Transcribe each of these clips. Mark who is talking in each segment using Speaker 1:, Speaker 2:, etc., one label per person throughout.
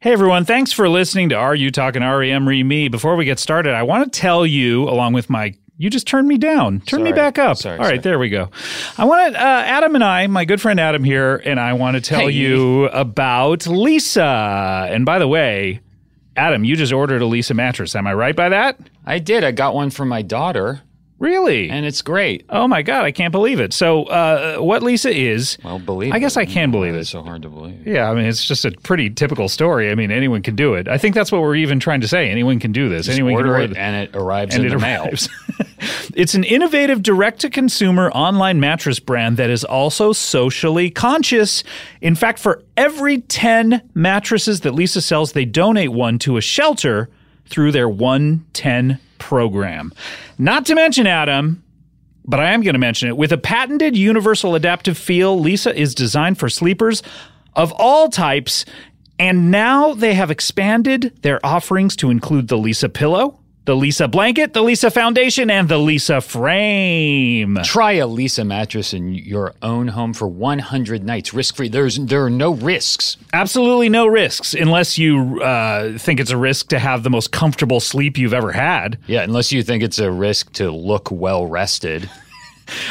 Speaker 1: Hey everyone, thanks for listening to Are You Talking REM Re Me. Before we get started, I want to tell you, along with my you just turned me down. Turn me
Speaker 2: Sorry.
Speaker 1: back up.
Speaker 2: Sorry,
Speaker 1: All right,
Speaker 2: sorry.
Speaker 1: there we go. I want to, uh, Adam and I, my good friend Adam here, and I want to tell
Speaker 2: Hey.
Speaker 1: you about Lisa. And by the way, Adam, you just ordered a Lisa mattress. Am I right by that?
Speaker 2: I did. I got one for my daughter,
Speaker 1: Really?
Speaker 2: and it's great.
Speaker 1: oh my God, I can't believe it. So, uh, what Lisa is,
Speaker 2: Well, believe
Speaker 1: I guess I can believe it.
Speaker 2: It's so hard to believe.
Speaker 1: Yeah, I mean, it's just a pretty typical story. I mean, anyone can do it. I think that's what we're even trying to say. Anyone can do this. anyone
Speaker 2: Order
Speaker 1: can
Speaker 2: it, and it arrives
Speaker 1: and
Speaker 2: in
Speaker 1: it
Speaker 2: the
Speaker 1: arrives. it's an innovative direct to consumer online mattress brand that is also socially conscious. In fact, for every 10 mattresses that Lisa sells, they donate one to a shelter through their 110 program. Not to mention, Adam, but I am going to mention it. With a patented universal adaptive feel, Lisa is designed for sleepers of all types. And now they have expanded their offerings to include the Lisa pillow, the Lisa blanket, the Lisa foundation, and the Lisa frame.
Speaker 2: mail. Try a Lisa mattress in your own home for 100 nights, risk free. There's there are no risks.
Speaker 1: Absolutely no risks, unless you uh, think it's a risk to have the most comfortable sleep you've ever had.
Speaker 2: Yeah, unless you think it's a risk to look well rested.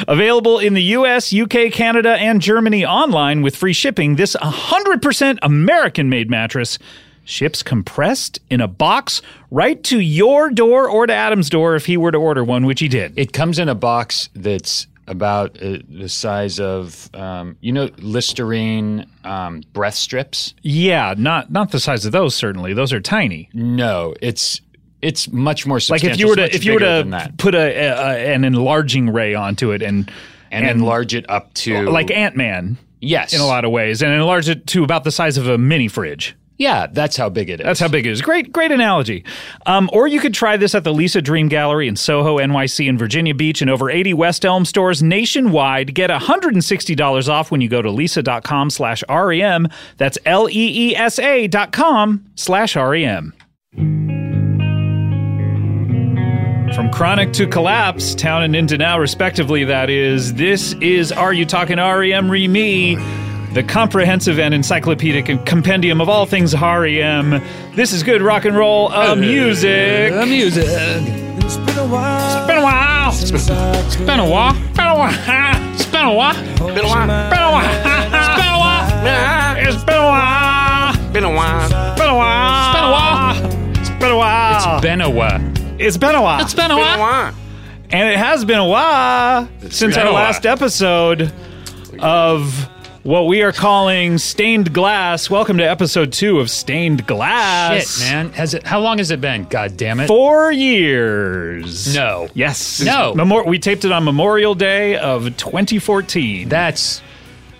Speaker 1: Available in the US, UK, Canada, and Germany online with free shipping, this 100% American made mattress ships compressed in a box right to your door or to Adam's door if he were to order one, which he did.
Speaker 2: It comes in a box that's about uh, the size of um, you know Listerine um, breath strips.
Speaker 1: Yeah, not not the size of those certainly. Those are tiny.
Speaker 2: No, it's it's much more
Speaker 1: Like
Speaker 2: substantial.
Speaker 1: if you were
Speaker 2: It's
Speaker 1: to
Speaker 2: much
Speaker 1: if you were
Speaker 2: bigger than
Speaker 1: to
Speaker 2: that.
Speaker 1: put a, a, a an enlarging ray onto it and
Speaker 2: and, enlarge it up to
Speaker 1: like Ant-Man
Speaker 2: yes
Speaker 1: in a lot of ways and enlarge it to about the size of a mini fridge.
Speaker 2: Yeah, that's how big it is.
Speaker 1: That's how big it is. Great, great analogy. Um, or you could try this at the Lisa Dream Gallery in Soho, NYC, and Virginia Beach, and over 80 West Elm stores nationwide. Get $160 off when you go to lisa.com slash REM. That's E L-E-E-S-A dot com slash E REM. From chronic to collapse, town and into now, respectively, that is. This is Are You Talking REM Re Me? The comprehensive and encyclopedic compendium of all things REM. This is good rock and roll uh, music.
Speaker 2: music.
Speaker 3: It's been a while.
Speaker 1: Been a while. It's
Speaker 3: since I could
Speaker 1: been a while. Been a while. It's been a while. It's been a while. Been a while. It's been a while.
Speaker 4: Been a while.
Speaker 1: It's been a while. It's been a
Speaker 2: Ah.
Speaker 1: while.
Speaker 2: Benoa.
Speaker 1: It's been a while. It's been a
Speaker 4: Been a while.
Speaker 1: And it has been a while since
Speaker 2: been
Speaker 1: our
Speaker 2: a while.
Speaker 1: last episode of what we are calling Stained Glass. Welcome to episode two of Stained Glass.
Speaker 2: Shit, man. Has it? How long has it been? God damn it.
Speaker 1: Four years.
Speaker 2: No.
Speaker 1: Yes.
Speaker 2: No.
Speaker 1: Memor- we taped it on Memorial Day of 2014.
Speaker 2: That's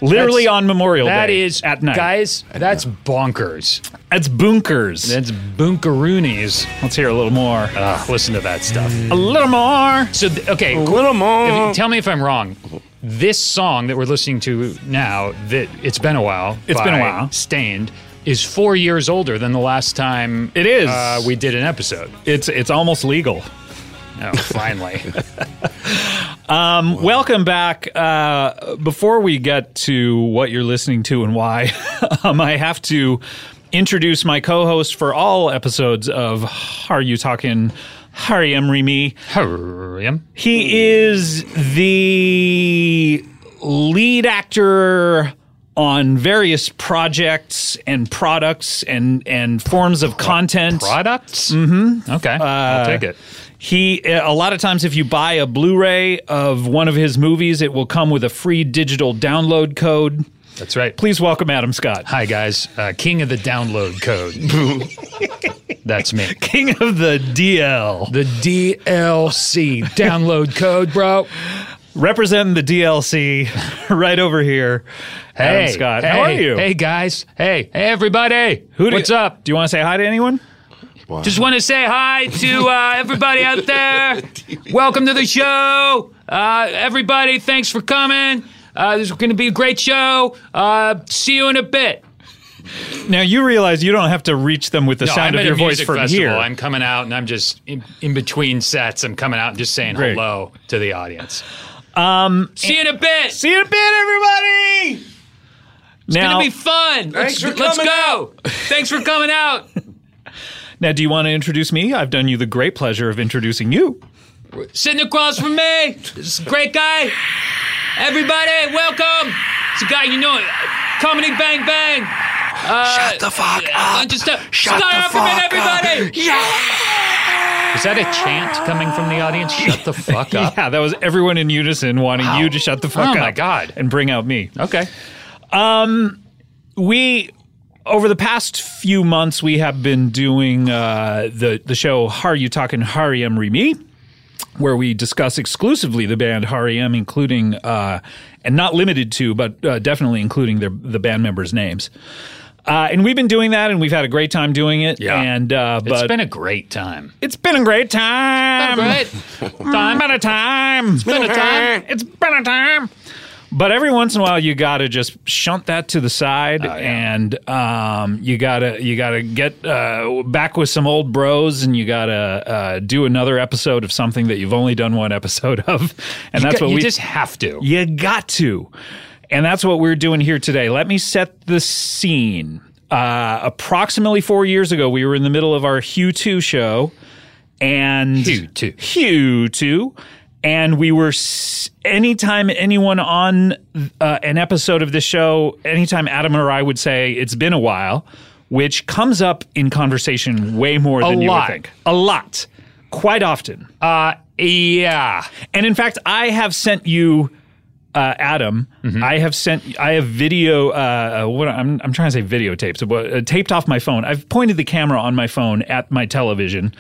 Speaker 1: Literally
Speaker 2: that's-
Speaker 1: on Memorial
Speaker 2: that
Speaker 1: Day.
Speaker 2: is
Speaker 1: at night.
Speaker 2: guys. That's bonkers.
Speaker 1: That's bunkers.
Speaker 2: That's bunkaroonies.
Speaker 1: Let's hear a little more.
Speaker 2: Ugh, listen to that stuff.
Speaker 1: a little more.
Speaker 2: So th- okay,
Speaker 4: A
Speaker 2: qu-
Speaker 4: little
Speaker 2: if
Speaker 4: more.
Speaker 2: you- tell me if I'm wrong. This song that we're listening to now, that it's been a while.
Speaker 1: It's
Speaker 2: by
Speaker 1: been a while.
Speaker 2: Stained is four years older than the last time
Speaker 1: It is.
Speaker 2: uh, we did an episode.
Speaker 1: it's it's almost legal.
Speaker 2: Oh, finally.
Speaker 1: Welcome back. Uh, before we get to what you're listening to and why, um, I have to introduce my co-host for all episodes of Are You Talking Hari Remy.
Speaker 2: Hurry up.
Speaker 1: He is the lead actor on various projects and products and and forms of content.
Speaker 2: products. Mm-hmm. Okay, I'll take it.
Speaker 1: He eh, a lot of times if you buy a Blu-ray of one of his movies, it will come with a free digital download code.
Speaker 2: That's right.
Speaker 1: Please welcome Adam Scott,
Speaker 2: Hi guys, uh, king of the download code. That's me.
Speaker 1: King of the DL,
Speaker 2: The DLC download code, bro.
Speaker 1: representing the DLC right over here.
Speaker 2: Hey
Speaker 1: Adam Scott,
Speaker 2: hey,
Speaker 1: how are you?
Speaker 2: Hey guys. Hey, hey everybody.
Speaker 1: Who do
Speaker 2: What's
Speaker 1: you-
Speaker 2: up?
Speaker 1: Do you want to say hi to anyone?
Speaker 2: Just want to say hi to uh, everybody out there. Welcome to the show, uh, everybody. Thanks for coming. Uh, this is going to be a great show. Uh, see you in a bit.
Speaker 1: Now you realize you don't have to reach them with the sound
Speaker 2: I'm
Speaker 1: of
Speaker 2: at
Speaker 1: your
Speaker 2: a
Speaker 1: voice
Speaker 2: music
Speaker 1: from
Speaker 2: festival.
Speaker 1: here.
Speaker 2: I'm coming out and I'm just in, in between sets. I'm coming out and just saying
Speaker 1: Great.
Speaker 2: hello to the audience. Um, See you in a bit.
Speaker 1: See you in a bit, everybody. now,
Speaker 2: It'll be fun. let's
Speaker 4: Thanks for
Speaker 2: let's
Speaker 4: coming
Speaker 2: go. Thanks for coming out.
Speaker 1: now, do you want to introduce me? I've done you the great pleasure of introducing you.
Speaker 2: Sitting across from me, this is a great guy. Everybody, welcome. It's a guy you know. Comedy Bang Bang. Uh,
Speaker 4: the fuck
Speaker 2: bunch of stuff. Shut up a minute, everybody. Is that a chant coming from the audience? Shut the fuck up.
Speaker 1: Yeah, that was everyone in unison wanting you to shut the fuck up.
Speaker 2: Oh my God.
Speaker 1: And bring out me.
Speaker 2: Okay.
Speaker 1: we over the past few months we have been doing uh, the the show Har You Talking Hari Em Me, where we discuss exclusively the band Hari Em, including uh, and not limited to, but uh, definitely including their the band members' names. Uh, and we've been doing that, and we've had a great time doing it.
Speaker 2: Yeah.
Speaker 1: and uh, but
Speaker 2: it's been a great time.
Speaker 1: it's been a great time. Time at a time. It's
Speaker 2: been a time.
Speaker 1: It's been a time. But every once in a while, you gotta just shunt that to the side, and um, you gotta you gotta get uh, back with some old bros, and you gotta uh, do another episode of something that you've only done one episode of, and that's
Speaker 2: you,
Speaker 1: what
Speaker 2: you
Speaker 1: we
Speaker 2: just have to.
Speaker 1: you got to. And that's what we're doing here today. Let me set the scene. Uh, approximately four years ago, we were in the middle of our Hue 2 show. And
Speaker 2: Hue 2.
Speaker 1: Hue 2. And we were, s- anytime anyone on uh, an episode of this show, anytime Adam or I would say, it's been a while, which comes up in conversation way more than you would
Speaker 2: lot.
Speaker 1: think. A lot. Quite often.
Speaker 2: Uh, yeah.
Speaker 1: And in fact, I have sent you, uh, Adam.
Speaker 2: Mm-hmm.
Speaker 1: I have sent. I have video. Uh, uh, what I'm, I'm trying to say videotapes, but uh, taped off my phone. I've pointed the camera on my phone at my television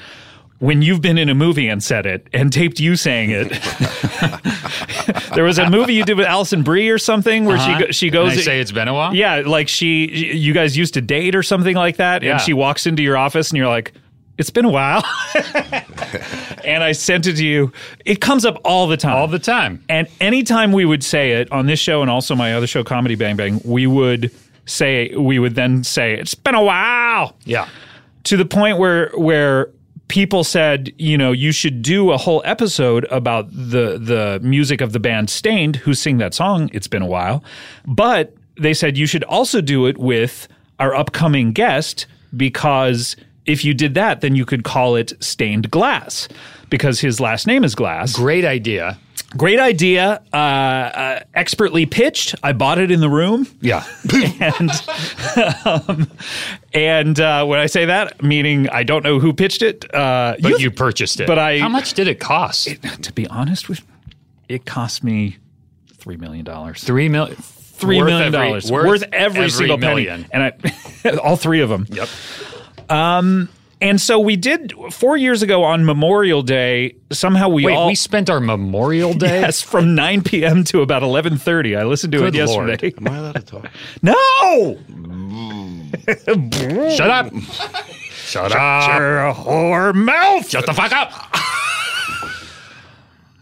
Speaker 1: when you've been in a movie and said it, and taped you saying it. there was a movie you did with Alison Brie or something where she go, she goes.
Speaker 2: Uh, Uh-huh. And I say it's been a while.
Speaker 1: yeah, like she, you guys used to date or something like that,
Speaker 2: Yeah.
Speaker 1: and she walks into your office and you're like, "It's been a while," and I sent it to you. It comes up all the time,
Speaker 2: All the time.
Speaker 1: and anytime we would say it on this show and also my other show, Comedy Bang Bang, we would say we would then say it's been a while
Speaker 2: Yeah.
Speaker 1: to the point where where people said you know you should do a whole episode about the the music of the band Stained who sing that song. It's been a while, but they said you should also do it with our upcoming guest because. If you did that, then you could call it stained glass because his last name is Glass.
Speaker 2: Great idea.
Speaker 1: Great idea, uh, uh, expertly pitched. I bought it in the room,
Speaker 2: Yeah.
Speaker 1: and um, and uh, when I say that, meaning I don't know who pitched it. Uh,
Speaker 2: But you purchased it.
Speaker 1: But I-
Speaker 2: How much did it cost?
Speaker 1: to be honest with, it cost me three million dollars.
Speaker 2: Three million.
Speaker 1: Three million dollars worth, every, single
Speaker 2: million.
Speaker 1: penny, and I all three of them. Um,
Speaker 2: Yep.
Speaker 1: And so we did four years ago on Memorial Day. Somehow we
Speaker 2: Wait,
Speaker 1: all
Speaker 2: we spent our Memorial Day.
Speaker 1: yes from nine p.m. to about eleven thirty. I listened to
Speaker 2: Good
Speaker 1: it
Speaker 2: Lord.
Speaker 1: yesterday.
Speaker 4: Am I allowed to talk?
Speaker 1: No.
Speaker 2: Shut up. Shut up.
Speaker 1: Your whore mouth.
Speaker 2: Shut the fuck up.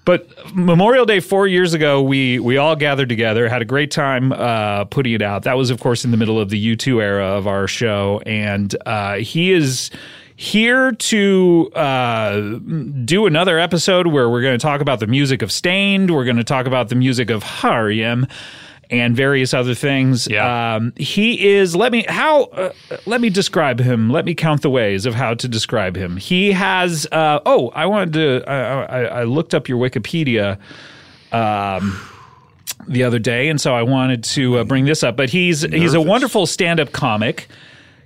Speaker 1: But Memorial Day four years ago, we we all gathered together, had a great time uh, putting it out. That was, of course, in the middle of the U two era of our show, and uh, he is here to uh, do another episode where we're going to talk about the music of Stained, we're going to talk about the music of Hariem. And various other things.
Speaker 2: Yeah.
Speaker 1: Um, he is. Let me how. Uh, let me describe him. Let me count the ways of how to describe him. He has. Uh, oh, I wanted to. I, I, I looked up your Wikipedia um, the other day, and so I wanted to uh, bring this up. But he's he's a wonderful stand-up comic.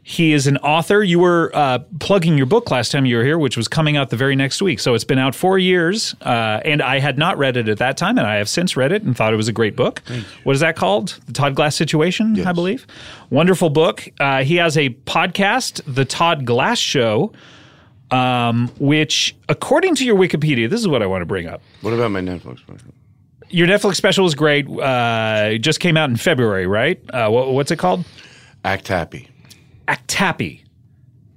Speaker 1: He is an author. You were uh, plugging your book last time you were here, which was coming out the very next week. So it's been out four years, uh, and I had not read it at that time, and I have since read it and thought it was a great book. What is that called? The Todd Glass Situation, I believe. Wonderful book. Uh, he has a podcast, The Todd Glass Show, um, which, according to your Wikipedia, this is what I want to bring up.
Speaker 4: What about my Netflix special?
Speaker 1: Your Netflix special is great. Uh, it just came out in February, right? Uh, wha- what's it called?
Speaker 4: Act happy.
Speaker 1: Actappy.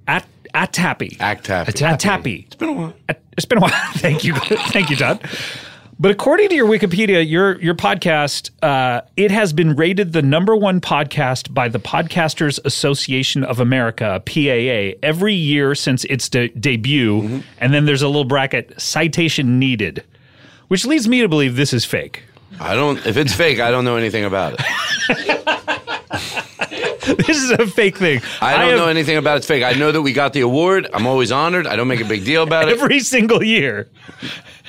Speaker 1: At Attappy.
Speaker 4: Act happy.
Speaker 1: Attappy.
Speaker 4: It's been a while.
Speaker 1: It's been a while. Thank you, thank you, Todd. But according to your Wikipedia, your your podcast, uh, it has been rated the number one podcast by the Podcasters Association of America (PAA) every year since its de- debut.
Speaker 4: Mm-hmm.
Speaker 1: And then there's a little bracket citation needed, which leads me to believe this is fake.
Speaker 4: I don't. If it's fake, I don't know anything about it.
Speaker 1: this is a fake thing.
Speaker 4: I don't
Speaker 1: have-
Speaker 4: know anything about it. It's fake. I know that we got the award. I'm always honored. I don't make a big deal about it.
Speaker 1: Every single year,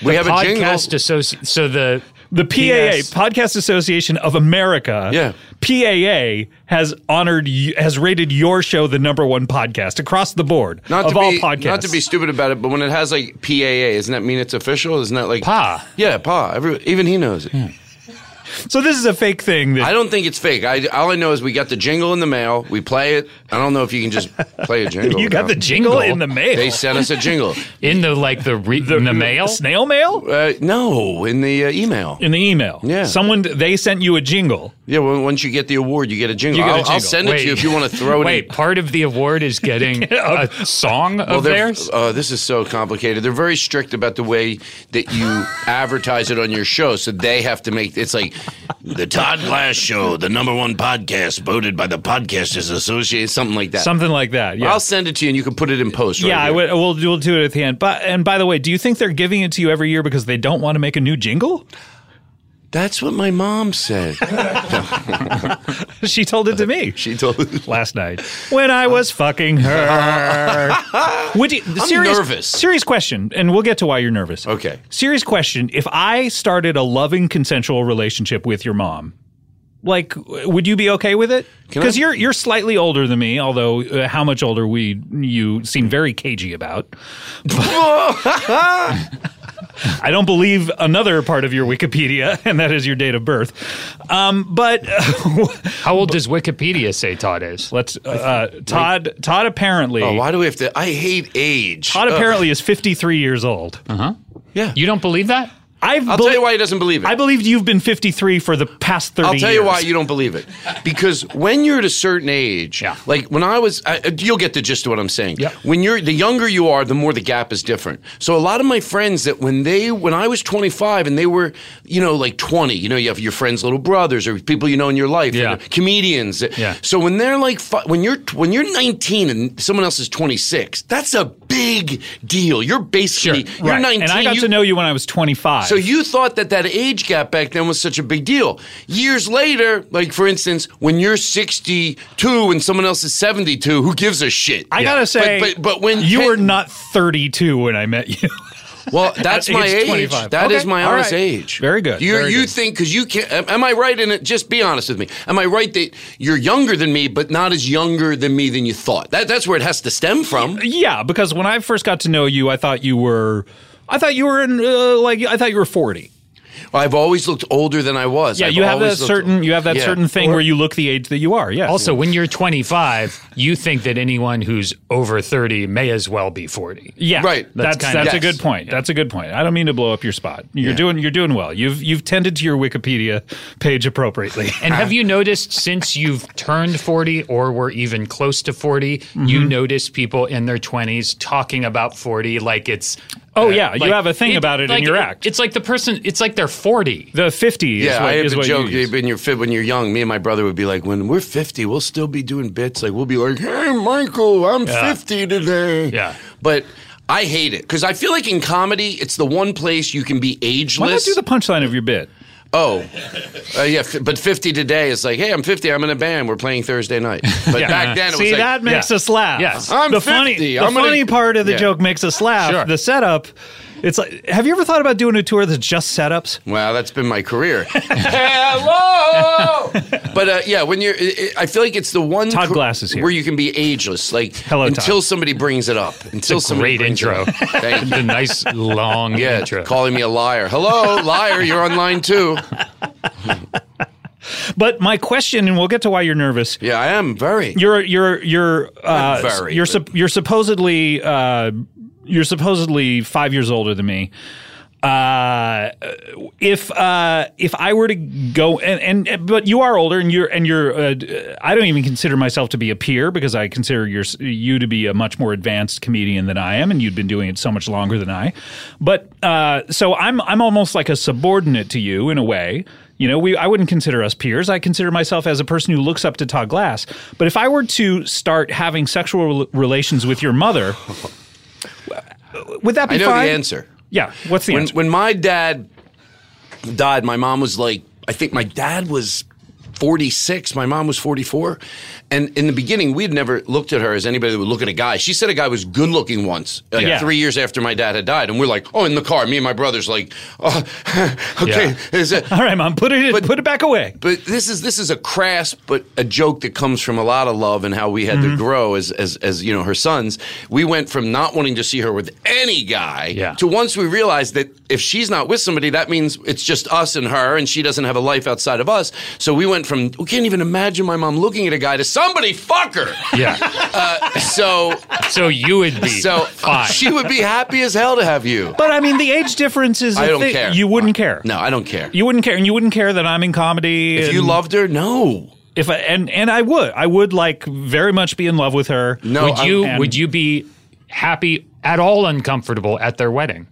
Speaker 4: we have a jingle.
Speaker 2: podcast associ- so the
Speaker 1: the PAA
Speaker 2: PS.
Speaker 1: Podcast Association of America,
Speaker 4: Yeah.
Speaker 1: PAA has honored you, has rated your show the number one podcast across the board
Speaker 4: Not
Speaker 1: of
Speaker 4: to
Speaker 1: all
Speaker 4: be
Speaker 1: podcasts.
Speaker 4: not to be stupid about it, but when it has like PAA, doesn't that mean it's official? Isn't that like
Speaker 2: Pa.
Speaker 4: Yeah, pa. Every, even he knows it.
Speaker 1: so this is a fake thing. That
Speaker 4: I don't think it's fake. I all I know is we got the jingle in the mail. We play it. I don't know if you can just play a jingle.
Speaker 1: you got the
Speaker 4: without-
Speaker 1: jingle, in the mail.
Speaker 4: They sent us a jingle.
Speaker 2: in the like the re- in the mail.
Speaker 1: snail mail,
Speaker 4: Uh, no, in the uh, email.
Speaker 1: in the email.
Speaker 4: Yeah.
Speaker 1: someone they sent you a jingle.
Speaker 4: Yeah, well, once you get the award, you get a jingle.
Speaker 1: You get a
Speaker 4: I'll,
Speaker 1: jingle.
Speaker 4: I'll send it to you
Speaker 2: Wait.
Speaker 4: if you want to throw it.
Speaker 2: Wait,
Speaker 4: in.
Speaker 2: part of the award is getting a song of
Speaker 4: they're-
Speaker 2: theirs.
Speaker 4: Oh, this is so complicated. They're very strict about the way that you advertise it on your show, so they have to make it's like the Todd Glass Show, the number one podcast voted by the Podcasters Association, something like that.
Speaker 1: Something like that. Yeah.
Speaker 4: I'll send it to you, and you can put it in post. right
Speaker 1: yeah, I
Speaker 4: here.
Speaker 1: would, we'll we'll do it at the end. But and by the way, do you think they're giving it to you every year because they don't want to make a new jingle?
Speaker 4: That's what my mom said.
Speaker 1: She told it to me
Speaker 4: she told. me.
Speaker 1: last night when I was fucking her. Would you? serious,
Speaker 4: nervous.
Speaker 1: Serious question, and we'll get to why you're nervous.
Speaker 4: Okay.
Speaker 1: Serious question: If I started a loving, consensual relationship with your mom. Like, w- would you be okay with it?
Speaker 4: Can I-
Speaker 1: Because you're you're slightly older than me, although uh, how much older we you seem very cagey about. I don't believe another part of your Wikipedia, and that is your date of birth. Um, but
Speaker 2: How old does Wikipedia say Todd is?
Speaker 1: Let's uh, uh, Todd. Todd apparently.
Speaker 4: Oh, why do we have to? I hate age. Uh,
Speaker 1: Todd
Speaker 4: Ugh.
Speaker 1: apparently is 53 years old.
Speaker 4: yeah.
Speaker 2: You don't believe that?
Speaker 1: I've
Speaker 4: I'll
Speaker 1: bel-
Speaker 4: tell you why he doesn't believe it.
Speaker 1: I believed you've been 53 for the past 30.
Speaker 4: I'll tell you
Speaker 1: years.
Speaker 4: why you don't believe it. Because when you're at a certain age,
Speaker 2: Yeah.
Speaker 4: like when I was, I, you'll get the gist of what I'm saying.
Speaker 2: Yeah.
Speaker 4: When you're the younger you are, the more the gap is different. So a lot of my friends that when they when I was 25 and they were, you know, like 20, you know, you have your friends' little brothers or people you know in your life,
Speaker 1: Yeah.
Speaker 4: you know, comedians.
Speaker 1: Yeah.
Speaker 4: So when they're like fi- when you're when you're 19 and someone else is 26, that's a big deal. You're basically you're
Speaker 1: Right.
Speaker 4: 19.
Speaker 1: and I got
Speaker 4: you-
Speaker 1: to know you when I was 25.
Speaker 4: so you thought that that age gap back then was such a big deal. Years later, like for instance, when you're 62 and someone else is 72, who gives a shit?
Speaker 1: I gotta say,
Speaker 4: but but, but when
Speaker 1: you
Speaker 4: ten-
Speaker 1: were not 32 when I met you.
Speaker 4: well, that's
Speaker 1: at
Speaker 4: my
Speaker 1: age
Speaker 4: age.
Speaker 1: 25.
Speaker 4: That is
Speaker 1: Okay,
Speaker 4: my
Speaker 1: all
Speaker 4: honest
Speaker 1: right.
Speaker 4: age.
Speaker 1: Very good,
Speaker 4: You
Speaker 1: very
Speaker 4: you
Speaker 1: good.
Speaker 4: think because you can't? Am, am I right in it? Just be honest with me. Am I right that you're younger than me, but not as younger than me than you thought? That that's where it has to stem from.
Speaker 1: yeah, because when I first got to know you, I thought you were, I thought you were in uh, like I thought you were 40.
Speaker 4: I've always looked older than I was.
Speaker 1: Yeah,
Speaker 4: I've
Speaker 1: you have that
Speaker 4: always looked-
Speaker 1: certain you have that
Speaker 4: Yeah.
Speaker 1: certain thing where you look the age that you are. Yes.
Speaker 2: Also, when you're 25, you think that anyone who's over 30 may as well be 40.
Speaker 1: Yeah,
Speaker 4: Right.
Speaker 1: That's
Speaker 4: That's
Speaker 1: that's,
Speaker 4: kinda-
Speaker 1: a
Speaker 4: Yes.
Speaker 1: good point. That's a good point. I don't mean to blow up your spot. You're doing you're doing well. You've you've tended to your Wikipedia page appropriately.
Speaker 2: And have you noticed since you've turned 40 or were even close to 40, you
Speaker 1: Mm-hmm.
Speaker 2: notice people in their 20s talking about 40 like it's.
Speaker 1: Oh
Speaker 2: uh,
Speaker 1: yeah, you
Speaker 2: like-
Speaker 1: have a thing about it
Speaker 2: like,
Speaker 1: in your act.
Speaker 2: It's like the person, it's like they're 40.
Speaker 1: the fifty. is
Speaker 4: Yeah,
Speaker 1: what,
Speaker 4: I have
Speaker 1: is
Speaker 4: a
Speaker 1: what you
Speaker 4: joke.
Speaker 1: use.
Speaker 4: When you're fit, when you're young, me and my brother would be like, when we're 50, we'll still be doing bits. Like we'll be like, hey, Michael, I'm 50 today.
Speaker 2: Yeah.
Speaker 4: but. I hate it because I feel like in comedy, it's the one place you can be
Speaker 1: Why not
Speaker 4: ageless.
Speaker 1: do the punchline of your bit?
Speaker 4: oh, uh, yeah, f- but fifty today is like, hey, I'm fifty. I'm in a band. We're playing Thursday night. But back then, it
Speaker 1: See
Speaker 4: was like,
Speaker 1: that makes
Speaker 2: yeah.
Speaker 1: us laugh.
Speaker 2: Yes.
Speaker 4: I'm
Speaker 1: the funny
Speaker 4: 50.
Speaker 1: the
Speaker 4: I'm gonna-
Speaker 1: funny part of the
Speaker 4: Yeah.
Speaker 1: joke makes us laugh.
Speaker 2: Sure.
Speaker 1: The setup. It's like, have you ever thought about doing a tour that's just setups?
Speaker 4: Wow, that's been my career. Hello, but uh, yeah, when you're, i I I feel like it's the one
Speaker 1: Todd
Speaker 4: ca-
Speaker 1: Glass is here.
Speaker 4: where you can be ageless, like
Speaker 1: Hello, Todd.
Speaker 4: until somebody brings it up. Until somebody
Speaker 2: Great
Speaker 4: brings it
Speaker 2: intro.
Speaker 4: up. Thank you.
Speaker 2: the nice long
Speaker 4: Yeah,
Speaker 2: intro.
Speaker 4: calling me a liar. Hello, liar, you're on line two.
Speaker 1: But my question, and we'll get to why you're nervous.
Speaker 4: Yeah, I am very.
Speaker 1: you're you're you're uh,
Speaker 4: very,
Speaker 1: you're
Speaker 4: but-
Speaker 1: sup- you're supposedly uh, you're supposedly five years older than me. Uh, if uh, if I were to go and, and but you are older and you're and you're uh, d- I don't even consider myself to be a peer because I consider your, you to be a much more advanced comedian than I am and you've been doing it so much longer than I. But uh, so I'm I'm almost like a subordinate to you in a way. You know, we I wouldn't consider us peers. I consider myself as a person who looks up to Todd Glass. But if I were to start having sexual rel- relations with your mother, would that be
Speaker 4: I know
Speaker 1: fine?
Speaker 4: the answer.
Speaker 1: Yeah, what's the
Speaker 4: When
Speaker 1: answer?
Speaker 4: when my dad died, my mom was like, I think my dad was 46. My mom was 44. And in the beginning, we had never looked at her as anybody that would look at a guy. She said a guy was good looking once, like
Speaker 1: Yeah.
Speaker 4: three years after my dad had died. And we're like, oh, in the car, me and my brother's like, oh, okay. Is it-
Speaker 1: All right, mom, put it
Speaker 4: But-
Speaker 1: put it back away.
Speaker 4: but this is this is a crass but a joke that comes from a lot of love and how we had
Speaker 1: Mm-hmm.
Speaker 4: to grow as as as you know her sons. We went from not wanting to see her with any guy
Speaker 1: Yeah.
Speaker 4: to once we realized that if she's not with somebody, that means it's just us and her, and she doesn't have a life outside of us. So we went from we can't even imagine my mom looking at a guy to somebody fuck her.
Speaker 2: Yeah.
Speaker 4: uh, so
Speaker 2: so you would be
Speaker 4: so
Speaker 2: fine.
Speaker 4: she would be happy as hell to have you.
Speaker 1: But I mean, the age difference is
Speaker 4: I
Speaker 1: a
Speaker 4: don't
Speaker 1: thing.
Speaker 4: care.
Speaker 1: You wouldn't care.
Speaker 4: No, I don't care.
Speaker 1: You wouldn't care, and you wouldn't care that I'm in comedy.
Speaker 4: if
Speaker 1: and
Speaker 4: you loved her, no.
Speaker 1: if I, and and I would, I would like very much be in love with her.
Speaker 4: No,
Speaker 2: would
Speaker 4: I'm-
Speaker 2: you
Speaker 1: and-
Speaker 2: would you be happy at all uncomfortable at their wedding?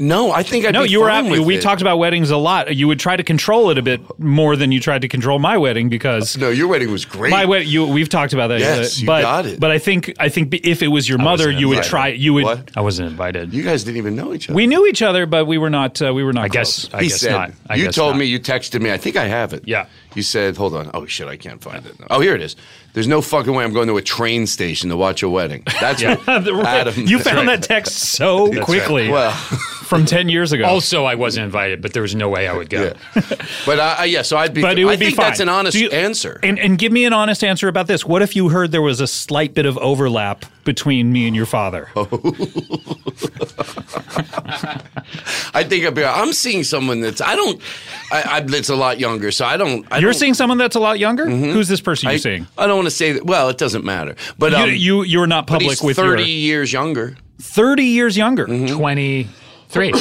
Speaker 4: No, I think I'd
Speaker 1: no,
Speaker 4: be
Speaker 1: you were
Speaker 4: fine
Speaker 1: at,
Speaker 4: with
Speaker 1: we
Speaker 4: it.
Speaker 1: talked about weddings a lot. You would try to control it a bit more than you tried to control my wedding because
Speaker 4: No, your wedding was great.
Speaker 1: My way, you we've talked about that.
Speaker 4: Yes,
Speaker 1: but,
Speaker 4: you got it.
Speaker 1: But I think I think if it was your mother,
Speaker 2: wasn't
Speaker 1: you would
Speaker 2: invited.
Speaker 1: try. You would.
Speaker 4: What?
Speaker 2: I wasn't invited.
Speaker 4: You guys didn't even know each other.
Speaker 1: We knew each other, but we were not. Uh, we were not.
Speaker 2: I guess
Speaker 1: close.
Speaker 2: I guess not. I
Speaker 4: you
Speaker 2: guess
Speaker 4: told
Speaker 2: not.
Speaker 4: me you texted me. I think I have it.
Speaker 2: Yeah.
Speaker 4: You said, "Hold on. Oh shit, I can't find it." Oh, here it is. There's no fucking way I'm going to a train station to watch a wedding. That's what Adam.
Speaker 1: you found that text so quickly
Speaker 4: Well,
Speaker 1: from ten years ago.
Speaker 2: Also, I wasn't invited, but there was no way I would go.
Speaker 4: yeah. but I, I, yeah, so I'd be.
Speaker 1: but it would
Speaker 4: I
Speaker 1: be
Speaker 4: think
Speaker 1: fine.
Speaker 4: that's an honest
Speaker 1: Do you-
Speaker 4: answer.
Speaker 1: And, and give me an honest answer about this. What if you heard there was a slight bit of overlap between me and your father?
Speaker 4: Oh, I think I'd be. I'm seeing someone that's. I don't. I, I, that's a lot younger, so I don't. I
Speaker 1: you're
Speaker 4: don't,
Speaker 1: seeing someone that's a lot younger. Who's this person
Speaker 4: Mm-hmm. I,
Speaker 1: you're seeing?
Speaker 4: I don't want to say that. Well, it doesn't matter. But um,
Speaker 1: you, you you're not
Speaker 4: but
Speaker 1: public
Speaker 4: he's Mm-hmm.
Speaker 1: with
Speaker 4: 30
Speaker 1: your
Speaker 4: years younger.
Speaker 1: thirty years younger.
Speaker 2: Twenty three.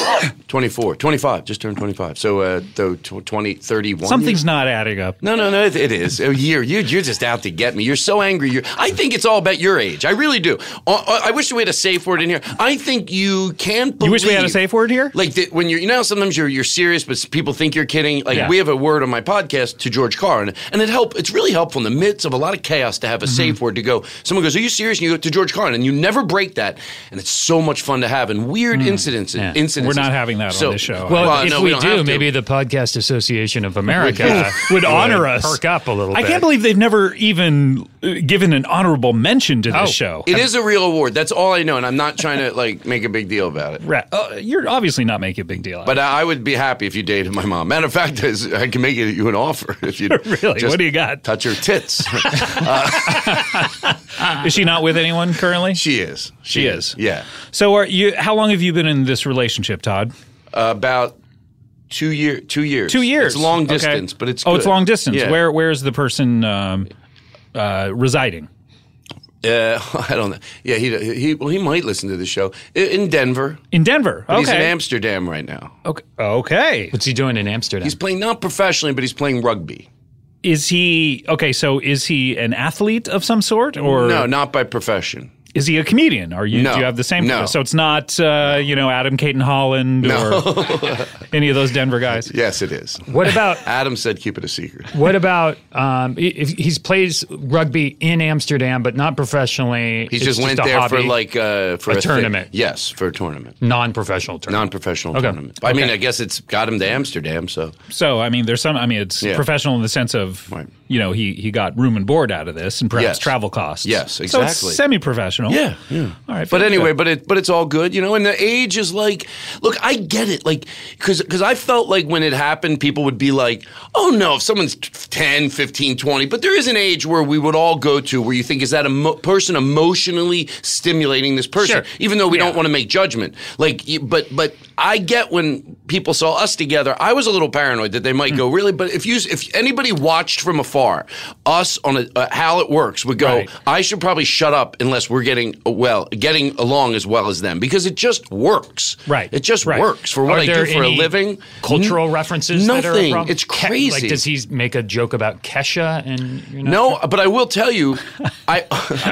Speaker 4: 24, 25, just turned 25. So, uh, though, tw- 20, 31.
Speaker 1: Something's not adding up.
Speaker 4: No, no, no, it, it is. A year. You, you're just out to get me. You're so angry. You're, I think it's all about your age. I really do. Uh, uh, I wish we had a safe word in here. I think you can believe.
Speaker 1: You wish we had a safe word here?
Speaker 4: Like that when you're, you know, sometimes you're you're serious, but people think you're kidding. Like
Speaker 1: Yeah.
Speaker 4: we have a word on my podcast to George Carr, and, and it help. It's really helpful in the midst of a lot of chaos to have a
Speaker 1: Mm-hmm.
Speaker 4: safe word to go. Someone goes, "Are you serious?" And you go to George Carr, and you never break that. And it's so much fun to have. And weird incidents.
Speaker 1: Mm. yeah.
Speaker 4: Incidences.
Speaker 1: We're not having that on this show.
Speaker 2: Well,
Speaker 1: Well,
Speaker 2: if
Speaker 4: no,
Speaker 2: we,
Speaker 4: don't have
Speaker 2: do,
Speaker 4: to.
Speaker 2: maybe the Podcast Association of America
Speaker 1: would honor us.
Speaker 2: Perk up a little.
Speaker 1: I
Speaker 2: bit.
Speaker 1: can't believe they've never even uh, given an honorable mention to this
Speaker 2: Oh.
Speaker 1: show.
Speaker 4: It is a real award. That's all I know, and I'm not trying to like make a big deal about it.
Speaker 1: Ra- uh, you're obviously not making a big deal. out of
Speaker 4: But I I would be happy if you dated my mom. Matter of fact, is- I can make you an offer if you
Speaker 1: it. really,
Speaker 4: just
Speaker 1: what do you got?
Speaker 4: touch her tits.
Speaker 1: Is she not with anyone currently?
Speaker 4: she is. She,
Speaker 1: is.
Speaker 4: Yeah,
Speaker 1: so, are you? How long have you been in this relationship, Todd?
Speaker 4: about two year two years.
Speaker 1: Two years.
Speaker 4: It's long
Speaker 1: Okay.
Speaker 4: distance, but it's
Speaker 1: oh, it's
Speaker 4: good.
Speaker 1: long distance.
Speaker 4: Yeah.
Speaker 1: Where Where is the person um, uh, residing?
Speaker 4: Uh, I don't know. Yeah, he he well he might listen to the show I- in Denver.
Speaker 1: In Denver. Okay.
Speaker 4: He's in Amsterdam right now.
Speaker 1: okay. Okay.
Speaker 2: What's he doing in Amsterdam?
Speaker 4: He's playing not professionally, but he's playing rugby.
Speaker 1: Is he okay? So, is he an athlete of some sort, or
Speaker 4: No, not by profession.
Speaker 1: is he a comedian? Are you?
Speaker 4: No.
Speaker 1: Do you have the same?
Speaker 4: No.
Speaker 1: So it's not uh, you know Adam Caton Holland or any of those Denver guys.
Speaker 4: Yes, it is.
Speaker 2: what about
Speaker 4: Adam said, "Keep it a secret."
Speaker 2: what about um, i- if he's plays rugby in Amsterdam, but not professionally?
Speaker 4: He
Speaker 2: it's
Speaker 4: just went
Speaker 2: a
Speaker 4: there for
Speaker 2: hobby,
Speaker 4: like uh, for
Speaker 2: A
Speaker 4: thi-
Speaker 2: tournament.
Speaker 4: yes, for a tournament,
Speaker 2: non-professional tournament.
Speaker 4: non-professional
Speaker 2: Okay.
Speaker 4: tournament. I mean,
Speaker 1: Okay.
Speaker 4: I guess it's got him to Amsterdam. So
Speaker 1: So I mean, there's some. I mean, it's
Speaker 4: Yeah.
Speaker 1: professional in the sense of
Speaker 4: Right.
Speaker 1: you know he he got room and board out of this and perhaps
Speaker 4: Yes.
Speaker 1: travel costs.
Speaker 4: Yes,
Speaker 1: So
Speaker 4: exactly.
Speaker 1: it's semi-professional.
Speaker 4: yeah, yeah.
Speaker 1: All right.
Speaker 4: But
Speaker 1: very
Speaker 4: anyway,
Speaker 1: good.
Speaker 4: but it but it's all good, you know. And the age is like, look, I get it, like, because I felt like when it happened, people would be like, oh no, if someone's 10, 15, 20, but there is an age where we would all go to where you think is that a mo- person emotionally stimulating this person,
Speaker 2: Sure.
Speaker 4: even though we don't want to make judgment. Like, you- but but I get when people saw us together, I was a little paranoid that they might go really. But if you if anybody watched from afar, us on a, uh, how it works would go.
Speaker 1: Right.
Speaker 4: I should probably shut up unless we're getting uh, well, getting along as well as them because it just works.
Speaker 1: Right.
Speaker 4: It just
Speaker 1: Right.
Speaker 4: works for
Speaker 2: Are
Speaker 4: what I do
Speaker 2: there
Speaker 4: for a
Speaker 2: any
Speaker 4: living.
Speaker 2: Cultural references? that are a
Speaker 4: Nothing.
Speaker 2: problem?
Speaker 4: It's
Speaker 2: Ke-
Speaker 4: crazy.
Speaker 2: like, does he make a joke about Kesha? And you know,
Speaker 4: No, but I will tell you, I.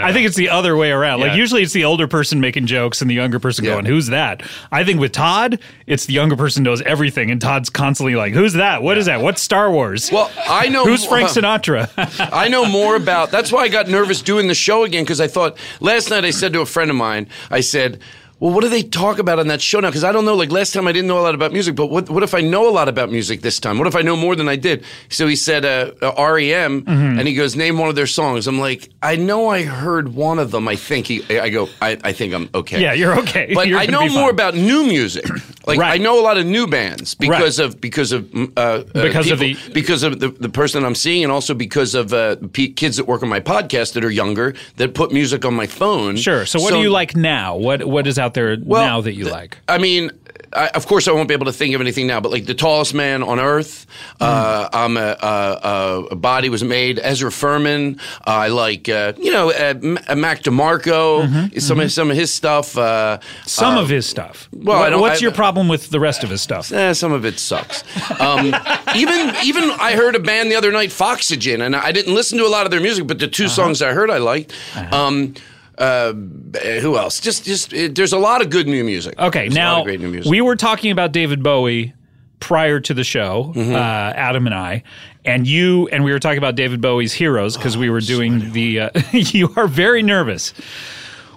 Speaker 1: I think it's the other way around. Like
Speaker 2: Yeah.
Speaker 1: usually it's the older person making jokes and the younger person
Speaker 4: Yeah.
Speaker 1: going, "Who's that?" I think with Todd, it's the younger person knows everything and Todd's constantly like, "Who's that? What is that? What's Star Wars?"
Speaker 4: Well, I know
Speaker 1: Who's Frank
Speaker 4: uh,
Speaker 1: Sinatra?
Speaker 4: I know more about. That's why I got nervous doing the show again because I thought last night I said to a friend of mine, I said. well, what do they talk about on that show now? Because I don't know. Like last time, I didn't know a lot about music, but what, what if I know a lot about music this time? What if I know more than I did? So he said uh, uh, REM,
Speaker 1: Mm-hmm.
Speaker 4: and he goes, name one of their songs. I'm like, I know I heard one of them. I think he. I go, I, I think I'm okay.
Speaker 1: Yeah, you're okay.
Speaker 4: But
Speaker 1: You're
Speaker 4: I
Speaker 1: gonna
Speaker 4: know
Speaker 1: be
Speaker 4: more
Speaker 1: fine.
Speaker 4: about new music. Like
Speaker 1: Right.
Speaker 4: I know a lot of new bands because
Speaker 1: Right.
Speaker 4: of because of mm, uh, uh,
Speaker 1: Because of
Speaker 4: people-
Speaker 1: the-
Speaker 4: because of the, the person I'm seeing, and also because of uh, pe kids that work on my podcast that are younger that put music on my phone.
Speaker 1: Sure. So what do you like now? What what is out there now that you
Speaker 4: th-
Speaker 1: like?
Speaker 4: I mean, I, of course, I won't be able to think of anything now, but like the tallest man on earth,
Speaker 1: Mm.
Speaker 4: uh, I'm a, a, a- a body was made. Ezra Furman, I like uh, you know uh, M- uh, Mac
Speaker 1: Mm-hmm.
Speaker 4: DeMarco, some of some of his stuff. Uh,
Speaker 1: Some of his stuff.
Speaker 4: well, I
Speaker 1: Wh-
Speaker 4: don't-
Speaker 1: what's
Speaker 4: I-
Speaker 1: your problem with the rest of his stuff?
Speaker 4: Eh, some of it sucks. Um, even even I heard a band the other night, Foxygen, and I didn't listen to a lot of their music, but the
Speaker 1: Uh-huh.
Speaker 4: 2 songs I heard I liked. Um, uh, who else? Just just uh there's a lot of good new music.
Speaker 1: Okay,
Speaker 4: There's a lot
Speaker 1: now
Speaker 4: of great new music.
Speaker 1: we were talking about David Bowie prior to the show,
Speaker 4: Mm-hmm.
Speaker 1: uh, Adam and I, and you, and we were talking about David Bowie's Heroes because
Speaker 4: Oh,
Speaker 1: we were doing the. Uh, you are very nervous.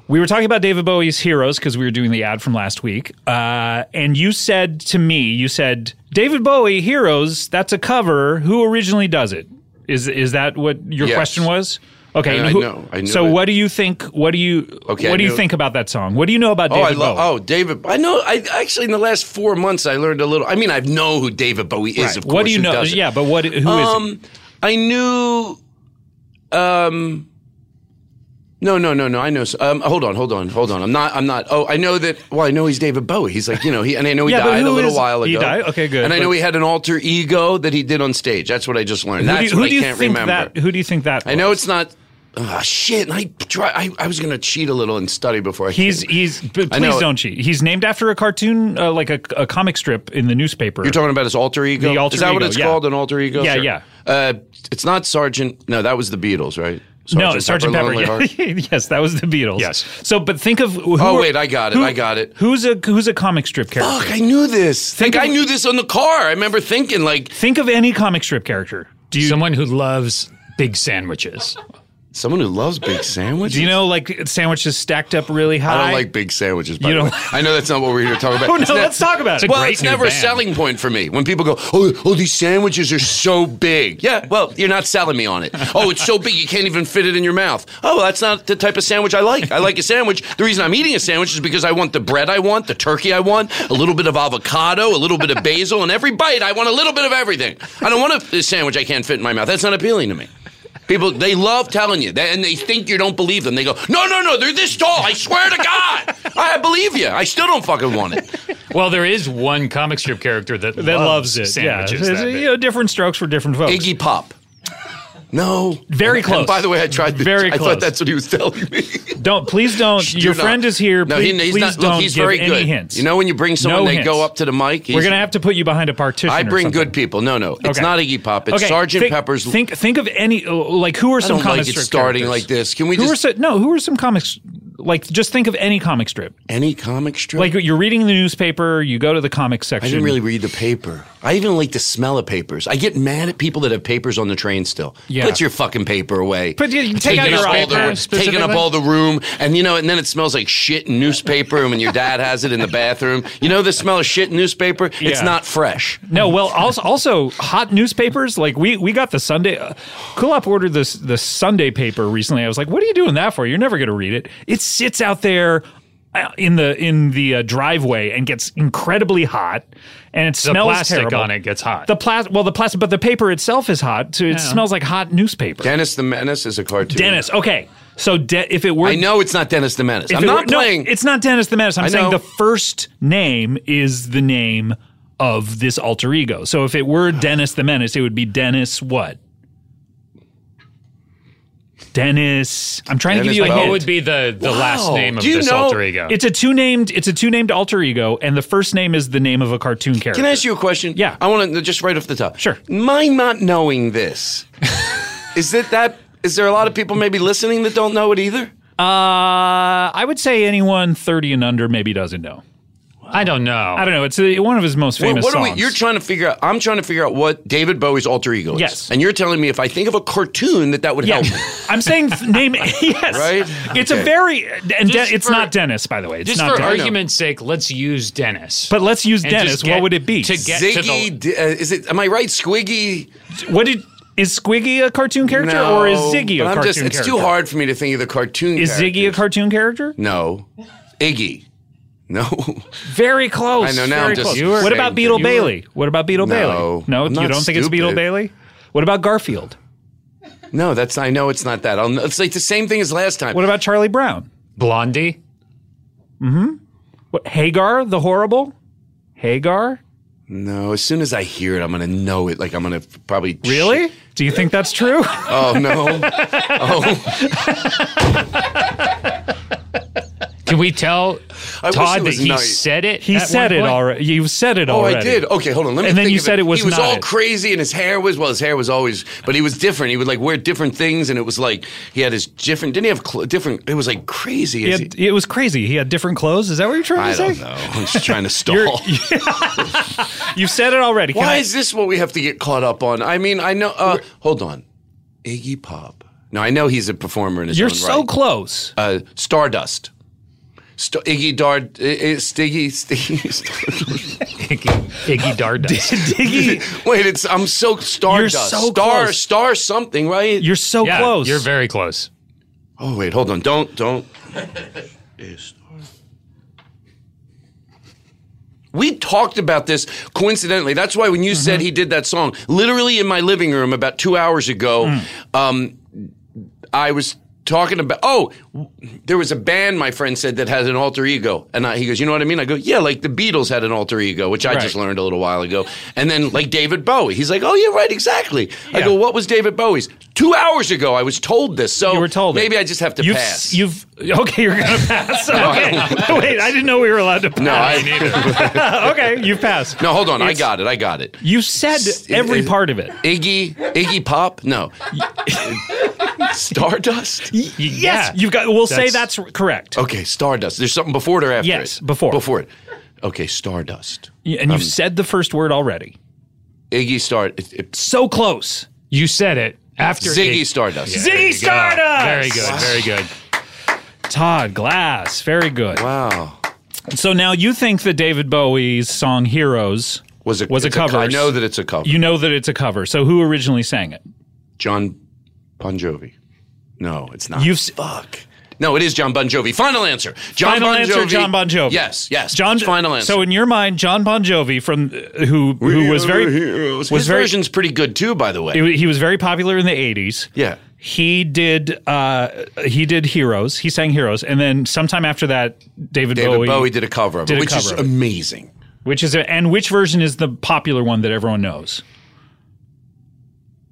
Speaker 1: We were talking about David Bowie's Heroes because we were doing the ad from last week, uh, and you said to me, you said David Bowie Heroes. That's a cover. Who originally does it? Is is that what your
Speaker 4: Yes.
Speaker 1: question was? Okay,
Speaker 4: And
Speaker 1: and
Speaker 4: I
Speaker 1: who-
Speaker 4: know- I knew
Speaker 1: so
Speaker 4: it.
Speaker 1: what do you think? What do you?
Speaker 4: Okay, I
Speaker 1: what do you
Speaker 4: knew it.
Speaker 1: think about that song? What do you know about
Speaker 4: Oh,
Speaker 1: David
Speaker 4: I love.
Speaker 1: Bowie?
Speaker 4: Oh, David. I know. I actually in the last four months I learned a little. I mean, I know who David Bowie is. Of course,
Speaker 1: what do you
Speaker 4: who
Speaker 1: know?
Speaker 4: doesn't?
Speaker 1: Yeah, but what? Who is? it?
Speaker 4: Um, I knew. Um, no, no, no, no. I know. s- Um, hold on, hold on, hold on. I'm not. I'm not. Oh, I know that. Well, I know he's David Bowie. He's like you know. He and I know he
Speaker 1: Yeah, but
Speaker 4: died a
Speaker 1: who
Speaker 4: little
Speaker 1: is-
Speaker 4: while ago.
Speaker 1: he died? Okay, good.
Speaker 4: And I
Speaker 1: But-
Speaker 4: know he had an alter ego that he did on stage. That's what I just learned.
Speaker 1: Who do
Speaker 4: That's
Speaker 1: you, who
Speaker 4: what I
Speaker 1: do you
Speaker 4: can't
Speaker 1: think
Speaker 4: remember.
Speaker 1: that? Who do you think that?
Speaker 4: I know
Speaker 1: was?
Speaker 4: it's not. Ah, shit. I try. I, I was gonna cheat a little and study before I.
Speaker 1: He's
Speaker 4: came.
Speaker 1: he's. But
Speaker 4: I
Speaker 1: please
Speaker 4: know.
Speaker 1: don't cheat. He's named after a cartoon, uh, like a, a comic strip in the newspaper.
Speaker 4: You're talking about his alter ego.
Speaker 1: The alter
Speaker 4: Is that what
Speaker 1: ego,
Speaker 4: it's
Speaker 1: yeah.
Speaker 4: called? An alter ego?
Speaker 1: Yeah, yeah.
Speaker 4: Uh, it's not Sergeant. No, that was the Beatles, right?
Speaker 1: no, Sergeant Pepper.
Speaker 4: Lonely Heart.
Speaker 1: yeah. yes, that was the Beatles.
Speaker 4: Yes.
Speaker 1: So, but think of. Who
Speaker 4: Oh,
Speaker 1: are-
Speaker 4: wait, I got it, I got it.
Speaker 1: Who's a who's a comic strip character?
Speaker 4: Fuck, I knew this.
Speaker 1: Think
Speaker 4: Think I
Speaker 1: of-
Speaker 4: knew this on the car. I remember thinking, like,
Speaker 1: Think of any comic strip character. Do you
Speaker 2: Someone who loves big sandwiches.
Speaker 4: someone who loves big sandwiches.
Speaker 1: do you know like sandwiches stacked up really high?
Speaker 4: I don't like big sandwiches. By
Speaker 1: You
Speaker 4: the
Speaker 1: don't-
Speaker 4: way. I know that's not what we're here to talk about.
Speaker 1: Oh
Speaker 4: It's
Speaker 1: no,
Speaker 4: not-
Speaker 1: let's talk about it.
Speaker 2: It's a
Speaker 4: Well,
Speaker 2: Great
Speaker 4: it's
Speaker 2: new
Speaker 4: never a
Speaker 2: band.
Speaker 4: selling point for me when people go, oh, oh, these sandwiches are so big. Yeah, well, you're not selling me on it. Oh, it's so big you can't even fit it in your mouth. Oh, well, that's not the type of sandwich I like. I like a sandwich. The reason I'm eating a sandwich is because I want the bread I want, the turkey I want, a little bit of avocado, a little bit of basil, and every bite I want a little bit of everything. I don't want a sandwich I can't fit in my mouth. That's not appealing to me. People, they love telling you, that, and they think you don't believe them. They go, "No, no, no, they're this tall. I swear to God, I believe you. I still don't fucking want it."
Speaker 2: Well, there is one comic strip character that,
Speaker 1: that loves, it.
Speaker 2: Sandwiches
Speaker 1: yeah,
Speaker 2: that
Speaker 1: It's,
Speaker 2: big.
Speaker 1: you know, different strokes for different folks.
Speaker 4: Iggy Pop. No.
Speaker 1: Very
Speaker 4: And-
Speaker 1: close.
Speaker 4: And by the way, I tried to.
Speaker 1: Very
Speaker 4: I
Speaker 1: close.
Speaker 4: thought that's what he was telling me.
Speaker 1: Don't please don't. Your
Speaker 4: You're not-
Speaker 1: friend is here.
Speaker 4: No,
Speaker 1: please
Speaker 4: he- he's
Speaker 1: please
Speaker 4: not.
Speaker 1: don't
Speaker 4: Look, he's
Speaker 1: give
Speaker 4: very
Speaker 1: any
Speaker 4: good.
Speaker 1: hints.
Speaker 4: You know, when you bring someone, they
Speaker 1: hints.
Speaker 4: go up to the mic. he's-
Speaker 1: We're gonna have to put you behind a partition.
Speaker 4: I
Speaker 1: or
Speaker 4: bring
Speaker 1: something.
Speaker 4: good people. No, no, it's
Speaker 1: Okay.
Speaker 4: not Iggy Pop. It's
Speaker 1: Okay,
Speaker 4: Sergeant
Speaker 1: think-
Speaker 4: Pepper's.
Speaker 1: Think think of any uh, like who are
Speaker 4: I
Speaker 1: some
Speaker 4: don't
Speaker 1: comic
Speaker 4: like it
Speaker 1: strip
Speaker 4: starting
Speaker 1: characters?
Speaker 4: like this. Can we
Speaker 1: Who are
Speaker 4: just
Speaker 1: so, no? Who are some comics? Like just think of any comic strip.
Speaker 4: any comic strip?
Speaker 1: Like you're reading the newspaper, you go to the comic
Speaker 4: I
Speaker 1: section.
Speaker 4: didn't really read the paper. I even like the smell of papers. I get mad at people that have papers on the train still.
Speaker 1: Yeah.
Speaker 4: Put your fucking paper away.
Speaker 1: But you, you take
Speaker 4: taking
Speaker 1: out
Speaker 4: up
Speaker 1: your
Speaker 4: all the
Speaker 1: iPad.
Speaker 4: taking up
Speaker 2: specifically?
Speaker 4: all the room, and you know, and then it smells like shit and newspaper. and when your dad has it in the bathroom, you know the smell of shit and newspaper. It's
Speaker 1: Yeah.
Speaker 4: not fresh.
Speaker 1: No, Oh, well, also, also hot newspapers. Like we we got the Sunday. Uh, Kulop ordered this the Sunday paper recently. I was like, "What are you doing that for? You're never going to read it." It sits out there uh, in the in the uh, driveway and gets incredibly hot, and it
Speaker 2: the
Speaker 1: smells
Speaker 2: plastic
Speaker 1: terrible.
Speaker 2: on it gets hot.
Speaker 1: The plas well, the plastic, but the paper itself is hot, so it smells like hot newspaper.
Speaker 4: Dennis the Menace is a cartoon.
Speaker 1: Dennis, okay, so de- if it were,
Speaker 4: I know it's not Dennis the Menace.
Speaker 1: if
Speaker 4: I'm
Speaker 1: it
Speaker 4: not
Speaker 1: were- no,
Speaker 4: playing.
Speaker 1: it's not Dennis the Menace. I'm
Speaker 4: I
Speaker 1: saying
Speaker 4: know.
Speaker 1: the first name is the name of this alter ego. So if it were Dennis the Menace, it would be Dennis what? Dennis. I'm trying
Speaker 4: Dennis
Speaker 1: to give you a
Speaker 4: Bowen.
Speaker 2: what
Speaker 1: hint.
Speaker 2: would be the, the last
Speaker 4: Wow.
Speaker 2: name of
Speaker 4: Do you
Speaker 2: this
Speaker 4: know-
Speaker 2: alter ego?
Speaker 1: it's a two named. It's a two named alter ego, and the first name is the name of a cartoon character.
Speaker 4: Can I ask you a question?
Speaker 1: Yeah.
Speaker 4: I want to just right off the top.
Speaker 1: Sure.
Speaker 4: My not knowing this is that that is there a lot of people maybe listening that don't know it either?
Speaker 1: Uh, I would say anyone 30 and under maybe doesn't know.
Speaker 2: I don't know.
Speaker 1: I don't know. It's uh one of his most
Speaker 4: What,
Speaker 1: famous
Speaker 4: what are we?
Speaker 1: songs.
Speaker 4: You're trying to figure out. I'm trying to figure out what David Bowie's alter ego is.
Speaker 1: Yes.
Speaker 4: And you're telling me if I think of a cartoon that that would
Speaker 1: yeah,
Speaker 4: help. me.
Speaker 1: I'm saying th- name. yes,
Speaker 4: Right?
Speaker 1: It's a
Speaker 4: Okay.
Speaker 1: very and De-
Speaker 2: Just
Speaker 1: it's
Speaker 2: for-
Speaker 1: not Dennis, by the way. It's
Speaker 2: Just
Speaker 1: not
Speaker 2: for
Speaker 1: Dennis.
Speaker 2: argument's sake, let's use Dennis.
Speaker 1: But let's use
Speaker 2: And
Speaker 1: Dennis.
Speaker 2: just
Speaker 1: What
Speaker 2: get
Speaker 1: would it be?
Speaker 2: to get- to
Speaker 4: Ziggy, D- uh, is it? Am I right? Squiggy.
Speaker 1: what did is Squiggy a cartoon character
Speaker 4: No,
Speaker 1: or is Ziggy a
Speaker 4: but I'm
Speaker 1: cartoon
Speaker 4: just-
Speaker 1: character?
Speaker 4: It's too hard for me to think of the cartoon.
Speaker 1: Is Ziggy a
Speaker 4: characters.
Speaker 1: cartoon character?
Speaker 4: No. Iggy. No.
Speaker 1: Very close.
Speaker 4: I know, now
Speaker 1: very
Speaker 4: I'm just
Speaker 1: close.
Speaker 4: You were
Speaker 1: What about
Speaker 4: saying-
Speaker 1: Beetle
Speaker 4: you were-
Speaker 1: Bailey? What about Beetle
Speaker 4: No,
Speaker 1: Bailey? No,
Speaker 4: I'm
Speaker 1: you
Speaker 4: not
Speaker 1: don't think it's Beetle
Speaker 4: stupid.
Speaker 1: Bailey? What about Garfield?
Speaker 4: No, that's I know it's not that. I'll, it's like the same thing as last time.
Speaker 1: What about Charlie Brown?
Speaker 2: Blondie.
Speaker 1: What, Hagar the Horrible? Hagar?
Speaker 4: no, as soon as I hear it, I'm gonna know it. Like I'm gonna f- probably
Speaker 1: Really? Do you think that's true?
Speaker 4: Oh no! Oh,
Speaker 2: Can we tell
Speaker 4: I wish it
Speaker 2: Todd that
Speaker 4: was
Speaker 2: he
Speaker 4: nice.
Speaker 2: said it?
Speaker 1: He
Speaker 2: at one
Speaker 1: said it
Speaker 2: point?
Speaker 1: already. You said it
Speaker 4: oh,
Speaker 1: already.
Speaker 4: I did. Okay, hold on. Let me.
Speaker 1: And then
Speaker 4: think
Speaker 1: you
Speaker 4: of
Speaker 1: said it was
Speaker 4: He was
Speaker 1: not
Speaker 4: all
Speaker 1: it.
Speaker 4: crazy, and his hair was well. His hair was always, but he was different. He would like wear different things, and it was like he had his different. Didn't he have cl- different? It was like crazy.
Speaker 1: He
Speaker 4: as
Speaker 1: had-
Speaker 4: he-
Speaker 1: it was crazy. He had different clothes. Is that what you're trying
Speaker 4: I
Speaker 1: to say?
Speaker 4: don't know. I'm just trying to stall.
Speaker 1: You said it already. Can
Speaker 4: Why
Speaker 1: I-
Speaker 4: is this what we have to get caught up on? I mean, I know. Uh, hold on, Iggy Pop. No, I know he's a performer in his
Speaker 1: you're
Speaker 4: own
Speaker 1: so
Speaker 4: right.
Speaker 1: close.
Speaker 4: uh, Stardust. St- Iggy Dard, I- I- Stiggy, Stiggy. Stardust.
Speaker 2: Iggy, Iggy Dardust.
Speaker 1: Diggy,
Speaker 4: Wait, it's I'm so Stardust.
Speaker 1: so
Speaker 4: star,
Speaker 1: close.
Speaker 4: star something, right?
Speaker 1: you're so
Speaker 2: Yeah,
Speaker 1: close.
Speaker 2: You're very close.
Speaker 4: oh wait, hold on, don't, don't. We talked about this coincidentally. That's why when you said he did that song, literally in my living room about two hours ago, um, I was talking about. Oh, there was a band my friend said that has an alter ego, and I, he goes, "You know what I mean?" I go, "Yeah, like the Beatles had an alter ego, which I just
Speaker 1: Right.
Speaker 4: learned a little while ago." And then like David Bowie, he's like, "Oh, yeah, right, exactly." I go, "What was David Bowie's?" Two hours ago, I was told this, so
Speaker 1: You were told it.
Speaker 4: maybe I just have to
Speaker 1: you've,
Speaker 4: pass.
Speaker 1: You've okay. You're gonna pass. Okay.
Speaker 4: don't-
Speaker 1: Wait, I didn't know we were allowed to. Pass.
Speaker 4: no, I,
Speaker 1: okay, you passed.
Speaker 4: no, hold on, I
Speaker 1: It's-
Speaker 4: got it, I got it.
Speaker 1: You said every
Speaker 4: it-
Speaker 1: part of it.
Speaker 4: Iggy, Iggy Pop, no, Stardust.
Speaker 1: Yes, you've got. We'll say
Speaker 2: That's-
Speaker 1: that's correct.
Speaker 4: Okay, Stardust. There's something before it or after
Speaker 1: Yes,
Speaker 4: it?
Speaker 1: before.
Speaker 4: Before it. Okay, Stardust.
Speaker 1: Yeah, And you said the first word already.
Speaker 4: Iggy Star. it- it-
Speaker 1: So close.
Speaker 2: You said it after
Speaker 4: Ziggy
Speaker 2: Ig-
Speaker 4: Stardust.
Speaker 2: There
Speaker 1: Ziggy
Speaker 2: you go.
Speaker 1: Stardust!
Speaker 2: Very good. Very good.
Speaker 1: Todd Glass, very good.
Speaker 4: Wow.
Speaker 1: So now you think that David Bowie's song "Heroes"
Speaker 4: Was it
Speaker 1: was a
Speaker 4: it's co-
Speaker 1: cover?
Speaker 4: I know that it's a cover.
Speaker 1: you know that it's a cover. So who originally sang it?
Speaker 4: John Bon Jovi. No, it's not.
Speaker 1: You've s-
Speaker 4: fuck. No, it is John Bon Jovi. Final answer. John
Speaker 1: final
Speaker 4: Bon
Speaker 1: answer,
Speaker 4: Jovi.
Speaker 1: John Bon Jovi.
Speaker 4: Yes, yes.
Speaker 1: John.
Speaker 4: Final answer.
Speaker 1: So in your mind, John Bon Jovi from uh, who who was very
Speaker 4: His
Speaker 1: was very-
Speaker 4: version's pretty good too, by the way.
Speaker 1: he he was very popular in the eighties.
Speaker 4: yeah.
Speaker 1: He did uh, he did Heroes. He sang Heroes, and then sometime after that, David,
Speaker 4: David
Speaker 1: Bowie,
Speaker 4: Bowie, did a cover of
Speaker 1: did
Speaker 4: it,
Speaker 1: a
Speaker 4: which is
Speaker 1: cover of it.
Speaker 4: amazing.
Speaker 1: which is a, and which version is the popular one that everyone knows?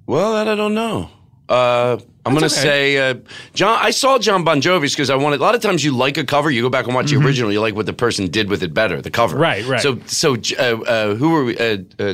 Speaker 4: Well, that I don't know. Uh, I'm going to say uh, John. I saw John Bon Jovi's because I wanted. A lot of times you like a cover, you go back and watch the original. You like what the person did with it better, the cover.
Speaker 1: Mm-hmm. Right, right.
Speaker 4: So, so uh, uh, who were we? Uh, uh,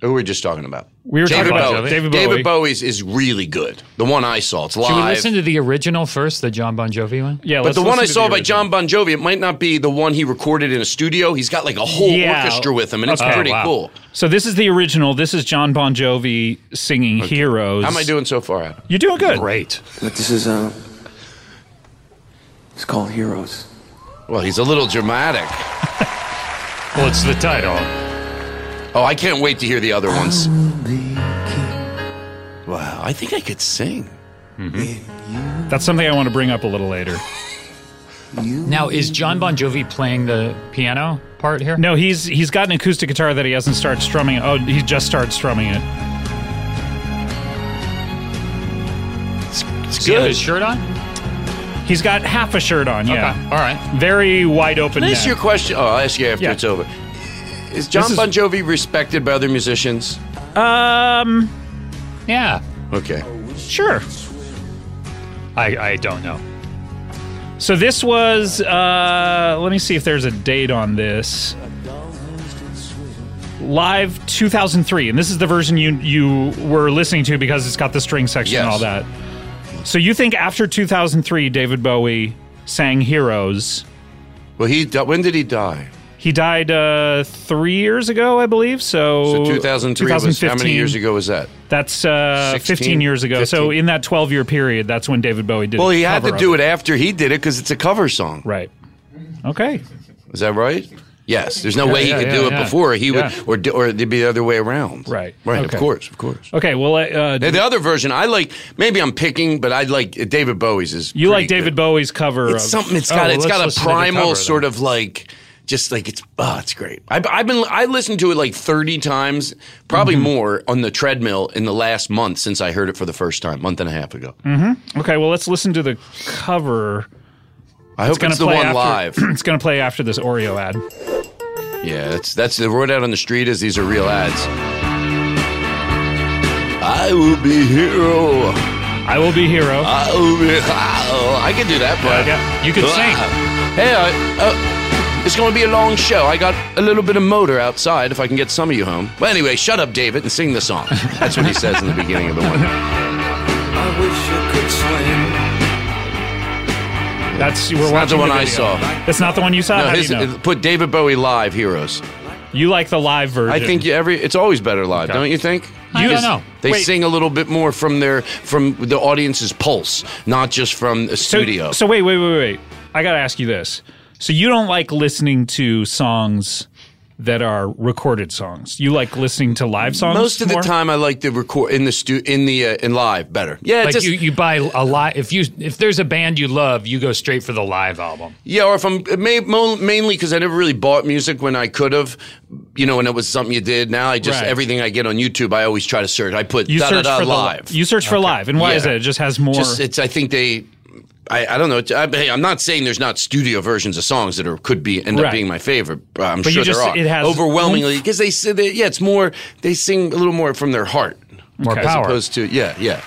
Speaker 4: who were we just talking about?
Speaker 1: We were talking about David Bowie.
Speaker 4: David Bowie's is really good. The one I saw, it's live.
Speaker 2: Should we listen to the original first, the John Bon Jovi one?
Speaker 1: Yeah,
Speaker 4: but
Speaker 1: let's
Speaker 4: the one
Speaker 1: listen
Speaker 4: I
Speaker 1: to
Speaker 4: saw by
Speaker 1: original.
Speaker 4: John Bon Jovi, it might not be the one he recorded in a studio. He's got like a whole
Speaker 1: Yeah.
Speaker 4: orchestra with him, and it's
Speaker 1: Okay. Oh,
Speaker 4: pretty
Speaker 2: Wow.
Speaker 4: cool.
Speaker 1: So this is the original. This is John Bon Jovi singing "Heroes."
Speaker 4: How am I doing so far? Adam?
Speaker 1: You're doing good.
Speaker 2: Great.
Speaker 5: But this is uh it's called Heroes.
Speaker 4: Well, he's a little dramatic.
Speaker 2: Well, it's the title.
Speaker 4: Oh, I can't wait to hear the other ones.
Speaker 5: The king.
Speaker 4: Wow, I think I could sing.
Speaker 1: That's something I want to bring up a little later.
Speaker 2: Now, is John Bon Jovi playing the piano part here?
Speaker 1: No, he's he's got an acoustic guitar that he hasn't started strumming. Oh, he just started strumming it.
Speaker 2: Does he have his shirt on?
Speaker 1: He's got half a shirt on.
Speaker 2: Okay.
Speaker 1: Yeah,
Speaker 2: All right.
Speaker 1: very wide open.
Speaker 4: Can I ask
Speaker 1: neck.
Speaker 4: you a question? Oh, I'll ask you after
Speaker 1: Yeah.
Speaker 4: it's over. Is John
Speaker 1: This is-
Speaker 4: Bon Jovi respected by other musicians?
Speaker 1: Um,
Speaker 2: Yeah.
Speaker 4: Okay.
Speaker 1: sure.
Speaker 2: I, I don't know.
Speaker 1: So this was. Uh, let me see if there's a date on this. Live 2003, and this is the version you you were listening to because it's got the string section and
Speaker 4: Yes.
Speaker 1: all that. So you think after 2003, David Bowie sang "Heroes"?
Speaker 4: Well, he di- when did he die?
Speaker 1: He died uh, three years ago, I believe. So,
Speaker 4: So 2003 was how many
Speaker 1: 2015.
Speaker 4: years ago was that?
Speaker 1: That's uh,
Speaker 4: 16?
Speaker 1: 15 years ago. So
Speaker 4: 15.
Speaker 1: in that 12 year period, that's when David Bowie did.
Speaker 4: Well, he
Speaker 1: a
Speaker 4: had to
Speaker 1: cover
Speaker 4: do
Speaker 1: of
Speaker 4: it after he did it because it's a cover song.
Speaker 1: Right. Okay.
Speaker 4: Is that right? Yes. There's no way he
Speaker 1: yeah,
Speaker 4: could
Speaker 1: yeah,
Speaker 4: do it
Speaker 1: yeah.
Speaker 4: before he would,
Speaker 1: Yeah.
Speaker 4: or do- or it'd be the other way around.
Speaker 1: Right.
Speaker 4: Right.
Speaker 1: Okay.
Speaker 4: Of course. Of course.
Speaker 1: Okay. Well, uh,
Speaker 4: Now, the other version, I like. Maybe I'm picking, but I like uh, David Bowie's. Is
Speaker 1: you like
Speaker 4: pretty
Speaker 1: David
Speaker 4: good.
Speaker 1: Bowie's cover
Speaker 4: It's
Speaker 1: of
Speaker 4: something. It's
Speaker 1: Oh,
Speaker 4: got.
Speaker 1: well,
Speaker 4: it's
Speaker 1: let's
Speaker 4: got a
Speaker 1: listen to the cover
Speaker 4: primal
Speaker 1: then.
Speaker 4: sort of like. Just like it's, oh, it's great. I've, I've been, I listened to it like 30 times, probably
Speaker 1: Mm-hmm.
Speaker 4: more on the treadmill in the last month since I heard it for the first time, month and a half ago.
Speaker 1: Mm. Okay. Well, let's listen to the cover.
Speaker 4: I hope
Speaker 1: gonna
Speaker 4: it's the
Speaker 1: play
Speaker 4: one
Speaker 1: after-
Speaker 4: live.
Speaker 1: it's going to play after this Oreo ad.
Speaker 4: Yeah, that's that's the word out on the street is these are real ads. I will be hero.
Speaker 1: I will be hero.
Speaker 4: I will be. Oh, I can do that part.
Speaker 1: Yeah,
Speaker 4: uh,
Speaker 1: you could sing.
Speaker 4: Hey, I, uh, it's going to be a long show. I got a little bit of motor outside. If I can get some of you home. Well, anyway, shut up, David, and sing the song. That's what he says in the beginning of the one.
Speaker 5: I wish I could swim.
Speaker 1: That's we're
Speaker 4: It's not
Speaker 1: watching
Speaker 4: the one I
Speaker 1: video.
Speaker 4: saw.
Speaker 1: That's not the one you saw.
Speaker 4: No,
Speaker 1: How
Speaker 4: his,
Speaker 1: do you know?
Speaker 4: put David Bowie live heroes.
Speaker 1: you like the live version.
Speaker 4: I think you, every it's always better live,
Speaker 1: Okay.
Speaker 4: don't you think?
Speaker 2: I
Speaker 4: Because
Speaker 2: don't know.
Speaker 4: They
Speaker 1: Wait.
Speaker 4: sing a little bit more from their from the audience's pulse, not just from the
Speaker 1: so,
Speaker 4: studio.
Speaker 1: So wait, wait, wait, wait. I got to ask you this. So you don't like listening to songs that are recorded songs. You like listening to live songs.
Speaker 4: Most of the
Speaker 1: more?
Speaker 4: time, I like the record in the stu in the uh, in live better. Yeah,
Speaker 2: Like
Speaker 4: just
Speaker 2: you, you buy a lot. If you if there's a band you love, you go straight for the live album.
Speaker 4: yeah. Or if I'm may, mo- mainly because I never really bought music when I could have, you know, when it was something you did. Now I just
Speaker 1: Right.
Speaker 4: everything I get on YouTube, I always try to search. I put
Speaker 1: you
Speaker 4: da da
Speaker 1: search
Speaker 4: da
Speaker 1: for the-
Speaker 4: live.
Speaker 1: you search for live, and why
Speaker 4: Yeah.
Speaker 1: is that? It just has more.
Speaker 4: Just it's. I think they. I, I don't know. I, hey, I'm not saying there's not studio versions of songs that are could be end
Speaker 1: Right.
Speaker 4: up being my favorite. but I'm
Speaker 1: But you
Speaker 4: sure there
Speaker 1: just-
Speaker 4: are.
Speaker 1: it has
Speaker 4: overwhelmingly because they say that, yeah, it's more. They sing a little more from their heart
Speaker 2: More
Speaker 1: Okay.
Speaker 4: as
Speaker 2: power.
Speaker 4: opposed to yeah, yeah.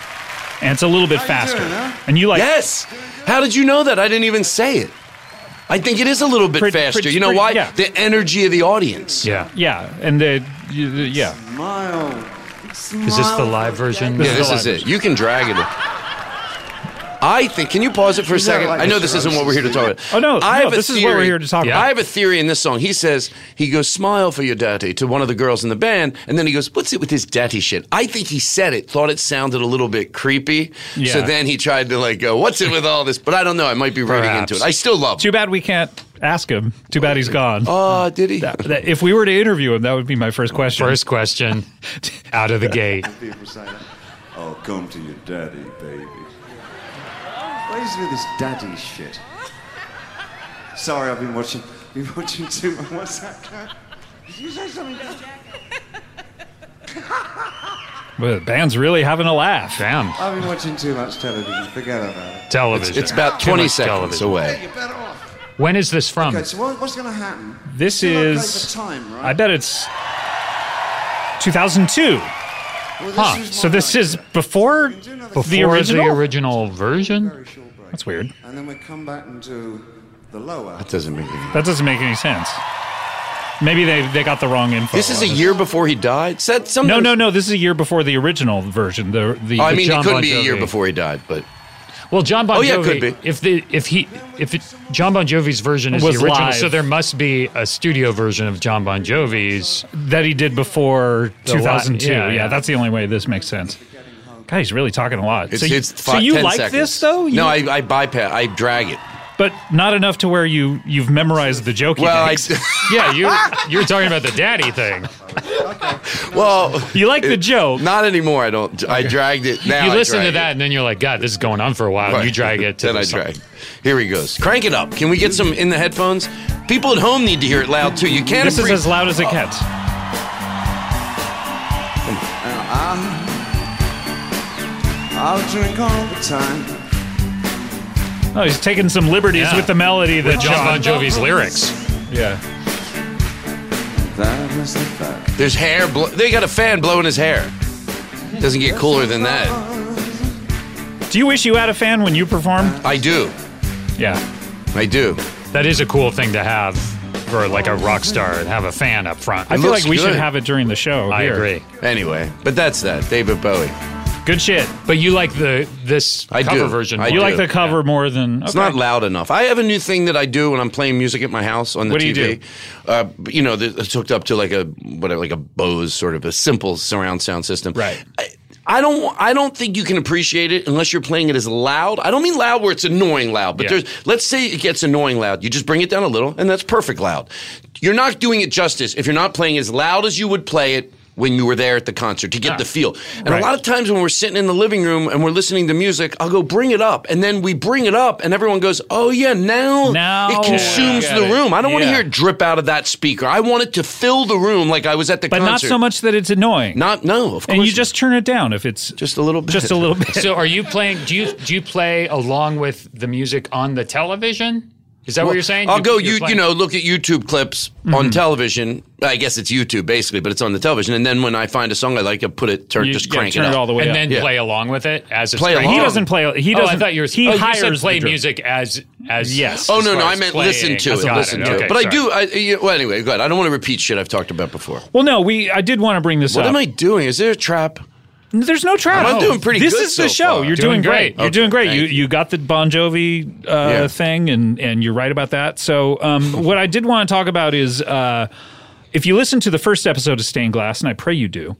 Speaker 1: and it's a little bit faster. And you like
Speaker 4: Yes. How did you know that? I didn't even say it. I think it is a little bit
Speaker 1: Pretty-
Speaker 4: faster.
Speaker 1: pretty-
Speaker 4: you know
Speaker 1: pretty-
Speaker 4: why?
Speaker 1: yeah.
Speaker 4: The energy of the audience.
Speaker 2: yeah.
Speaker 1: yeah, and the you- the- yeah.
Speaker 5: Smile.
Speaker 2: Is this the live version?
Speaker 1: This
Speaker 4: Yeah,
Speaker 1: is
Speaker 4: this
Speaker 1: the
Speaker 4: is
Speaker 1: live
Speaker 4: it. You can drag it. I think. Can you pause it for a
Speaker 5: that
Speaker 4: second?
Speaker 5: like
Speaker 4: I know
Speaker 5: Mr.
Speaker 4: this isn't what we're here to talk about.
Speaker 1: Oh, no,
Speaker 4: I
Speaker 1: no,
Speaker 4: have a
Speaker 1: this is what we're here to talk
Speaker 2: Yeah. about.
Speaker 4: I have a theory in this song. He says he goes smile for your daddy to one of the girls in the band, and then he goes, "What's it with his daddy shit?" I think he said it, thought it sounded a little bit creepy, so
Speaker 1: Yeah.
Speaker 4: then he tried to like go, "What's it with all this?" But I don't know. I might be reading
Speaker 2: Perhaps.
Speaker 4: into it. I still love.
Speaker 1: Too bad we can't ask him. Too bad he's gone.
Speaker 4: Oh, did he?
Speaker 1: That- if we were to interview him, that would be my first question.
Speaker 2: First question out of the gate.
Speaker 6: I'll come to your daddy, baby.
Speaker 5: What is with this daddy shit? Sorry, I've been watching. Been watching too much. What's that? guy? Did you say something?
Speaker 1: But the band's really having a laugh.
Speaker 2: Damn.
Speaker 5: I've been watching too much television. Forget about it.
Speaker 2: Television.
Speaker 4: It's about 20 seconds away.
Speaker 5: You're better off.
Speaker 2: When is this from?
Speaker 5: Okay, so what, what's going to happen?
Speaker 1: This
Speaker 5: You're not playing
Speaker 1: is-
Speaker 5: for time, right?
Speaker 1: I bet it's 2002.
Speaker 5: Well, this
Speaker 1: Huh.
Speaker 5: is
Speaker 1: So
Speaker 5: my
Speaker 1: this is
Speaker 5: idea.
Speaker 1: before,
Speaker 5: Before
Speaker 1: the
Speaker 2: Or
Speaker 1: original.
Speaker 2: the original version?
Speaker 5: Very short break.
Speaker 1: That's weird.
Speaker 5: And then we come back and do the lower.
Speaker 4: That doesn't make any.
Speaker 1: That doesn't make any sense. Maybe they, they got the wrong info.
Speaker 4: This is a year before he died. Said some.
Speaker 1: No, no, no. This is a year before the original version. The the.
Speaker 4: Oh, I mean,
Speaker 2: John
Speaker 4: it could be
Speaker 2: Bon
Speaker 4: a year
Speaker 2: Jovi.
Speaker 4: before he died, but
Speaker 2: Well, John Bon
Speaker 4: Oh, yeah, it
Speaker 2: Jovi.
Speaker 4: could be.
Speaker 2: If the if he if it, John Bon Jovi's version is
Speaker 1: Was
Speaker 2: the original,
Speaker 1: live.
Speaker 2: so there must be a studio version of John Bon Jovi's.
Speaker 1: that he did before
Speaker 2: The li-
Speaker 1: 2002.
Speaker 2: yeah,
Speaker 1: yeah,
Speaker 2: yeah.
Speaker 1: that's the only way this makes sense. God, he's really talking a lot.
Speaker 4: it's,
Speaker 1: so you,
Speaker 4: it's
Speaker 1: so
Speaker 4: fi-
Speaker 1: you
Speaker 4: 10
Speaker 1: like
Speaker 4: seconds.
Speaker 1: this though? You-
Speaker 4: no, I, I bypass. I drag it.
Speaker 1: but not enough to where you you've memorized the joke. he
Speaker 4: Well, I,
Speaker 1: makes.
Speaker 2: Yeah, you
Speaker 4: Ah!
Speaker 2: you're talking about the daddy thing.
Speaker 4: well,
Speaker 1: you like the
Speaker 4: it-
Speaker 1: joke.
Speaker 4: Not anymore. I don't. I dragged it. Now
Speaker 2: You
Speaker 4: I
Speaker 2: listen to
Speaker 4: drag
Speaker 2: that,
Speaker 4: it.
Speaker 2: and then you're like, God, this is going on for a while. and
Speaker 4: Right.
Speaker 2: You drag it to
Speaker 4: then
Speaker 2: the
Speaker 4: I
Speaker 2: song.
Speaker 4: drag. Here he goes. Crank it up. Can we get some in the headphones? People at home need to hear it loud too. You can't.
Speaker 1: this is
Speaker 4: appre-
Speaker 1: as loud as it gets.
Speaker 5: I'll drink all the time.
Speaker 1: Oh, he's taking some liberties
Speaker 2: Yeah.
Speaker 1: with the melody that
Speaker 2: With John Bon Jovi's lyrics.
Speaker 1: Yeah.
Speaker 5: That is the fact.
Speaker 4: There's hair. Blo- they got a fan blowing his hair. Doesn't get cooler than that.
Speaker 1: Do you wish you had a fan when you performed?
Speaker 4: I do.
Speaker 1: Yeah.
Speaker 4: I do.
Speaker 2: That is a cool thing to have for like a rock star and have a fan up front.
Speaker 1: I feel
Speaker 4: looks
Speaker 1: like we should
Speaker 4: good.
Speaker 1: have it during the show.
Speaker 2: I
Speaker 1: here.
Speaker 2: agree.
Speaker 4: Anyway, but that's that. David Bowie.
Speaker 1: Good shit.
Speaker 2: But you like the this
Speaker 4: I
Speaker 2: cover
Speaker 4: do.
Speaker 2: version.
Speaker 4: I
Speaker 2: more.
Speaker 1: You
Speaker 4: do.
Speaker 1: like the cover more than
Speaker 4: It's not loud enough. I have a new thing that I do when I'm playing music at my house on the
Speaker 1: What do you
Speaker 4: TV. Uh, but, you know, th- it's hooked up to like a whatever, like a Bose sort of a simple surround sound system.
Speaker 1: Right.
Speaker 4: I, I don't. I don't think you can appreciate it unless you're playing it as loud. I don't mean loud where it's annoying loud, but
Speaker 1: Yeah.
Speaker 4: there's. Let's say it gets annoying loud. You just bring it down a little, and that's perfect loud. You're not doing it justice if you're not playing as loud as you would play it when you were there at the concert to get the feel. And
Speaker 1: Ah. Right.
Speaker 4: a lot of times when we're sitting in the living room and we're listening to music, I'll go bring it up, and then we bring it up, and everyone goes, "Oh yeah, now,
Speaker 1: Now
Speaker 4: it
Speaker 1: I
Speaker 4: consumes
Speaker 1: get
Speaker 4: the
Speaker 1: it."
Speaker 4: room. I don't want to
Speaker 1: Yeah.
Speaker 4: hear it drip out of that speaker. I want it to fill the room like I was at the
Speaker 1: But not
Speaker 4: concert.
Speaker 1: so much that it's annoying.
Speaker 4: Not no, of course.
Speaker 1: and you
Speaker 4: not.
Speaker 1: just turn it down if it's
Speaker 4: just a little bit.
Speaker 1: just a little bit.
Speaker 2: So are you playing? Do you do you play along with the music on the television? Is that what you're saying?
Speaker 4: I'll
Speaker 2: You-
Speaker 4: go.
Speaker 2: you're
Speaker 4: You you
Speaker 2: playing-
Speaker 4: know, look at YouTube clips on television. I guess it's YouTube basically, but it's on the television. And then when I find a song I like, I put it, turn,
Speaker 1: You-
Speaker 4: just
Speaker 1: yeah,
Speaker 4: crank
Speaker 1: turn
Speaker 4: it
Speaker 1: it,
Speaker 4: up.
Speaker 1: all the way
Speaker 2: and
Speaker 1: up.
Speaker 2: then
Speaker 4: Yeah.
Speaker 2: play along with it as it's
Speaker 4: Play
Speaker 2: playing?
Speaker 4: along.
Speaker 1: he doesn't play. He doesn't.
Speaker 2: Oh, I thought you were.
Speaker 1: He
Speaker 2: oh,
Speaker 1: hires
Speaker 2: you said play
Speaker 1: the drum-
Speaker 2: music as as
Speaker 1: Yes.
Speaker 4: Oh
Speaker 2: as
Speaker 4: no
Speaker 2: far
Speaker 4: no!
Speaker 2: as
Speaker 4: I meant
Speaker 2: playing.
Speaker 4: listen to it.
Speaker 2: Got
Speaker 4: Listen to
Speaker 2: Okay,
Speaker 4: it. But I
Speaker 2: sorry.
Speaker 4: do. I, you- well, anyway, good. I don't want to repeat shit I've talked about before.
Speaker 1: Well, no, we. I did want to bring this
Speaker 4: What
Speaker 1: up.
Speaker 4: am I doing? Is there a trap?
Speaker 1: There's no trap.
Speaker 4: I'm doing pretty
Speaker 1: This
Speaker 4: good
Speaker 1: is the
Speaker 4: so
Speaker 1: show.
Speaker 4: far.
Speaker 1: You're doing,
Speaker 2: Doing
Speaker 1: great.
Speaker 2: great.
Speaker 1: You're doing great.
Speaker 4: Okay,
Speaker 1: You
Speaker 4: thank
Speaker 1: you got the Bon Jovi uh,
Speaker 4: Yeah.
Speaker 1: thing, and and you're right about that. So um, what I did want to talk about is uh, if you listen to the first episode of Stained Glass, and I pray you do,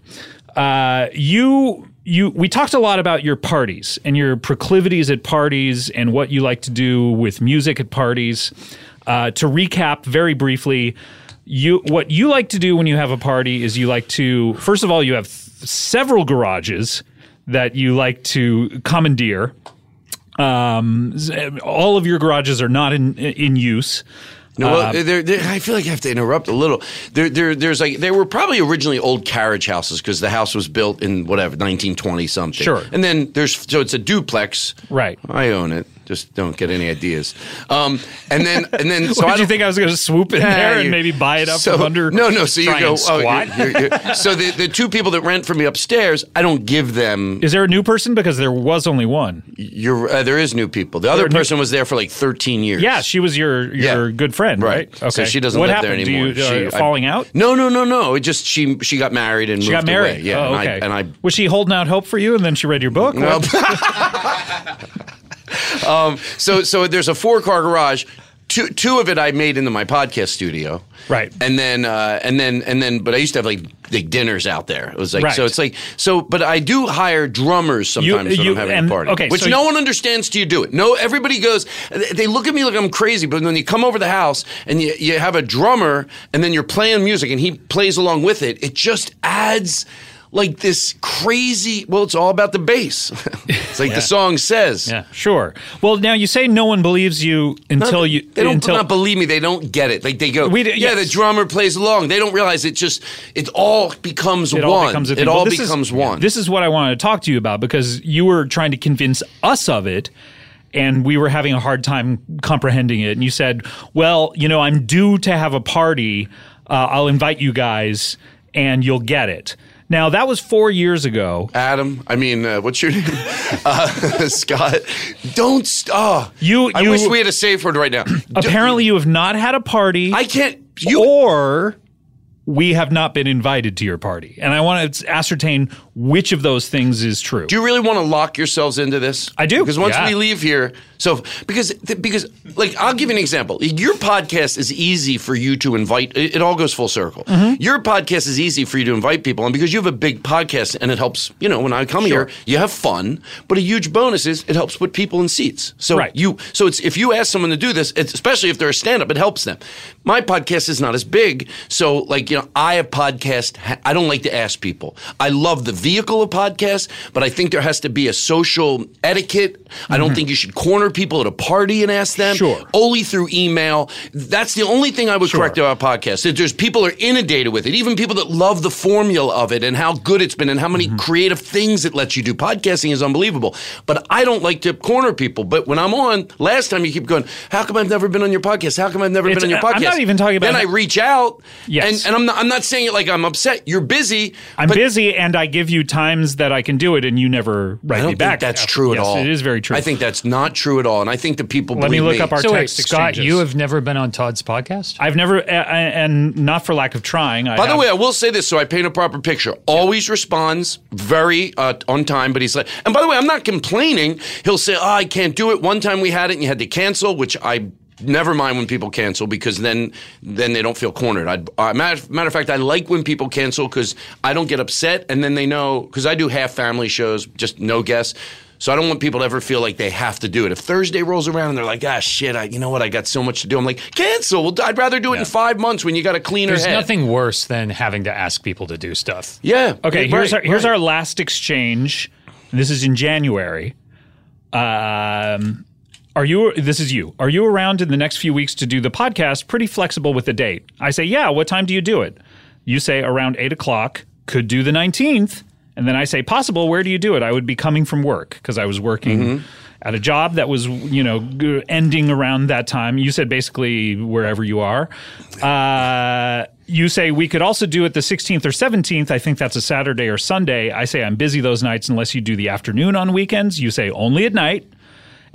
Speaker 1: uh, you. You, we talked a lot about your parties and your proclivities at parties and what you like to do with music at parties. Uh, to recap very briefly, you what you like to do when you have a party is you like to first of all you have th- several garages that you like to commandeer. Um, s- all of your garages are not in in use.
Speaker 4: No, well, there, there, I feel like I have to interrupt a little. There, there, there's like there were probably originally old carriage houses because the house was built in whatever 1920 something.
Speaker 1: Sure.
Speaker 4: And then there's so it's a duplex.
Speaker 1: Right.
Speaker 4: I own it. Just don't get any ideas. Um, and then and then so
Speaker 1: Why
Speaker 4: I
Speaker 1: did you
Speaker 4: don't,
Speaker 1: think I was going to swoop in
Speaker 4: Yeah,
Speaker 1: there and
Speaker 4: you-
Speaker 1: maybe buy it up
Speaker 4: so,
Speaker 1: from under?
Speaker 4: No, no. So you
Speaker 2: try
Speaker 4: go.
Speaker 2: and
Speaker 4: oh,
Speaker 2: squat?
Speaker 4: you're- you're- you're- so the the two people that rent for me upstairs, I don't give them.
Speaker 1: Is there a new person because there was only one?
Speaker 4: Your uh, there is new people. The other
Speaker 1: new-
Speaker 4: person was there for like 13 years.
Speaker 1: Yeah, she was your your
Speaker 4: Yeah.
Speaker 1: good friend, right?
Speaker 4: Okay. So she doesn't
Speaker 1: what
Speaker 4: live
Speaker 1: happened?
Speaker 4: there anymore.
Speaker 1: Do you, uh,
Speaker 4: She- I-
Speaker 1: falling out?
Speaker 4: No, no, no, no. It just she she got married and
Speaker 1: She got
Speaker 4: moved
Speaker 1: married.
Speaker 4: away. Yeah.
Speaker 1: Oh, okay.
Speaker 4: And I, and I
Speaker 1: was she holding out hope for you, and then she read your book?
Speaker 4: well, um, so so there's a four car garage. Two, two of it I made into my podcast studio,
Speaker 1: Right.
Speaker 4: And then uh, and then and then, but I used to have like like dinners out there. It was like
Speaker 1: Right.
Speaker 4: so. It's like so, but I do hire drummers sometimes when
Speaker 1: you-
Speaker 4: I'm having
Speaker 1: and-
Speaker 4: a party,
Speaker 1: okay,
Speaker 4: which
Speaker 1: so
Speaker 4: no
Speaker 1: you-
Speaker 4: one understands till you do it. No, everybody goes. They look at me like I'm crazy, but when you come over the house and you, you have a drummer and then you're playing music and he plays along with it, it just adds. Like this crazy, well, it's all about the bass. it's like the song says.
Speaker 1: yeah, sure. Well, now you say no one believes you until
Speaker 4: Not-
Speaker 1: you
Speaker 4: they don't
Speaker 1: until
Speaker 4: not believe me. They don't get it. Like they go,
Speaker 1: We d-
Speaker 4: yeah,
Speaker 1: yes.
Speaker 4: the drummer plays along. They don't realize it. Just it all becomes
Speaker 1: it
Speaker 4: one.
Speaker 1: all becomes a thing.
Speaker 4: it
Speaker 1: Well,
Speaker 4: all
Speaker 1: this is-
Speaker 4: becomes one.
Speaker 1: This is what I wanted to talk to you about because you were trying to convince us of it. And we were having a hard time comprehending it. And you said, Well, you know, I'm due to have a party. Uh, I'll invite you guys and you'll get it. Now, that was four years ago.
Speaker 4: Adam, I mean, uh, what's your name? uh, Scott. Don't. St- oh,
Speaker 1: You-
Speaker 4: I
Speaker 1: you-
Speaker 4: wish we had a safe word right now.
Speaker 1: Apparently, you have not had a party.
Speaker 4: I can't. You.
Speaker 1: or we have not been invited to your party. And I want to ascertain which of those things is true.
Speaker 4: Do you really want to lock yourselves into this?
Speaker 1: I do.
Speaker 4: Because once
Speaker 1: Yeah.
Speaker 4: we leave here, so because th- because like I'll give you an example. Your podcast is easy for you to invite. It, it all goes full circle.
Speaker 1: Mm-hmm.
Speaker 4: Your podcast is easy for you to invite people, and because you have a big podcast, and it helps. You know, when I come here, you have fun. But a huge bonus is it helps put people in seats. So
Speaker 1: Right.
Speaker 4: you so it's if you ask someone to do this, it's, especially if they're a stand up, it helps them. My podcast is not as big, so like you know, I have podcast. ha- I don't like to ask people. I love the vehicle of podcasts, but I think there has to be a social etiquette. I don't think you should corner people at a party and ask them.
Speaker 1: Mm-hmm. Sure.
Speaker 4: Only through email. That's the only thing I would correct about podcasts. That there's people are inundated with it. Even people that love the formula of it and how good it's been and how many
Speaker 1: Mm-hmm.
Speaker 4: creative things it lets you do. Podcasting is unbelievable. But I don't like to corner people. But when I'm on, last time you keep going, how come I've never been on your podcast? How come I've never
Speaker 1: It's-
Speaker 4: been on your
Speaker 1: I'm
Speaker 4: podcast?
Speaker 1: not even talking about-
Speaker 4: Then I reach out.
Speaker 1: Yes.
Speaker 4: And, and I'm not. I'm not saying it like I'm upset. You're busy.
Speaker 1: I'm
Speaker 4: but
Speaker 1: busy and I give you times that I can do it, and you never write
Speaker 4: I don't
Speaker 1: me
Speaker 4: think
Speaker 1: back.
Speaker 4: that's true
Speaker 1: yes,
Speaker 4: at all.
Speaker 1: It is very true.
Speaker 4: I think that's not true at all, and I think the people
Speaker 1: Let me
Speaker 4: believe
Speaker 1: look up our
Speaker 2: So wait,
Speaker 1: text
Speaker 2: Scott,
Speaker 1: exchanges.
Speaker 2: you have never been on Todd's podcast?
Speaker 1: I've never, a- a- and not for lack of trying. I
Speaker 4: By the
Speaker 1: have-
Speaker 4: way, I will say this so I paint a proper picture. Always responds very uh, on time, but he's like, and by the way, I'm not complaining. He'll say, oh, I can't do it. One time we had it and you had to cancel, which I never mind when people cancel because then then they don't feel cornered. I'd, uh, matter, matter of fact, I like when people cancel because I don't get upset and then they know, because I do half family shows, just no guests. So I don't want people to ever feel like they have to do it. If Thursday rolls around and they're like, ah, shit, I, you know what? I got so much to do. I'm like, cancel. Well, I'd rather do it in five months when you got a cleaner
Speaker 2: There's
Speaker 4: head.
Speaker 2: nothing worse than having to ask people to do stuff.
Speaker 4: Yeah.
Speaker 1: Okay,
Speaker 4: right,
Speaker 1: here's our, here's
Speaker 4: right.
Speaker 1: our last exchange. This is in January. Um, are you? This is you. Are you around in the next few weeks to do the podcast? Pretty flexible with the date. I say, yeah. What time do you do it? You say around eight o'clock. Could do the nineteenth. And then I say, possible. Where do you do it? I would be coming from work because I was working. At a job that was, you know, g- ending around that time. You said basically wherever you are. Uh, you say we could also do it the 16th or 17th. I think that's a Saturday or Sunday. I say I'm busy those nights unless you do the afternoon on weekends. You say only at night.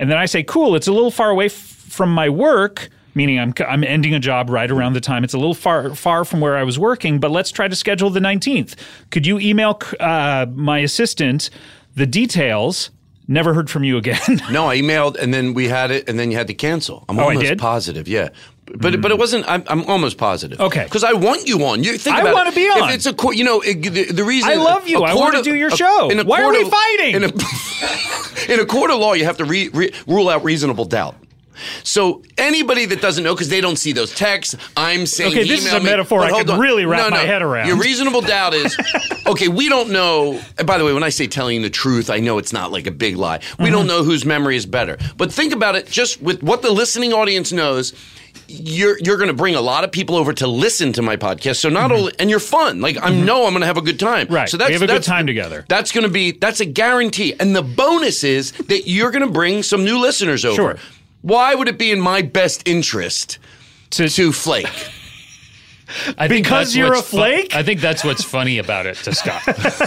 Speaker 1: And then I say, cool, it's a little far away f- from my work, meaning I'm, c- I'm ending a job right around the time. It's a little far, far from where I was working, but let's try to schedule the 19th. Could you email c- uh, my assistant the details? Never heard from you again.
Speaker 4: No, I emailed and then we had it and then you had to cancel. I'm
Speaker 1: Oh, I
Speaker 4: almost
Speaker 1: did? Hmm.
Speaker 4: positive. Yeah. But, but it wasn't. I'm, I'm almost positive.
Speaker 1: Okay.
Speaker 4: because I want you on. You think
Speaker 1: I
Speaker 4: about it.
Speaker 1: wanna be
Speaker 4: If
Speaker 1: on.
Speaker 4: it's a court, you know it, the, the reason
Speaker 1: I love you. I
Speaker 4: court
Speaker 1: wanna
Speaker 4: of-
Speaker 1: do your show.
Speaker 4: in a
Speaker 1: Why are
Speaker 4: court
Speaker 1: we
Speaker 4: of-
Speaker 1: fighting?
Speaker 4: In a, in a court of law, you have to re, re, rule out reasonable doubt. So anybody that doesn't know because they don't see those texts, I'm saying.
Speaker 1: Okay, this is
Speaker 4: email
Speaker 1: a
Speaker 4: me.
Speaker 1: metaphor
Speaker 4: But
Speaker 1: I
Speaker 4: hold
Speaker 1: could
Speaker 4: on.
Speaker 1: really wrap
Speaker 4: No,
Speaker 1: my
Speaker 4: no.
Speaker 1: head around.
Speaker 4: Your reasonable doubt is okay. We don't know. And by the way, when I say telling the truth, I know it's not like a big lie. We
Speaker 1: Mm-hmm.
Speaker 4: don't know whose memory is better. But think about it. Just with what the listening audience knows. You're you're going to bring a lot of people over to listen to my podcast. So not only and you're fun. Like I know I'm going to have a good time.
Speaker 1: Mm-hmm. Right.
Speaker 4: So
Speaker 1: We
Speaker 4: that's
Speaker 1: have a good
Speaker 4: that's-
Speaker 1: time together.
Speaker 4: That's going to be that's a guarantee. And the bonus is that you're going to bring some new listeners over.
Speaker 1: Sure.
Speaker 4: Why would it be in my best interest
Speaker 1: To-
Speaker 4: to flake?
Speaker 2: I think
Speaker 1: Because
Speaker 2: that's
Speaker 1: you're
Speaker 2: what's
Speaker 1: a flake?
Speaker 2: I think that's what's funny about it to Scott.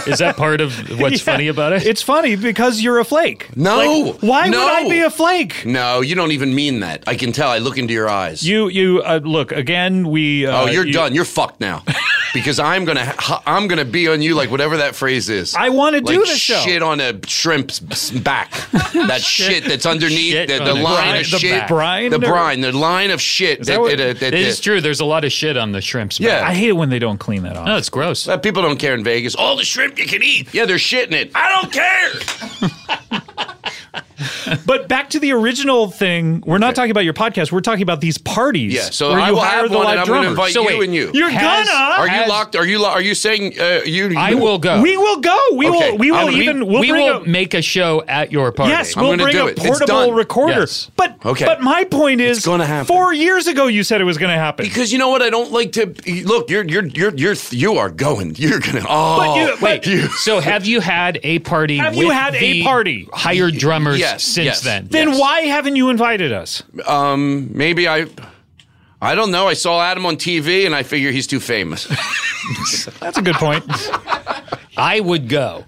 Speaker 2: Is that part of what's
Speaker 1: Yeah.
Speaker 2: funny about it?
Speaker 1: It's funny because you're a flake.
Speaker 4: No.
Speaker 1: Like, why
Speaker 4: No.
Speaker 1: would I be a flake?
Speaker 4: No, you don't even mean that. I can tell. I look into your eyes.
Speaker 1: You, you uh, look again. We. Uh,
Speaker 4: oh, you're
Speaker 1: you-
Speaker 4: done. You're fucked now. because I'm gonna, ha- I'm gonna be on you like whatever that phrase is.
Speaker 1: I wanna do
Speaker 4: Like
Speaker 1: this show.
Speaker 4: Shit on a shrimp's back. that shit that's underneath
Speaker 2: Shit
Speaker 4: the,
Speaker 2: on
Speaker 4: the
Speaker 2: a
Speaker 4: line
Speaker 2: brine-
Speaker 4: of
Speaker 2: the
Speaker 4: shit.
Speaker 2: back.
Speaker 1: Brine
Speaker 4: The
Speaker 1: or-
Speaker 4: brine. The line of shit. That,
Speaker 1: that what-
Speaker 4: that- that-
Speaker 2: It is
Speaker 4: that-
Speaker 2: true. There's a lot of shit on the shrimps. back.
Speaker 4: Yeah.
Speaker 1: I hate it when they don't clean that off.
Speaker 2: No, it's gross.
Speaker 4: Uh, people don't care in Vegas. All the shrimp you can eat. Yeah, they're shitting it. I don't care.
Speaker 1: But back to the original thing, we're not talking about your podcast. We're talking about these parties.
Speaker 4: Yeah. So
Speaker 1: where
Speaker 4: I
Speaker 1: you
Speaker 4: will
Speaker 1: hire
Speaker 4: have
Speaker 1: the
Speaker 4: one, and
Speaker 1: live
Speaker 4: I'm
Speaker 1: drummer.
Speaker 4: gonna invite
Speaker 2: So
Speaker 4: you
Speaker 2: wait,
Speaker 4: and you.
Speaker 1: You're
Speaker 2: Has-
Speaker 1: gonna.
Speaker 4: are you
Speaker 2: As-
Speaker 4: locked? Are you? lo- Are you saying uh, you?
Speaker 2: I will go.
Speaker 1: we will go. We
Speaker 4: Okay,
Speaker 1: will. We will
Speaker 4: I'm-
Speaker 2: we,
Speaker 1: even. We'll
Speaker 2: we
Speaker 1: bring
Speaker 2: will
Speaker 1: a,
Speaker 2: make a show at your party. Um,
Speaker 1: Yes,
Speaker 4: I'm
Speaker 1: we'll
Speaker 4: gonna
Speaker 1: bring a
Speaker 4: do it. It's
Speaker 1: portable
Speaker 4: done.
Speaker 1: recorder.
Speaker 2: Yes.
Speaker 1: But
Speaker 4: Okay.
Speaker 1: but my point is,
Speaker 4: gonna happen.
Speaker 1: four years ago you said it was going to happen.
Speaker 4: Because you know what? I don't like to look. You're you're you're you're you are going. You're gonna. Oh,
Speaker 1: But you- but-
Speaker 4: you-
Speaker 2: So have you had a party?
Speaker 1: Have you
Speaker 2: with
Speaker 1: had a
Speaker 2: the
Speaker 1: party?
Speaker 2: Hired drummers
Speaker 4: Yes,
Speaker 2: since
Speaker 4: yes.
Speaker 2: then.
Speaker 1: then
Speaker 4: yes.
Speaker 1: why haven't you invited us?
Speaker 4: maybe I. I don't know. I saw Adam on TV, and I figure he's too famous.
Speaker 1: That's a good point.
Speaker 2: I would go.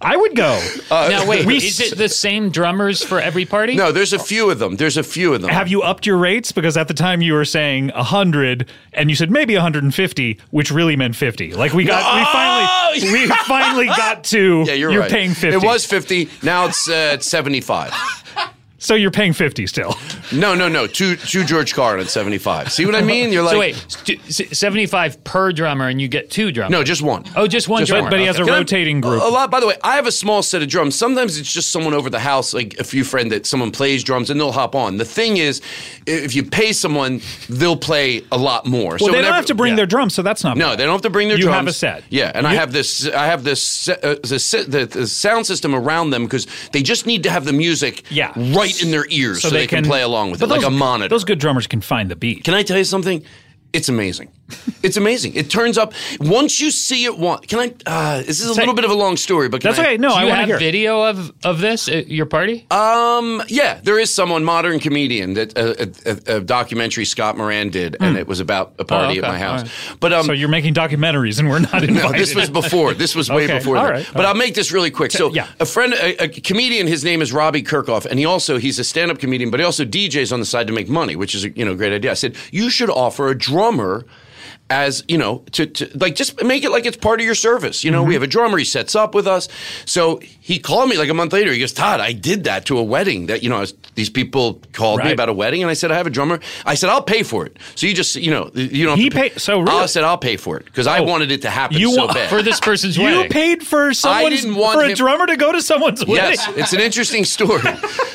Speaker 1: I would go.
Speaker 2: now wait,
Speaker 1: we
Speaker 2: is
Speaker 1: s-
Speaker 2: it the same drummers for every party?
Speaker 4: Uh, No, there's a few of them. There's a few of them.
Speaker 1: Have you upped your rates? Because at the time you were saying 100 and you said maybe 150, which really meant 50. Like we got, we finally, we finally got to,
Speaker 4: yeah, you're,
Speaker 1: you're
Speaker 4: right.
Speaker 1: paying 50.
Speaker 4: It was fifty. Now it's uh, it's seventy-five.
Speaker 1: So you're paying 50 still.
Speaker 4: No, no, no. Two two George Carlin at seventy-five. See what I mean? You're like
Speaker 2: So wait, st- s- seventy-five per drummer, and you get two drummers.
Speaker 4: no, just one.
Speaker 2: Oh, just one
Speaker 4: Just
Speaker 2: drummer.
Speaker 4: one.
Speaker 1: But he has a
Speaker 4: Can I-
Speaker 1: rotating group.
Speaker 4: A lot. By the way, I have a small set of drums. Sometimes it's just someone over the house, like a few friend that someone plays drums, and they'll hop on. The thing is, if you pay someone, they'll play a lot more.
Speaker 1: Well, they don't have to bring
Speaker 4: yeah.
Speaker 1: their drums, so that's not
Speaker 4: No, they don't have to bring their
Speaker 1: You
Speaker 4: drums.
Speaker 1: have a set.
Speaker 4: Yeah, and I have this. I have this. Uh, the, si- the, the sound system around them because they just need to have the music.
Speaker 1: Yeah.
Speaker 4: Right in their ears, so, they, can, play along with it,
Speaker 1: But
Speaker 4: like
Speaker 1: those-
Speaker 4: a monitor.
Speaker 1: Those good drummers can find the beat.
Speaker 4: Can I tell you something? It's amazing. It's amazing. It turns up once you see it. One, can I? Uh, this is a little bit of a long story, but can
Speaker 1: That's
Speaker 4: I-
Speaker 1: okay. No,
Speaker 2: Do
Speaker 1: I
Speaker 2: you
Speaker 1: want to
Speaker 2: have
Speaker 1: hear. it.
Speaker 2: video of of this at your party?
Speaker 4: Uh, Yeah, there is someone modern comedian that uh, a, a, a documentary Scott Moran did, and it was about a party
Speaker 2: okay,
Speaker 4: at my house.
Speaker 2: all right.
Speaker 4: But um,
Speaker 1: So you're making documentaries, and we're not invited.
Speaker 4: no, this was before. This was way
Speaker 1: Okay,
Speaker 4: before
Speaker 1: all
Speaker 4: that.
Speaker 1: right, all
Speaker 4: but I'll make this really quick. So
Speaker 1: yeah.
Speaker 4: a friend, a, a comedian, his name is Robbie Kirkhoff, and he also he's a stand-up comedian, but he also DJs on the side to make money, which is a, you know a great idea. I said you should offer a drummer. As you know, to, to like just make it like it's part of your service. You know,
Speaker 1: Mm-hmm.
Speaker 4: we have a drummer. He sets up with us. So he called me like a month later. He goes, Todd, I did that to a wedding. That you know, I was, these people called me
Speaker 1: Right.
Speaker 4: about a wedding, and I said I have a drummer. I said I'll pay for it. So you just you know you don't. have
Speaker 1: He
Speaker 4: to pay.
Speaker 1: pay- so really-
Speaker 4: I said I'll pay for it because I wanted it to happen
Speaker 1: You
Speaker 4: so
Speaker 1: wa-
Speaker 4: bad.
Speaker 2: For this person's
Speaker 1: You
Speaker 2: wedding.
Speaker 1: paid for someone's
Speaker 4: didn't want
Speaker 1: for a
Speaker 4: him-
Speaker 1: drummer to go to someone's
Speaker 4: yes,
Speaker 1: wedding.
Speaker 4: it's an interesting story.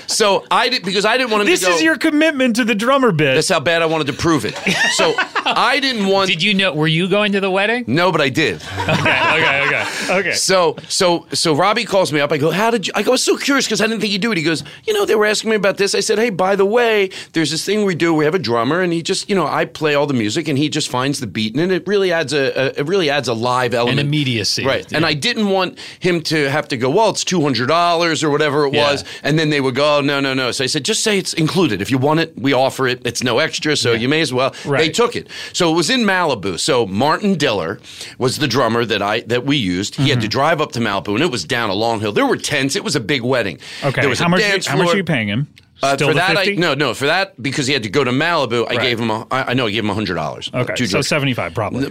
Speaker 4: so I did because I didn't want him
Speaker 1: This
Speaker 4: to go.
Speaker 1: is your commitment to the drummer bit.
Speaker 4: That's how bad I wanted to prove it. So I didn't want.
Speaker 2: Did you know? Were you going to the wedding?
Speaker 4: no, but I did.
Speaker 2: okay, okay, okay.
Speaker 1: okay.
Speaker 4: So, so, so Robbie calls me up. I go, "How did you?" I go, "I was so curious because I didn't think you'd do it." He goes, "You know, they were asking me about this." I said, "Hey, by the way, there's this thing we do. We have a drummer, and he just, you know, I play all the music, and he just finds the beat, and it really adds a, a it really adds a live element,
Speaker 2: immediacy.
Speaker 4: right? And I didn't want him to have to go, "Well, it's two hundred dollars or whatever it
Speaker 2: Yeah.
Speaker 4: was," and then they would go, "Oh, no, no, no." So I said, "Just say it's included. If you want it, we offer it. It's no extra, so you may as well." They
Speaker 1: Right.
Speaker 4: took took it. So it was in Malibu. So Martin Diller was the drummer that I that we used. He had
Speaker 1: Mm-hmm.
Speaker 4: to drive up to Malibu, and it was down a long hill. There were tents. It was a big wedding.
Speaker 1: okay.
Speaker 4: There was
Speaker 1: how
Speaker 4: a
Speaker 1: much?
Speaker 4: dance
Speaker 1: how much
Speaker 4: floor.
Speaker 1: are you paying him?
Speaker 4: Uh,
Speaker 1: Still
Speaker 4: for
Speaker 1: the
Speaker 4: that, I,
Speaker 1: 50?
Speaker 4: no, no. For that, because he had to go to Malibu, I
Speaker 1: Right.
Speaker 4: gave him. A, I, I know I gave him hundred dollars.
Speaker 1: Okay. So seventy-five probably.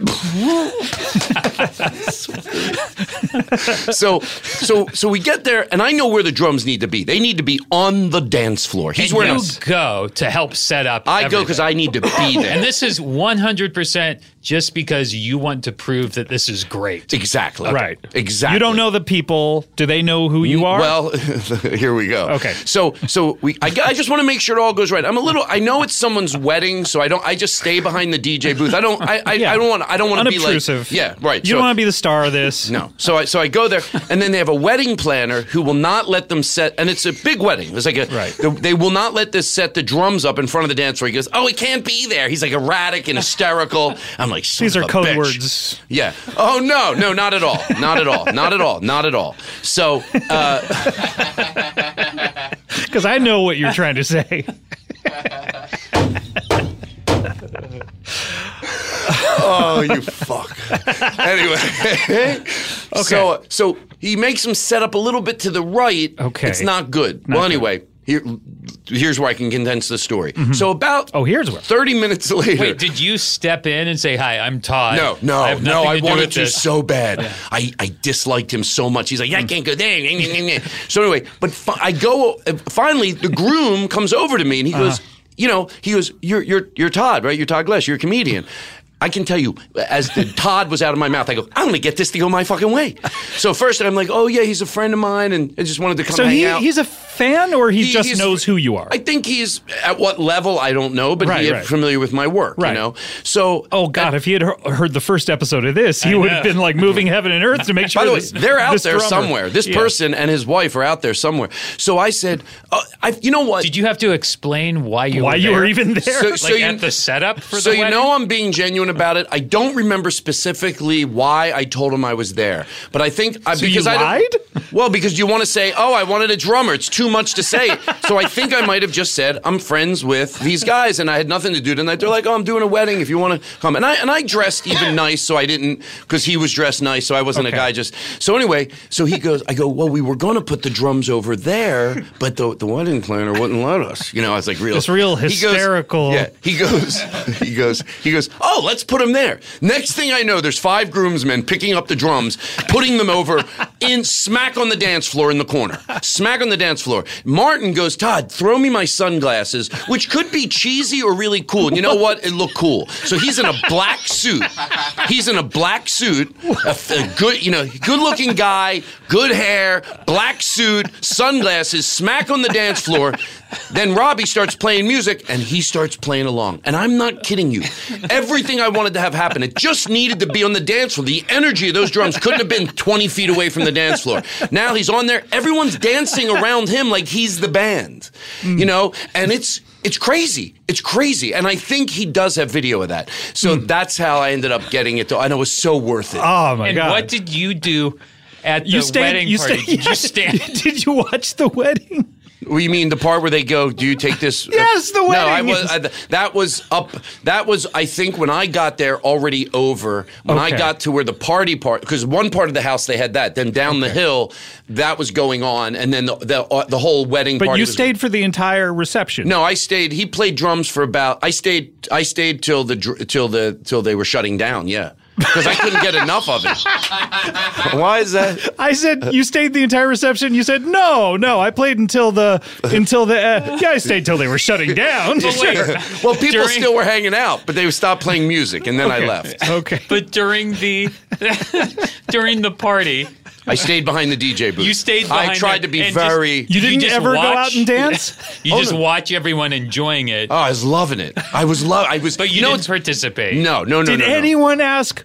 Speaker 4: so, so, so we get there, and I know where the drums need to be. They need to be on the dance floor. He's
Speaker 2: And
Speaker 4: wearing.
Speaker 2: you
Speaker 4: a-
Speaker 2: go to help set up.
Speaker 4: I go because
Speaker 2: everything.
Speaker 4: I need to be there.
Speaker 2: And this is 100% just because you want to prove that this is great.
Speaker 4: exactly.
Speaker 1: right.
Speaker 4: Exactly.
Speaker 1: You don't know the people. Do they know who you are?
Speaker 4: Well, here we go.
Speaker 1: Okay.
Speaker 4: So, so we. I, I just want to make sure it all goes right. I'm a little. I know it's someone's wedding, so I don't. I just stay behind the DJ booth. I don't. I. I,
Speaker 1: Yeah.
Speaker 4: I don't want. I don't want to be like.
Speaker 1: unobtrusive.
Speaker 4: Yeah. Right.
Speaker 1: You
Speaker 4: so,
Speaker 1: don't want to be the star of this.
Speaker 4: no. So I so I go there, and then they have a wedding planner who will not let them set. And it's a big wedding. It's like a.
Speaker 1: Right.
Speaker 4: They, they will not let this set the drums up in front of the dance floor. He goes, "Oh, he can't be there." He's like erratic and hysterical. I'm like, "Son
Speaker 1: These
Speaker 4: of
Speaker 1: are
Speaker 4: a
Speaker 1: code
Speaker 4: bitch."
Speaker 1: words.
Speaker 4: Yeah. Oh no, no, not at all, not at all, not at all, not at all. So. Uh,
Speaker 1: Because I know what you're trying to say.
Speaker 4: Oh, you fuck. anyway. So so he makes him set up a little bit to the right.
Speaker 1: Okay.
Speaker 4: It's not good. well, anyway, here here's where I can condense the story. So about
Speaker 1: Oh, here's where.
Speaker 4: 30 minutes later.
Speaker 2: Wait, did you step in and say, Hi, I'm Todd?
Speaker 4: no, no,
Speaker 2: I have
Speaker 4: no!
Speaker 2: nothing
Speaker 4: I
Speaker 2: to do
Speaker 4: wanted
Speaker 2: with
Speaker 4: to
Speaker 2: this.
Speaker 4: so bad. I, I disliked him so much. He's like, I can't go there. so anyway, but fi- I go. Finally, the groom comes over to me and he goes,
Speaker 1: Uh-huh.
Speaker 4: you know, he goes, you're you're you're Todd, right? You're Todd Glass. You're a comedian. I can tell you, as the Todd was out of my mouth, I go, I'm gonna get this to go my fucking way. So first, I'm like, oh yeah, he's a friend of mine, and I just wanted to come
Speaker 1: So
Speaker 4: hang
Speaker 1: he,
Speaker 4: out.
Speaker 1: he's a fan, or he,
Speaker 4: He-
Speaker 1: just
Speaker 4: he's-
Speaker 1: knows who you are.
Speaker 4: I think he's at what level I don't know, but
Speaker 1: Right,
Speaker 4: he's
Speaker 1: right.
Speaker 4: familiar with my work.
Speaker 1: Right.
Speaker 4: You know, so
Speaker 1: Oh God! If he had he- heard the first episode of this, he would have been like moving heaven and earth to make sure.
Speaker 4: By the way,
Speaker 1: this-
Speaker 4: they're out
Speaker 1: this
Speaker 4: there
Speaker 1: drummer-
Speaker 4: somewhere. This
Speaker 1: Yeah.
Speaker 4: person and his wife are out there somewhere. So I said, oh, I, you know what?
Speaker 2: Did you have to explain why you
Speaker 1: Why
Speaker 2: were
Speaker 1: you were
Speaker 2: there?
Speaker 1: even there?
Speaker 4: So-
Speaker 2: Like
Speaker 4: so you-
Speaker 2: at the setup for
Speaker 4: so
Speaker 2: the
Speaker 4: you
Speaker 2: wedding?
Speaker 4: know I'm being genuine about it. I don't remember specifically why I told him I was there, but I think I,
Speaker 1: you
Speaker 4: because I
Speaker 1: lied?
Speaker 4: Well, because you want to say, "Oh, I wanted a drummer." It's too much to say, so I think I might have just said, "I'm friends with these guys, and I had nothing to do tonight." They're like, "Oh, I'm doing a wedding. If you want to come," and I and I dressed even nice, so I didn't because he was dressed nice, so I wasn't
Speaker 1: Okay.
Speaker 4: a guy just. So anyway, so he goes, I go, "Well, we were going to put the drums over there, but the the wedding planner wouldn't let us." You know, I was like, "Real."
Speaker 1: This real
Speaker 4: He goes-
Speaker 1: hysterical-
Speaker 4: yeah, he goes, he goes, he goes, oh, let's put him there. Next thing I know, there's five groomsmen picking up the drums, putting them over in smack on the dance floor in the corner. Smack on the dance floor. Martin goes, Todd, throw me my sunglasses, which could be cheesy or really cool. And you know what? It looked cool. So he's in a black suit. He's in a black suit, a, a good, you know, good looking guy, good hair, black suit, sunglasses, smack on the dance floor. Then Robbie starts playing music and he starts playing along. And I'm not kidding you. Everything I wanted to have happen, it just needed to be on the dance floor. The energy of those drums couldn't have been 20 feet away from the dance floor. Now he's on there. Everyone's dancing around him like he's the band, you know? And it's It's crazy. It's crazy. And I think he does have video of that. So that's how I ended up getting it. To, and it was so worth it.
Speaker 1: Oh my
Speaker 2: and
Speaker 1: god!
Speaker 2: what did you do at the
Speaker 1: you stayed,
Speaker 2: wedding
Speaker 1: you
Speaker 2: party?
Speaker 1: Stayed,
Speaker 2: Did you
Speaker 1: yes.
Speaker 2: stand?
Speaker 1: Did you watch the wedding?
Speaker 4: We mean the part where they go, "Do you take this?"
Speaker 1: Yes, the
Speaker 4: No, I
Speaker 1: wedding
Speaker 4: was.
Speaker 1: is-
Speaker 4: I, that was up. That was, I think, when I got there already over. When I
Speaker 1: Okay.
Speaker 4: got to where the party part, because one part of the house they had that. Then down the hill, that was going on, and then the the, uh, the whole wedding.
Speaker 1: But
Speaker 4: party
Speaker 1: you
Speaker 4: was-
Speaker 1: stayed for the entire reception.
Speaker 4: No, I stayed. He played drums for about. I stayed. I stayed till the dr- till the till they were shutting down. Yeah, because I couldn't get enough of it. Why is that?
Speaker 1: I said you stayed the entire reception. You said no, no. I played until the until the uh, yeah. I stayed till they were shutting down. Sure.
Speaker 4: Well, people
Speaker 2: During-
Speaker 4: still were hanging out, but they stopped playing music, and then I left.
Speaker 1: Okay.
Speaker 2: But during the during the party,
Speaker 4: I stayed behind the DJ booth.
Speaker 2: You stayed
Speaker 4: I
Speaker 2: behind
Speaker 4: tried
Speaker 2: it
Speaker 4: to be
Speaker 2: and
Speaker 4: very.
Speaker 1: you didn't
Speaker 2: just
Speaker 1: ever go out
Speaker 2: watch-
Speaker 1: and dance.
Speaker 2: you just watch everyone enjoying it,
Speaker 4: oh, I was loving it. I was love. I was.
Speaker 2: but you
Speaker 4: know,
Speaker 2: didn't participate.
Speaker 4: No, no, no,
Speaker 1: Did
Speaker 4: no, no.
Speaker 1: anyone ask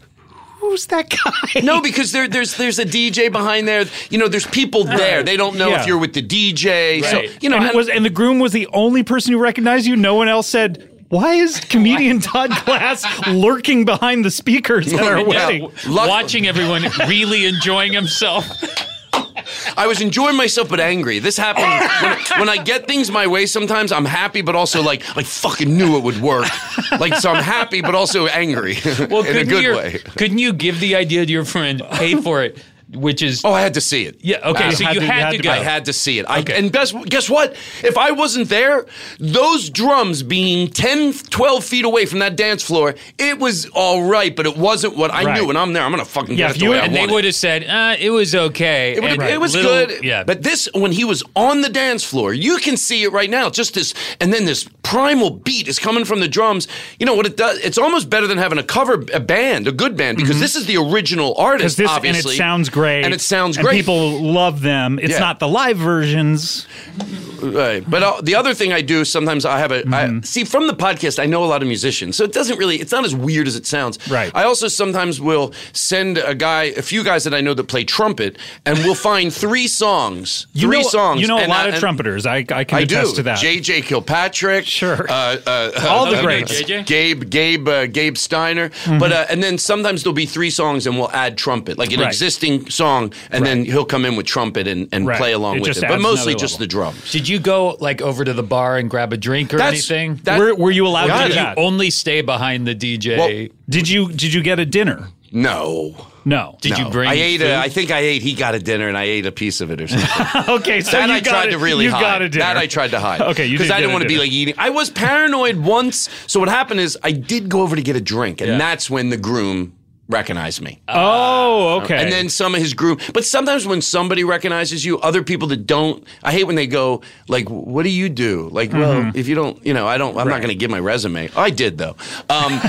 Speaker 1: who's that guy?
Speaker 4: No, because there, there's there's a DJ behind there. You know, there's people there. They don't know
Speaker 1: Yeah.
Speaker 4: if you're with the DJ.
Speaker 2: Right.
Speaker 4: So you know,
Speaker 1: and, it
Speaker 4: and-
Speaker 1: was, and the groom was the only person who recognized you. No one else said. Why is comedian Todd Glass lurking behind the speakers at our
Speaker 4: Yeah.
Speaker 1: wedding?
Speaker 4: Luck-
Speaker 2: watching everyone really enjoying himself.
Speaker 4: I was enjoying myself but angry. This happens when, when I get things my way. Sometimes I'm happy, but also like I fucking knew it would work. Like so, I'm happy but also angry
Speaker 2: Well,
Speaker 4: in a
Speaker 2: couldn't
Speaker 4: good
Speaker 2: you,
Speaker 4: way.
Speaker 2: Couldn't you give the idea to your friend, pay for it, which is
Speaker 4: Oh, I had to see it.
Speaker 2: yeah okay?
Speaker 1: You
Speaker 2: so
Speaker 1: had
Speaker 2: you
Speaker 1: to- you
Speaker 2: had
Speaker 1: had
Speaker 2: to
Speaker 1: to
Speaker 2: go.
Speaker 4: I had to see it. I, and guess, guess what? If I wasn't there, those drums being 10, 12 feet away from that dance floor, it was all right, but it wasn't what I
Speaker 1: Right.
Speaker 4: knew. When I'm there, I'm going to fucking
Speaker 1: Yeah,
Speaker 4: get
Speaker 1: if
Speaker 4: it the
Speaker 1: you-
Speaker 4: way I
Speaker 2: and they
Speaker 4: want it.
Speaker 2: would have said uh, it was okay.
Speaker 4: It,
Speaker 2: and
Speaker 4: would- it was
Speaker 2: little-
Speaker 4: good,
Speaker 2: Yeah,
Speaker 4: But this, when he was on the dance floor, you can see it right now. Just this, and then this primal beat is coming from the drums. You know what it does? It's almost better than having a cover a band, a good band, because this is the original
Speaker 1: Mm-hmm. Because
Speaker 4: artist.
Speaker 1: this
Speaker 4: obviously,
Speaker 1: and it sounds great,
Speaker 4: and it sounds
Speaker 1: and
Speaker 4: great.
Speaker 1: People love them. It's
Speaker 4: Yeah.
Speaker 1: not the live versions.
Speaker 4: Right. But uh, the other thing I do sometimes I have a I
Speaker 1: Mm-hmm.
Speaker 4: see from the podcast I know a lot of musicians, so it doesn't really it's not as weird as it sounds.
Speaker 1: Right.
Speaker 4: I also sometimes will send a guy, a few guys that I know that play trumpet, and we'll find three songs,
Speaker 1: You
Speaker 4: three
Speaker 1: know,
Speaker 4: songs.
Speaker 1: You know a
Speaker 4: and
Speaker 1: lot
Speaker 4: I-
Speaker 1: of
Speaker 4: and
Speaker 1: trumpeters. I, I can
Speaker 4: I
Speaker 1: attest
Speaker 4: do.
Speaker 1: to that.
Speaker 4: J.J. Kilpatrick,
Speaker 1: Sure.
Speaker 4: uh, uh,
Speaker 1: All
Speaker 4: uh,
Speaker 1: the
Speaker 4: uh,
Speaker 1: greats. Mm-hmm.
Speaker 2: J.J.?
Speaker 4: Gabe, Gabe, uh, Gabe Steiner. But uh, and then sometimes there'll be three songs, and we'll add trumpet, like an
Speaker 1: Right.
Speaker 4: existing song, and then he'll come in with trumpet and, and
Speaker 1: Right.
Speaker 4: play along
Speaker 1: It
Speaker 4: with
Speaker 1: just
Speaker 4: it, but
Speaker 1: adds
Speaker 4: mostly
Speaker 1: another
Speaker 4: just
Speaker 1: level.
Speaker 4: the drums.
Speaker 2: Did you go like over to the bar and grab a drink or
Speaker 4: That's-
Speaker 2: anything?
Speaker 4: that-
Speaker 1: were, were you allowed
Speaker 4: Yeah,
Speaker 1: to
Speaker 2: Did
Speaker 1: do
Speaker 4: you
Speaker 1: that?
Speaker 2: you only stay behind the DJ?
Speaker 4: Well,
Speaker 1: Did you did you get a dinner?
Speaker 4: No.
Speaker 1: No.
Speaker 2: Did you
Speaker 4: No.
Speaker 2: bring
Speaker 4: I ate
Speaker 2: food?
Speaker 4: a. I think I ate. He got a dinner, and I ate a piece of it or something.
Speaker 1: okay, so
Speaker 4: that
Speaker 1: you
Speaker 4: I
Speaker 1: got
Speaker 4: tried
Speaker 1: it-
Speaker 4: to really
Speaker 1: you
Speaker 4: hide.
Speaker 1: got a dinner.
Speaker 4: That I tried to hide.
Speaker 1: Okay, you
Speaker 4: because
Speaker 1: did
Speaker 4: I
Speaker 1: get
Speaker 4: didn't
Speaker 1: a
Speaker 4: want to be
Speaker 1: dinner.
Speaker 4: like eating. I was paranoid once. So what happened is I did go over to get a drink, and
Speaker 2: Yeah.
Speaker 4: that's when the groom recognized me.
Speaker 1: Oh, okay.
Speaker 4: And then some of his groom. But sometimes when somebody recognizes you, other people that don't, I hate when they go like, "What do you do?" Like,
Speaker 1: Mm-hmm.
Speaker 4: well, if you don't, you know, I don't. I'm not going to give my resume. I did though. Um,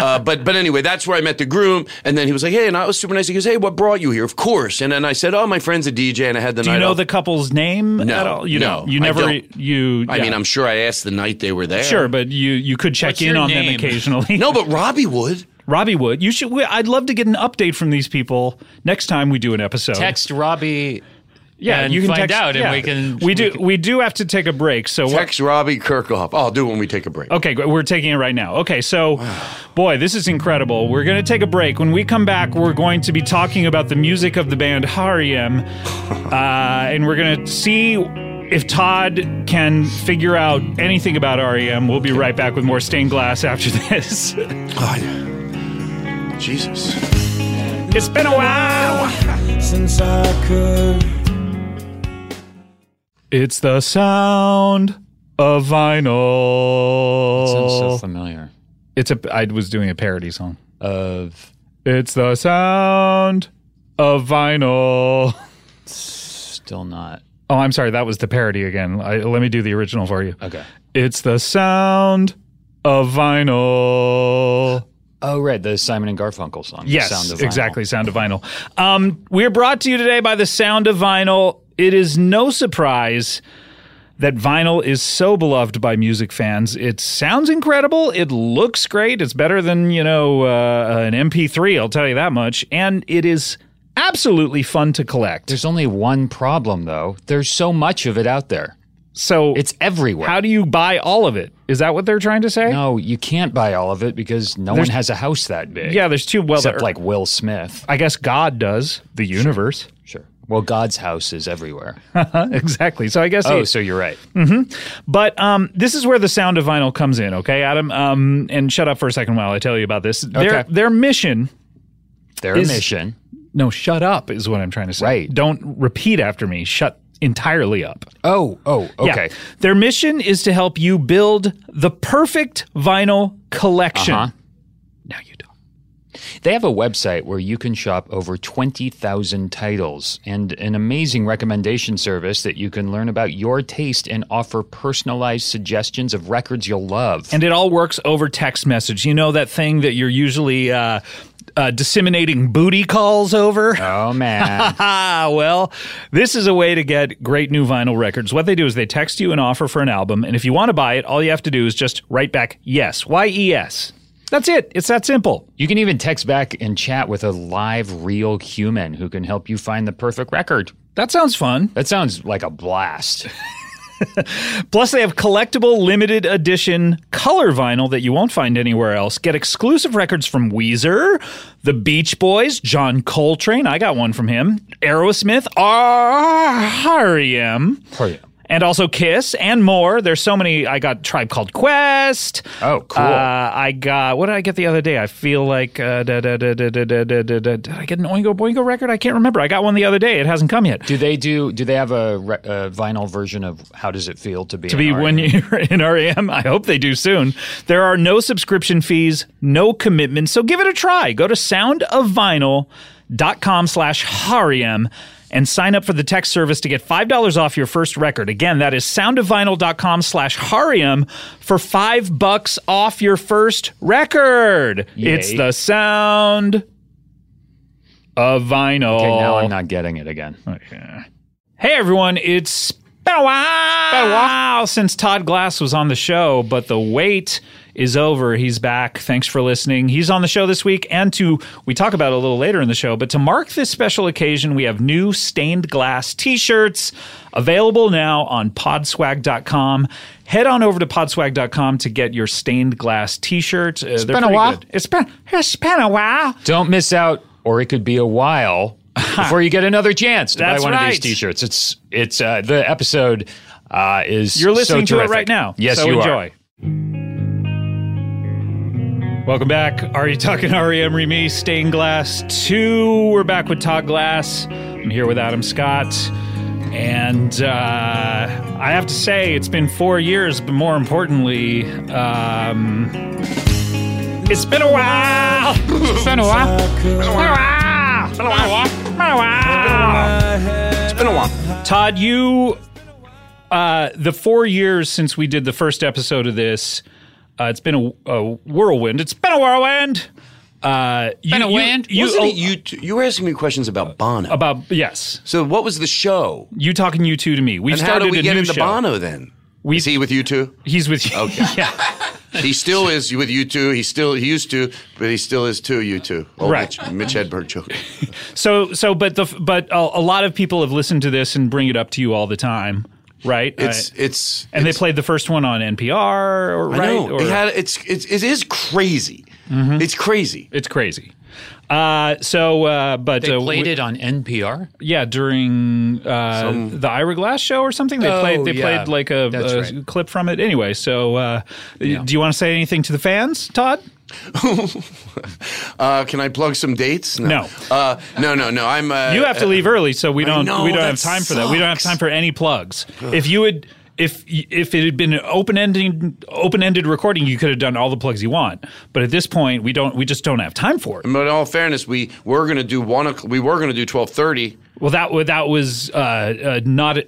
Speaker 4: uh, but but anyway, that's where I met the groom, and then he was like, "Hey," and I was super nice. He goes, "Hey, what brought you here?" Of course. And then I said, "Oh, my friend's a DJ, and I had the
Speaker 1: do
Speaker 4: night."
Speaker 1: you know
Speaker 4: off."
Speaker 1: the couple's name at all? You
Speaker 4: no,
Speaker 1: don't. You
Speaker 4: I
Speaker 1: never.
Speaker 4: don't.
Speaker 1: You.
Speaker 4: I
Speaker 1: yeah.
Speaker 4: mean, I'm sure I asked the night they were there.
Speaker 1: sure, but you you could check
Speaker 2: What's
Speaker 1: in
Speaker 2: your
Speaker 1: on them
Speaker 2: name?
Speaker 1: occasionally.
Speaker 4: No, but Robbie would.
Speaker 1: Robbie Wood, you should. we- I'd love to get an update from these people next time we do an episode.
Speaker 2: text Robbie.
Speaker 1: yeah,
Speaker 2: and
Speaker 1: you can
Speaker 2: find
Speaker 1: text,
Speaker 2: out, and
Speaker 1: yeah.
Speaker 2: we can-
Speaker 1: We,
Speaker 2: we
Speaker 1: do.
Speaker 2: can-
Speaker 1: We do have to take a break. So what-
Speaker 4: Text Robbie Kirkhoff. Oh, I'll do it when we take a break.
Speaker 1: Okay, great. we're taking it right now. Okay, so, boy, this is incredible. We're going to take a break. When we come back, we're going to be talking about the music of the band Hariem, uh, and we're going to see if Todd can figure out anything about REM. We'll be right back with more stained glass after this.
Speaker 4: Jesus.
Speaker 1: it's been a while.
Speaker 3: since I could.
Speaker 1: It's the sound of
Speaker 2: Sounds so
Speaker 1: vinyl.
Speaker 2: familiar.
Speaker 1: It's a. I was doing a parody song.
Speaker 2: Of
Speaker 1: It's the sound of vinyl.
Speaker 2: still not.
Speaker 1: Oh, I'm sorry. That was the parody again. I, let me do the original for you.
Speaker 2: Okay.
Speaker 1: It's the sound of vinyl.
Speaker 2: Oh, right. The Simon and Garfunkel song. The
Speaker 1: Yes,
Speaker 2: Sound of Vinyl.
Speaker 1: exactly. Sound of vinyl. Um, we're brought to you today by the sound of vinyl. It is no surprise that vinyl is so beloved by music fans. It sounds incredible. It looks great. It's better than you know uh, an MP3. I'll tell you that much. And it is absolutely fun to collect.
Speaker 2: There's only one problem, though. There's so much of it out there.
Speaker 1: So
Speaker 2: It's everywhere.
Speaker 1: how do you buy all of it? Is that what they're trying to say?
Speaker 2: no, you can't buy all of it because no one has a house that big.
Speaker 1: Yeah, there's two. Well,
Speaker 2: except
Speaker 1: there-
Speaker 2: like Will Smith.
Speaker 1: I guess God does the universe.
Speaker 2: Sure. Well, God's house is everywhere.
Speaker 1: Oh, exactly. So I guess.
Speaker 2: oh,
Speaker 1: he-
Speaker 2: so you're right.
Speaker 1: But um, this is where the sound of vinyl comes in, okay, Adam? Um, and shut up for a second while I tell you about this. Their
Speaker 2: Okay.
Speaker 1: their mission.
Speaker 2: Their
Speaker 1: Is-
Speaker 2: mission.
Speaker 1: No, shut up is what I'm trying to say.
Speaker 2: Right.
Speaker 1: Don't repeat after me. Shut entirely up.
Speaker 2: Oh, oh,
Speaker 1: Yeah.
Speaker 2: okay.
Speaker 1: Their mission is to help you build the perfect vinyl collection.
Speaker 2: Uh-huh.
Speaker 1: Now you don't.
Speaker 2: They have a website where you can shop over 20,000 titles and an amazing recommendation service that you can learn about your taste and offer personalized suggestions of records you'll love.
Speaker 1: And it all works over text message. You know that thing that you're usually uh, uh, disseminating booty calls over?
Speaker 2: oh, man.
Speaker 1: Ah, well, this is a way to get great new vinyl records. What they do is they text you an offer for an album, and if you want to buy it, all you have to do is just write back yes, Y E S. That's it. It's that simple.
Speaker 2: you can even text back and chat with a live, real human who can help you find the perfect record.
Speaker 1: That sounds fun.
Speaker 2: That sounds like a blast.
Speaker 1: Plus, they have collectible limited edition color vinyl that you won't find anywhere else. Get exclusive records from Weezer, The Beach Boys, John Coltrane. I got one from him. Aerosmith, R.E.M.
Speaker 2: Hurry up.
Speaker 1: E and also Kiss and more. There's so many. I got Tribe Called Quest.
Speaker 2: Oh, cool.
Speaker 1: Uh, I got what did I get the other day? I feel like uh, da, da, da, da, da, da, da, da, da. did I get an Oingo Boingo record? I can't remember. I got one the other day. It hasn't come yet.
Speaker 2: Do they do? Do they have a, re- a vinyl version of How Does It Feel to Be
Speaker 1: To be when you're in REM, I hope they do soon. There are no subscription fees, no commitment, so give it a try. Go to soundofvinyl.com slash harem and sign up for the text service to get $5 off your first record. Again, that is soundofvinyl.com slash harem for five bucks off your first record.
Speaker 2: Yay.
Speaker 1: It's the sound of vinyl.
Speaker 2: Okay, now I'm not getting it again.
Speaker 1: Oh, Hey everyone, it's been a while, been a while since Todd Glass was on the show, but the wait is over. He's back. Thanks for listening. He's on the show this week, and to we talk about it a little later in the show, but to mark this special occasion, we have new stained glass T-shirts available now on Podswag.com. Head on over to Podswag.com to get your stained glass T-shirt. Uh, it's
Speaker 2: been a while.
Speaker 1: It's been it's been a while.
Speaker 2: Don't miss out, or it could be a while before you get another chance to
Speaker 1: That's
Speaker 2: buy one of these
Speaker 1: right.
Speaker 2: T-shirts. It's it's uh, the episode uh, is
Speaker 1: You're listening
Speaker 2: so
Speaker 1: to it
Speaker 2: terrific.
Speaker 1: right now.
Speaker 2: Yes,
Speaker 1: so
Speaker 2: you
Speaker 1: enjoy. Welcome back. Are you talking REM Remy? Stained Glass 2. We're back with Todd Glass. I'm here with Adam Scott. And uh, I have to say, it's been four years, but more importantly, um, it's been a while. It's been a while. Been a while. Been a while. Been a while.
Speaker 4: It's been a while.
Speaker 1: Todd, you uh, the four years since we did the first episode of this, uh, it's been a, a whirlwind. It's been a whirlwind. Uh, you,
Speaker 2: Been a
Speaker 1: you-
Speaker 2: wind?
Speaker 1: You,
Speaker 4: Wasn't
Speaker 1: oh,
Speaker 4: it you? T- you were asking me questions about Bono.
Speaker 1: about yes,
Speaker 4: so what was the show?
Speaker 1: you talking you two to me. We
Speaker 4: And how
Speaker 1: started
Speaker 4: did we
Speaker 1: a
Speaker 4: get
Speaker 1: new
Speaker 4: into
Speaker 1: show.
Speaker 4: Bono then?
Speaker 1: We-
Speaker 4: Is he with you two?
Speaker 1: He's with you.
Speaker 4: Okay.
Speaker 1: yeah.
Speaker 4: He still is with you two. He still he used to, but he still is too you two. Oh,
Speaker 1: Right.
Speaker 4: Mitch, Mitch Hedberg joke.
Speaker 1: So so, but the f- but a, a lot of people have listened to this and bring it up to you all the time, right?
Speaker 4: It's
Speaker 1: Uh,
Speaker 4: it's
Speaker 1: and
Speaker 4: it's-
Speaker 1: they played the first one on NPR, or,
Speaker 4: I
Speaker 1: right?
Speaker 4: know.
Speaker 1: Or- Mm-hmm.
Speaker 4: It had, it's it's it is crazy. It's crazy.
Speaker 1: it's crazy. Uh, so, uh, but
Speaker 2: They
Speaker 1: uh,
Speaker 2: played
Speaker 1: we-
Speaker 2: it on NPR.
Speaker 1: Yeah, during uh, the Ira Glass show or something, they
Speaker 2: Oh,
Speaker 1: played they
Speaker 2: yeah.
Speaker 1: played like a,
Speaker 2: That's
Speaker 1: a
Speaker 2: right.
Speaker 1: clip from it. Anyway, so uh, do you want to say anything to the fans, Todd?
Speaker 4: Uh, can I plug some dates?
Speaker 1: No.
Speaker 4: Uh, no, no, no. I'm. Uh,
Speaker 1: You have to leave early, so we don't
Speaker 4: know,
Speaker 1: we don't
Speaker 4: that
Speaker 1: have time for that. We don't have
Speaker 4: sucks.
Speaker 1: time for any plugs. If you would. If y- if it had been an open ending open ended recording, you could have done all the plugs you want. But at this point, we don't we just don't have time for it.
Speaker 4: But in all fairness, we were going to do one. o'clock- We were going to do twelve thirty.
Speaker 1: Well, that wa- that was uh, uh, not a-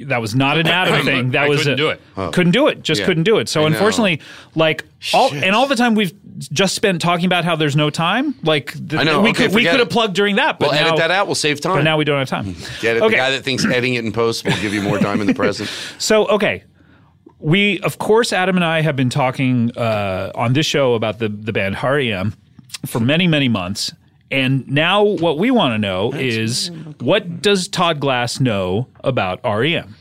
Speaker 1: that was not an Adam thing. That
Speaker 2: I
Speaker 1: was
Speaker 2: couldn't
Speaker 1: a-
Speaker 2: do it.
Speaker 1: Couldn't do it. Just
Speaker 4: Yeah.
Speaker 1: couldn't do it. So
Speaker 4: I know.
Speaker 1: unfortunately, like all and all the time we've just spent talking about how there's no time. Like th-
Speaker 4: I know.
Speaker 1: we
Speaker 4: Okay,
Speaker 1: could we
Speaker 4: forget
Speaker 1: could have
Speaker 4: it.
Speaker 1: plugged during that. But
Speaker 4: We'll
Speaker 1: now,
Speaker 4: edit that out. We'll save time.
Speaker 1: But now we don't have time.
Speaker 4: Get it?
Speaker 1: Okay.
Speaker 4: The guy that thinks editing it in post will give you more time in the present.
Speaker 1: So okay. We of course Adam and I have been talking uh, on this show about the the band Hariam for many many months, and now what we want to know is what does Todd Glass know about REM?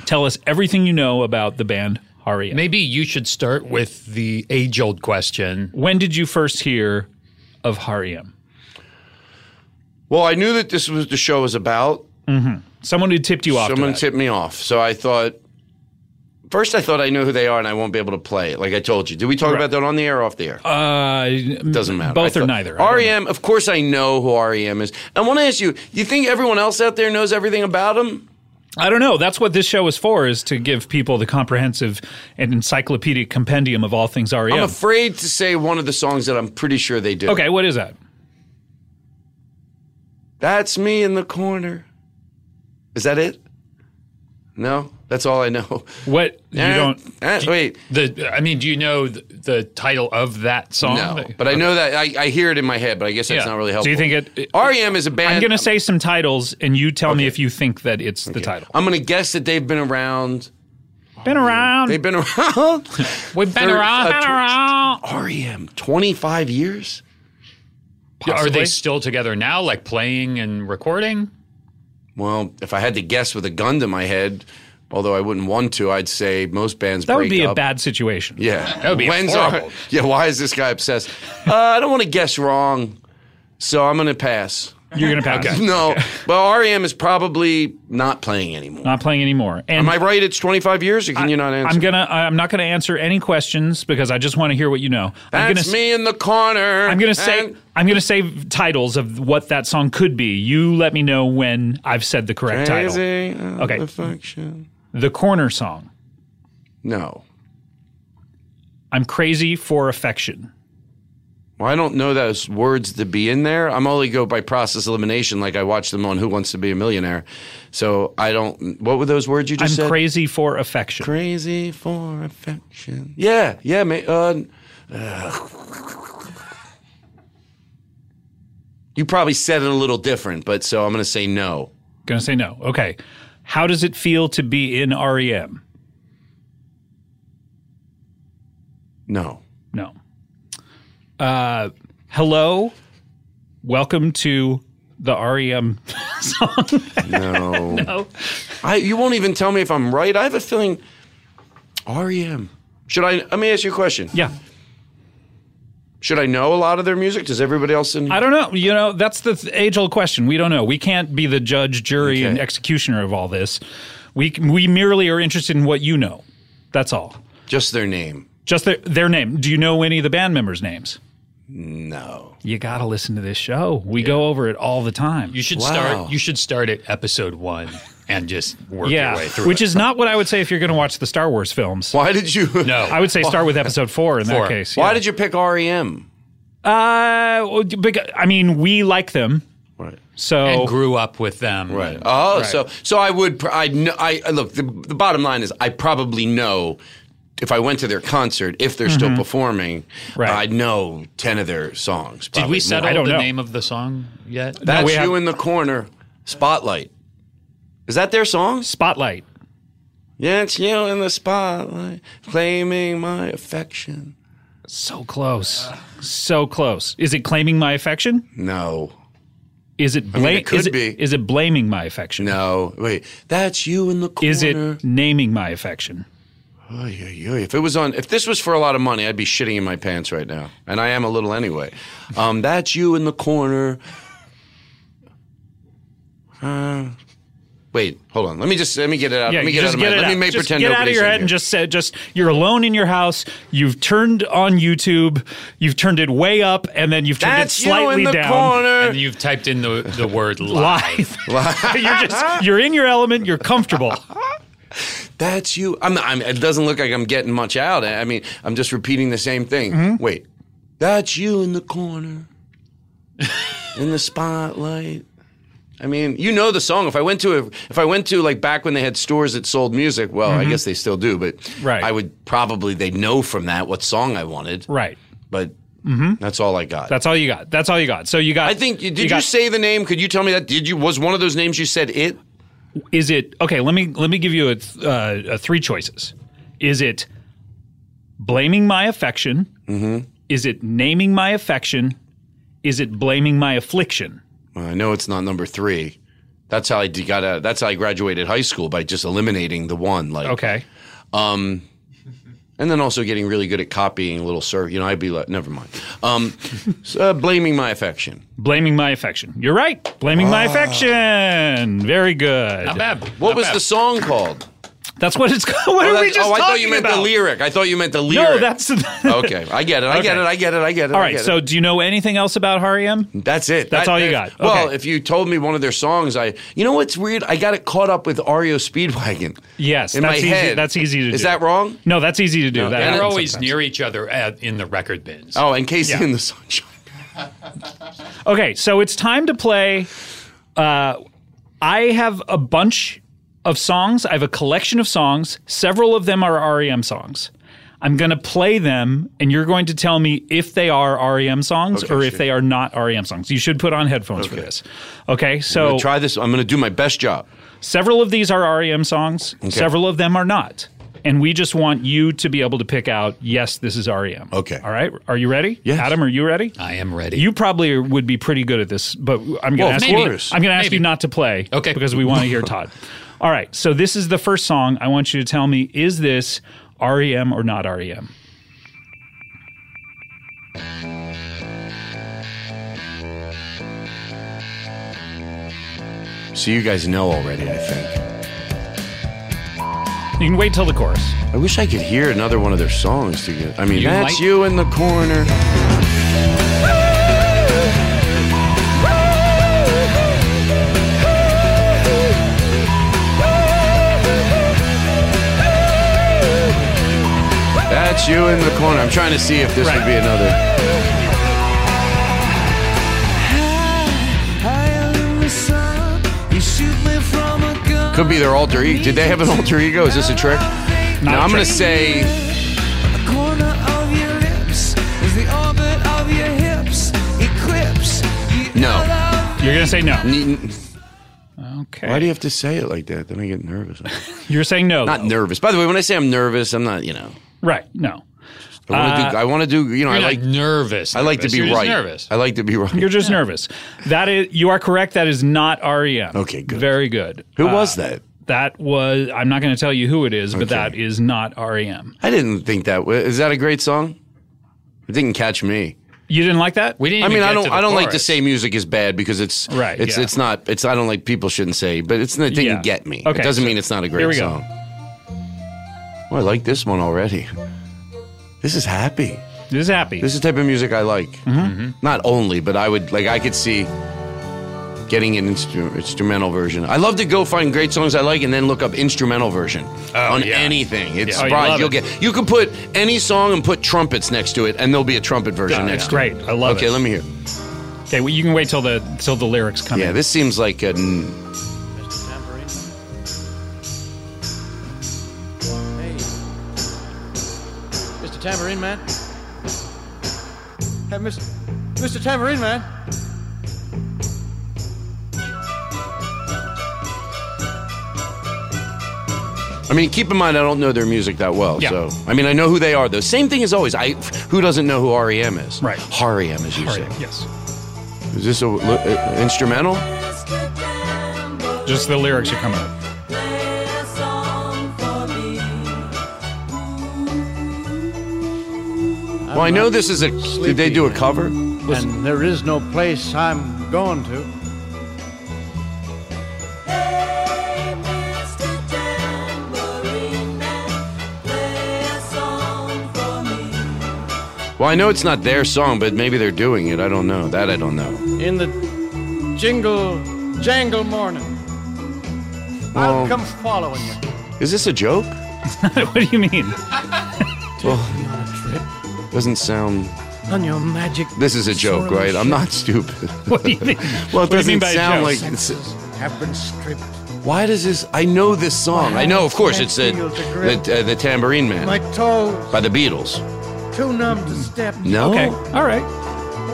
Speaker 1: E Tell us everything you know about the band E Harriet.
Speaker 2: Maybe you should start with the age old question.
Speaker 1: When did you first hear of E Harriet?
Speaker 4: Well, I knew that this was the show was about.
Speaker 1: Someone who tipped you off. to
Speaker 4: Someone
Speaker 1: that.
Speaker 4: tipped me off. So I thought, first I thought I knew who they are and I won't be able to play it. Like I told you. Did we talk about that on the air or off the air?
Speaker 1: uh,
Speaker 4: Doesn't matter.
Speaker 1: Both
Speaker 4: I
Speaker 1: or
Speaker 4: thought-
Speaker 1: neither. I don't
Speaker 4: REM, of course I know who REM is. I want to ask you, you think everyone else out there knows everything about them?
Speaker 1: I don't know. That's what this show is for: is to give people the comprehensive and encyclopedic compendium of all things REM.
Speaker 4: I'm afraid to say one of the songs that I'm pretty sure they do.
Speaker 1: okay, what is that?
Speaker 4: That's me in the corner. Is that it? No, that's all I know.
Speaker 1: What you
Speaker 4: Eh,
Speaker 1: don't?
Speaker 4: eh, wait,
Speaker 2: The I mean, do you know the, the title of that song?
Speaker 4: no. But I know that I, I hear it in my head, but I guess that's
Speaker 1: Oh, Yeah.
Speaker 4: not really
Speaker 1: Do
Speaker 4: helpful.
Speaker 1: you think it-
Speaker 4: REM is a band?
Speaker 1: I'm
Speaker 2: um,
Speaker 1: going to say some titles, and you tell me if you think that it's the title.
Speaker 4: I'm gonna guess that they've been around.
Speaker 1: Been around.
Speaker 4: They've been around.
Speaker 2: We've been
Speaker 4: They're-
Speaker 2: around.
Speaker 4: uh, tw-
Speaker 2: around.
Speaker 4: REM, 25 years.
Speaker 2: Are
Speaker 1: Possibly.
Speaker 2: they still together now, like playing and recording?
Speaker 4: Well, if I had to guess with a gun to my head, although I wouldn't want to, I'd say most bands.
Speaker 1: that would
Speaker 4: break
Speaker 1: be a
Speaker 4: up.
Speaker 1: bad situation.
Speaker 4: Yeah, that
Speaker 2: would be horrible.
Speaker 4: yeah, why is this guy obsessed? Uh, I don't want to guess wrong, so I'm gonna pass.
Speaker 1: You're going to pass.
Speaker 4: No, but REM is probably not playing anymore.
Speaker 1: Not playing anymore. And
Speaker 4: Am I right? It's 25 years, or can you not answer?
Speaker 1: I'm gonna. I'm not gonna answer any questions because I just want to hear what you know. I'm
Speaker 4: That's
Speaker 1: gonna,
Speaker 4: me in the corner.
Speaker 1: I'm gonna say.
Speaker 4: and-
Speaker 1: I'm gonna say titles of what that song could be. You let me know when I've said the correct title.
Speaker 4: Crazy
Speaker 1: Okay.
Speaker 4: affection.
Speaker 1: The corner song.
Speaker 4: No,
Speaker 1: I'm crazy for affection.
Speaker 4: Well, I don't know those words to be in there. I'm only go by process elimination, like I watch them on Who Wants to Be a Millionaire. So I don't. What were those words you
Speaker 1: I'm
Speaker 4: just said?
Speaker 1: crazy for affection.
Speaker 4: Crazy for affection. Yeah, yeah. Ma- uh, you probably said it a little different, but so I'm going to say no.
Speaker 1: Gonna say no. Okay. How does it feel to be in E REM?
Speaker 4: No.
Speaker 1: No. Uh, hello. Welcome to the E REM song.
Speaker 4: No. no. I, you won't even tell me if I'm right. I have a feeling. REM. Should I? Let me ask you a question.
Speaker 1: yeah.
Speaker 4: Should I know a lot of their music? Does everybody else in?
Speaker 1: I don't know. You know, that's the age old question. We don't know. We can't be the judge, jury, and
Speaker 4: Okay.
Speaker 1: executioner of all this. We, we merely are interested in what you know. That's all.
Speaker 4: Just their name.
Speaker 1: Just their, their name. Do you know any of the band members' names?
Speaker 4: No.
Speaker 1: You got to listen to this show. We go over it all the time.
Speaker 2: You should
Speaker 4: Wow.
Speaker 2: start. You should start at episode one and just work
Speaker 1: yeah,
Speaker 2: your way through.
Speaker 1: which
Speaker 2: it.
Speaker 1: is not what I would say if you're going to watch the Star Wars films.
Speaker 4: Why did you?
Speaker 2: no.
Speaker 1: I would say start with episode four in
Speaker 2: Four.
Speaker 1: that case.
Speaker 4: Why
Speaker 1: yeah.
Speaker 4: did you pick E REM?
Speaker 1: Uh, well, because, I mean, we like them,
Speaker 4: Right.
Speaker 1: so
Speaker 2: and grew up with them.
Speaker 4: Right. Oh, so so I would. pr- I know. I I- look. The, the bottom line is, I probably know. If I went to their concert, if they're still performing,
Speaker 1: Right.
Speaker 4: I'd know ten of their songs.
Speaker 2: Did we
Speaker 4: set
Speaker 2: settle
Speaker 1: don't
Speaker 2: the
Speaker 1: know.
Speaker 2: name of the song yet?
Speaker 4: That's
Speaker 1: we
Speaker 4: you
Speaker 1: have-
Speaker 4: in the corner. Spotlight. Is that their song?
Speaker 1: Spotlight.
Speaker 4: Yeah, it's you in the spotlight, claiming my affection.
Speaker 1: So close, so close. Is it claiming my affection?
Speaker 4: No,
Speaker 1: Is it
Speaker 4: mean,
Speaker 1: blaming?
Speaker 4: it could
Speaker 1: is, it-
Speaker 4: be.
Speaker 1: is it blaming my affection?
Speaker 4: no. Wait, that's you in the corner.
Speaker 1: Is it naming my affection?
Speaker 4: Oy, oy, oy. If it was on, if this was for a lot of money, I'd be shitting in my pants right now, and I am a little anyway. Um, that's you in the corner. Uh, wait, hold on. Let me just let me get it out. let me
Speaker 1: you
Speaker 4: get it out
Speaker 1: just
Speaker 4: of my.
Speaker 1: it
Speaker 4: Let me
Speaker 1: out.
Speaker 4: make
Speaker 1: Just
Speaker 4: pretend
Speaker 1: get out of
Speaker 4: nobody's
Speaker 1: your
Speaker 4: in
Speaker 1: head
Speaker 4: here.
Speaker 1: and just say, just you're alone in your house. You've turned on YouTube. You've turned it way up, and then you've turned
Speaker 4: That's
Speaker 1: it
Speaker 4: you
Speaker 1: slightly
Speaker 4: in the
Speaker 1: down.
Speaker 2: And
Speaker 4: corner.
Speaker 2: you've typed in the, the word live.
Speaker 1: Live. you're just you're in your element. You're comfortable.
Speaker 4: That's you. I'm, not, I'm. It doesn't look like I'm getting much out. I mean, I'm just repeating the same thing.
Speaker 1: Mm-hmm.
Speaker 4: Wait, that's you in the corner, in the spotlight. I mean, you know the song. If I went to a, if I went to like back when they had stores that sold music, well, I guess they still do, but
Speaker 1: Mm-hmm. Right.
Speaker 4: I would probably they'd know from that what song I wanted.
Speaker 1: right.
Speaker 4: But that's all I got.
Speaker 1: Mm-hmm. That's all you got. That's all you got. So you got.
Speaker 4: I think. Did you,
Speaker 1: got-
Speaker 4: say the name? Could you tell me that? Did you was one of those names you said it?
Speaker 1: Is it okay? Let me let me give you a, th- uh, a three choices. Is it blaming my affection?
Speaker 4: Mm-hmm.
Speaker 1: Is it naming my affection? Is it blaming my affliction?
Speaker 4: Uh, Well, I know it's not number three. That's how I de- got out. That's how I graduated high school by just eliminating the one. Like
Speaker 1: Okay.
Speaker 4: and then also getting really good at copying little sir. You know, I'd be like, never mind. Um, so, uh, blaming my affection.
Speaker 1: Blaming my affection. You're right. Blaming
Speaker 4: Ah.
Speaker 1: my affection. Very good.
Speaker 2: Not bad.
Speaker 4: What
Speaker 2: Not
Speaker 4: was
Speaker 2: bad.
Speaker 4: the song called?
Speaker 1: That's what it's. What
Speaker 4: Oh,
Speaker 1: are we
Speaker 4: that's-
Speaker 1: just
Speaker 4: oh I thought
Speaker 1: talking
Speaker 4: you meant
Speaker 1: about?
Speaker 4: the lyric. I thought you meant the lyric.
Speaker 1: No, that's.
Speaker 4: okay. I get it. I get
Speaker 1: Okay.
Speaker 4: it. I get it. I get it.
Speaker 1: All
Speaker 4: I
Speaker 1: right.
Speaker 4: get it.
Speaker 1: So, do you know anything else about Hariem?
Speaker 4: That's it.
Speaker 1: That's
Speaker 4: That-
Speaker 1: all you
Speaker 4: that-
Speaker 1: got.
Speaker 4: Well,
Speaker 1: Okay.
Speaker 4: if you told me one of their songs, I you know what's weird? I got it caught up with Ario Speedwagon.
Speaker 1: Yes,
Speaker 4: in
Speaker 1: that's
Speaker 4: my
Speaker 1: easy-
Speaker 4: head.
Speaker 1: that's easy to
Speaker 4: Is
Speaker 1: do.
Speaker 4: that wrong?
Speaker 1: No, that's easy to do. that
Speaker 4: and
Speaker 2: They're
Speaker 1: happens
Speaker 2: always
Speaker 1: sometimes.
Speaker 2: near each other at, in the record bins.
Speaker 4: Oh, and Casey
Speaker 1: Yeah.
Speaker 4: in the Sunshine.
Speaker 1: Okay, so it's time to play. Uh, I have a bunch of songs. I have a collection of songs. Several of them are REM songs. I'm going to play them, and you're going to tell me if they are REM songs
Speaker 4: Okay,
Speaker 1: or if
Speaker 4: sure.
Speaker 1: they are not REM songs. You should put on headphones for
Speaker 4: Okay.
Speaker 1: this. Okay,
Speaker 4: I'm
Speaker 1: so
Speaker 4: gonna try this. I'm gonna do my best job.
Speaker 1: several of these are REM songs, several of them are not. And we just want you to be able to pick out, yes, this is REM.
Speaker 4: Okay.
Speaker 1: All right, are you ready?
Speaker 4: Yes.
Speaker 1: Adam, are you ready?
Speaker 2: I am ready.
Speaker 1: You probably would be pretty good at this, but I'm going to
Speaker 4: Well, of
Speaker 1: ask you.
Speaker 4: course.
Speaker 1: I'm going to ask
Speaker 2: Maybe.
Speaker 1: you not to play,
Speaker 2: Okay.
Speaker 1: Because we want to hear Todd. All right. So this is the first song. I want you to tell me: is this REM or not E REM?
Speaker 4: So you guys know already, I think.
Speaker 1: You can wait till the chorus.
Speaker 4: I wish I could hear another one of their songs to get. I mean,
Speaker 2: You
Speaker 4: that's
Speaker 2: might-
Speaker 4: you in the corner. That's you in the corner. I'm trying to see if this would be another. Could be their alter ego. Did they have an alter ego? Is this a trick?
Speaker 1: Not
Speaker 4: now
Speaker 1: a
Speaker 4: I'm gonna
Speaker 1: trick.
Speaker 4: say no.
Speaker 1: You're going to say no.
Speaker 4: N-
Speaker 1: Okay.
Speaker 4: Why do you have to say it like that? Then I get nervous.
Speaker 1: You're saying no.
Speaker 4: not
Speaker 1: though.
Speaker 4: nervous. By the way, when I say I'm nervous, I'm not. You know,
Speaker 1: Right. No.
Speaker 4: I want to do. I want to do. You know, I
Speaker 2: Uh, You're
Speaker 4: like.
Speaker 2: like nervous.
Speaker 4: I like to
Speaker 2: nervous.
Speaker 4: be
Speaker 2: You're just
Speaker 4: right.
Speaker 2: nervous.
Speaker 4: I like to be right.
Speaker 1: You're just nervous. That is, you are correct. That is not REM.
Speaker 4: Okay, good.
Speaker 1: Very good.
Speaker 4: Who
Speaker 1: Uh,
Speaker 4: was that?
Speaker 1: That was. I'm not going to tell you who it is, but
Speaker 4: Okay.
Speaker 1: that is not E REM.
Speaker 4: I didn't think that. wa- Is that a great song? It didn't catch me.
Speaker 1: You didn't like that?
Speaker 2: we didn't.
Speaker 4: I
Speaker 2: even
Speaker 4: mean,
Speaker 2: get
Speaker 4: I don't.
Speaker 2: To the
Speaker 4: I don't like to
Speaker 2: chorus.
Speaker 4: say music is bad because it's
Speaker 1: Right,
Speaker 4: It's
Speaker 1: yeah.
Speaker 4: it's not. It's I don't like people shouldn't say, but it's it didn't
Speaker 1: Yeah.
Speaker 4: get me.
Speaker 1: Okay,
Speaker 4: it doesn't
Speaker 1: so
Speaker 4: mean it's not a great
Speaker 1: here we go.
Speaker 4: song. Oh, I like this one already. This is happy.
Speaker 1: This is happy.
Speaker 4: This is the type of music I like.
Speaker 1: Mm-hmm.
Speaker 4: Mm-hmm. Not only, but I would like. I could see getting an instru- instrumental version. I love to go find great songs I like and then look up instrumental version on
Speaker 2: yeah.
Speaker 4: anything. It's
Speaker 2: Yeah.
Speaker 1: Oh, you
Speaker 4: surprised
Speaker 1: love
Speaker 4: you'll
Speaker 1: it.
Speaker 4: get. You can put any song and put trumpets next to it, and there'll be a trumpet version
Speaker 1: Oh, Yeah,
Speaker 4: next.
Speaker 1: it's
Speaker 4: to it.
Speaker 1: great. I love
Speaker 4: okay,
Speaker 1: it.
Speaker 4: let me hear.
Speaker 1: Okay, well, you can wait till the till the lyrics come
Speaker 4: Yeah,
Speaker 1: in.
Speaker 4: this seems like a. n-
Speaker 7: Mr. Tambourine Man. Have Mr. Mr. Tambourine Man.
Speaker 4: I mean, keep in mind I don't know their music that well.
Speaker 1: Yeah.
Speaker 4: So I mean, I know who they are though. Same thing as always. I who doesn't know who REM is?
Speaker 1: Right. E
Speaker 4: REM, as you
Speaker 1: All
Speaker 4: say.
Speaker 1: right, yes.
Speaker 4: Is this a, uh, instrumental?
Speaker 1: Just the lyrics are coming up.
Speaker 4: Well, I know this is a. Did they do a cover?
Speaker 7: And there is no place I'm going to.
Speaker 4: Well, I know it's not their song, but maybe they're doing it. I don't know. That I don't know.
Speaker 7: In the jingle jangle morning. I'll
Speaker 4: Well-
Speaker 7: come following you.
Speaker 4: Is this a joke?
Speaker 1: what do you mean?
Speaker 4: Doesn't sound.
Speaker 7: On your magic.
Speaker 4: This is a joke, right? I'm not stupid.
Speaker 1: What do you mean?
Speaker 4: Well,
Speaker 1: What
Speaker 4: it
Speaker 1: do you mean
Speaker 4: doesn't
Speaker 1: by a
Speaker 4: sound
Speaker 1: joke?
Speaker 4: like. It's,
Speaker 7: Have been stripped.
Speaker 4: why does this? I know this song. I know, of course, it's a, the uh, the Tambourine
Speaker 7: My
Speaker 4: Man
Speaker 7: toes
Speaker 4: by the Beatles.
Speaker 7: too numb to step.
Speaker 4: No,
Speaker 1: Okay, all right.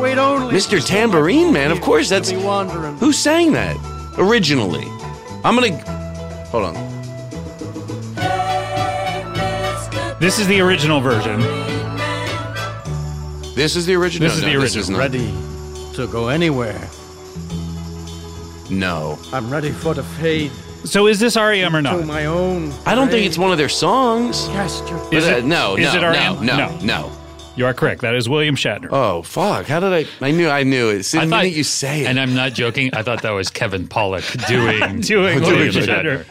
Speaker 7: Wait only. for
Speaker 4: Mr.
Speaker 7: so
Speaker 4: Tambourine
Speaker 7: much
Speaker 4: Man. Of
Speaker 7: to
Speaker 4: course, that's
Speaker 7: be wandering.
Speaker 4: who sang that originally. I'm gonna. Hold on.
Speaker 1: This is the original version.
Speaker 4: This is the original.
Speaker 1: This is the
Speaker 4: No, no, This is
Speaker 1: original.
Speaker 4: not.
Speaker 7: ready to go anywhere.
Speaker 4: No.
Speaker 7: I'm ready for the fade
Speaker 1: So is this REM or
Speaker 7: to
Speaker 1: not?
Speaker 7: my own.
Speaker 4: I don't think it's one of their songs.
Speaker 7: Gesture.
Speaker 1: Is
Speaker 4: Uh,
Speaker 1: it?
Speaker 4: no,
Speaker 1: Is
Speaker 4: no,
Speaker 1: it
Speaker 4: no,
Speaker 1: R.E.M.?
Speaker 4: no,
Speaker 1: No.
Speaker 4: no,
Speaker 1: You are correct. That is William Shatner.
Speaker 4: Oh fuck! How did I? I knew. I knew it. See, I
Speaker 2: thought-
Speaker 4: you say it.
Speaker 2: And I'm not joking. I thought that was Kevin Pollock doing
Speaker 1: Doing William Shatner.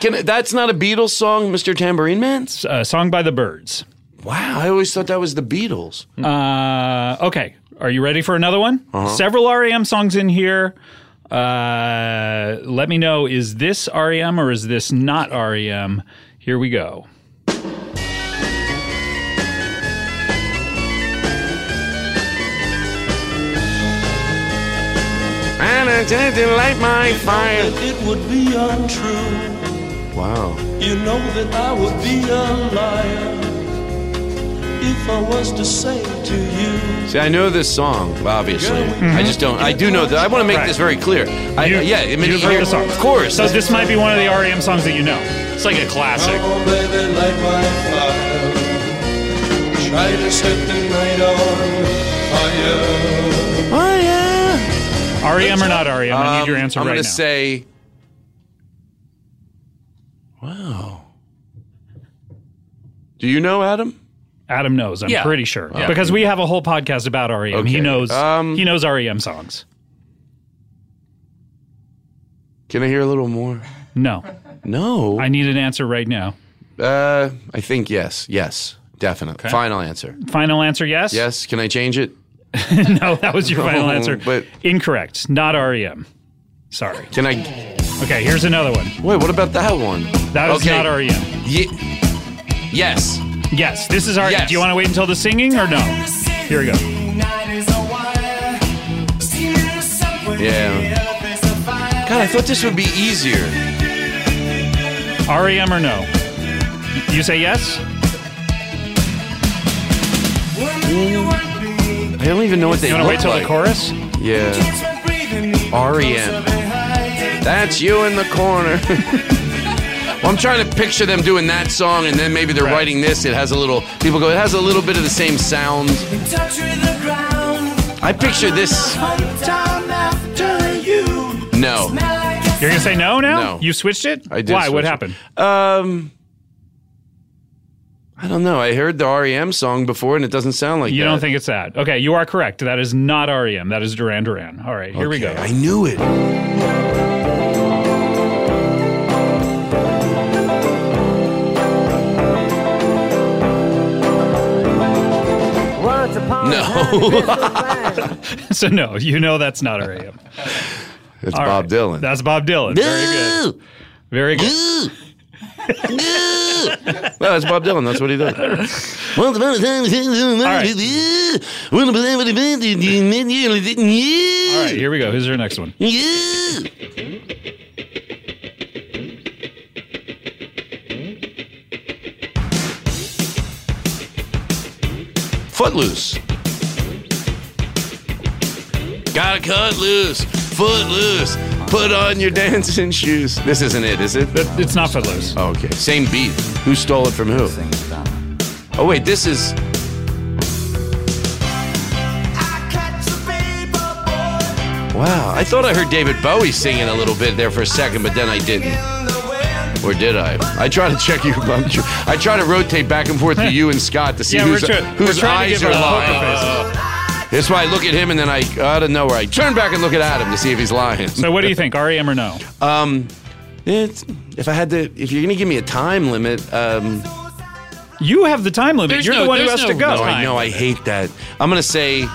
Speaker 4: Can I- that's not a Beatles song, Mr. Tambourine Man.
Speaker 1: Uh, song by the Birds.
Speaker 4: Wow, I always thought that was the Beatles.
Speaker 1: Uh, okay. Are you ready for another one?
Speaker 4: Uh-huh.
Speaker 1: Several REM songs in here. Uh, let me know is this REM or is this not REM? Here we go.
Speaker 4: And I didn't light my fire.
Speaker 3: It would be untrue.
Speaker 4: Wow.
Speaker 3: You know that I would be a liar if I was to say to you.
Speaker 4: See, I know this song, obviously. I just don't. I do know that. I want to make this very clear. I,
Speaker 1: You-
Speaker 4: yeah, I mean,
Speaker 1: you've heard the song.
Speaker 4: of course.
Speaker 1: So this might be one of the REM songs that you know.
Speaker 2: It's like a classic.
Speaker 3: Oh, baby, light my fire. Try to set the night on fire.
Speaker 4: oh yeah.
Speaker 1: REM E or not REM? I need your
Speaker 4: Um,
Speaker 1: answer
Speaker 4: I'm
Speaker 1: right
Speaker 4: gonna
Speaker 1: now.
Speaker 4: say. Wow. Do you know Adam?
Speaker 1: Adam knows. I'm
Speaker 2: Yeah.
Speaker 1: pretty sure
Speaker 2: Yeah.
Speaker 1: because we have a whole podcast about REM. He
Speaker 4: Okay.
Speaker 1: knows.
Speaker 4: Um,
Speaker 1: he knows REM songs.
Speaker 4: Can I hear a little more?
Speaker 1: No,
Speaker 4: No.
Speaker 1: I need an answer right now.
Speaker 4: uh, I think yes. Yes. Definite. Final answer.
Speaker 1: Final answer: Yes.
Speaker 4: Yes. Can I change it?
Speaker 1: No, that was your final
Speaker 4: No,
Speaker 1: answer.
Speaker 4: but-
Speaker 1: incorrect. Not REM. Sorry.
Speaker 4: Can I?
Speaker 1: Okay, here's another one.
Speaker 4: Wait. What about that one?
Speaker 1: That is
Speaker 4: Okay.
Speaker 1: not REM.
Speaker 4: Ye- yes.
Speaker 1: Yes, this is REM.
Speaker 4: Yes.
Speaker 1: Do you want to wait until the singing or no? Here we go.
Speaker 4: Yeah. God, I thought this would be easier.
Speaker 1: REM E or no? You say yes?
Speaker 4: I don't even know what they
Speaker 1: You want to
Speaker 4: look
Speaker 1: wait till
Speaker 4: like.
Speaker 1: the chorus?
Speaker 4: Yeah. REM. That's you in the corner. Well, I'm trying to picture them doing that song, and then maybe they're
Speaker 1: Right.
Speaker 4: writing this. It has a little. People go. It has a little bit of the same sound. I picture this. No.
Speaker 1: You're gonna say no now?
Speaker 4: No.
Speaker 1: You switched it?
Speaker 4: I did
Speaker 1: Why? what
Speaker 4: switch it.
Speaker 1: happened?
Speaker 4: Um. I don't know. I heard the REM song before, and it doesn't sound like
Speaker 1: You
Speaker 4: that.
Speaker 1: don't think it's that? Okay, you are correct. That is not REM. That is Duran Duran. All right, here we go.
Speaker 4: Okay, I knew it. No,
Speaker 1: so no, you know that's not REM.
Speaker 4: it's
Speaker 1: All
Speaker 4: Bob
Speaker 1: right.
Speaker 4: Dylan.
Speaker 1: That's Bob Dylan. Very good. Very good.
Speaker 4: No, it's Bob Dylan. That's what he does. Once upon a time,
Speaker 1: All right, here we go. Here's your next one.
Speaker 4: Footloose. Gotta cut loose. Footloose. Put on your dancing shoes. This isn't it, is it?
Speaker 1: That- It's not Footloose.
Speaker 4: Oh, okay. Same beat. Who stole it from who? Oh, wait, this is. Wow. I thought I heard David Bowie singing a little bit there for a second, but then I didn't. Or did I? I try to check you. I'm tr- I try to rotate back and forth to you and Scott to see
Speaker 1: Yeah,
Speaker 4: whose,
Speaker 1: we're tr- we're
Speaker 4: whose
Speaker 1: trying to
Speaker 4: eyes
Speaker 1: give
Speaker 4: are
Speaker 1: it a
Speaker 4: lying.
Speaker 1: poker face.
Speaker 4: That's why I look at him and then I, out of nowhere, I turn back and look at Adam to see if he's lying.
Speaker 1: So what do you think, REM or no?
Speaker 4: It's, if I had to, if you're gonna give me a time limit, um,
Speaker 1: You have the time limit.
Speaker 2: There's
Speaker 1: You're
Speaker 2: no-
Speaker 1: the one who
Speaker 2: there's
Speaker 1: has to
Speaker 2: no-
Speaker 1: go.
Speaker 4: no, I
Speaker 2: Time
Speaker 4: know I hate that. I'm gonna say.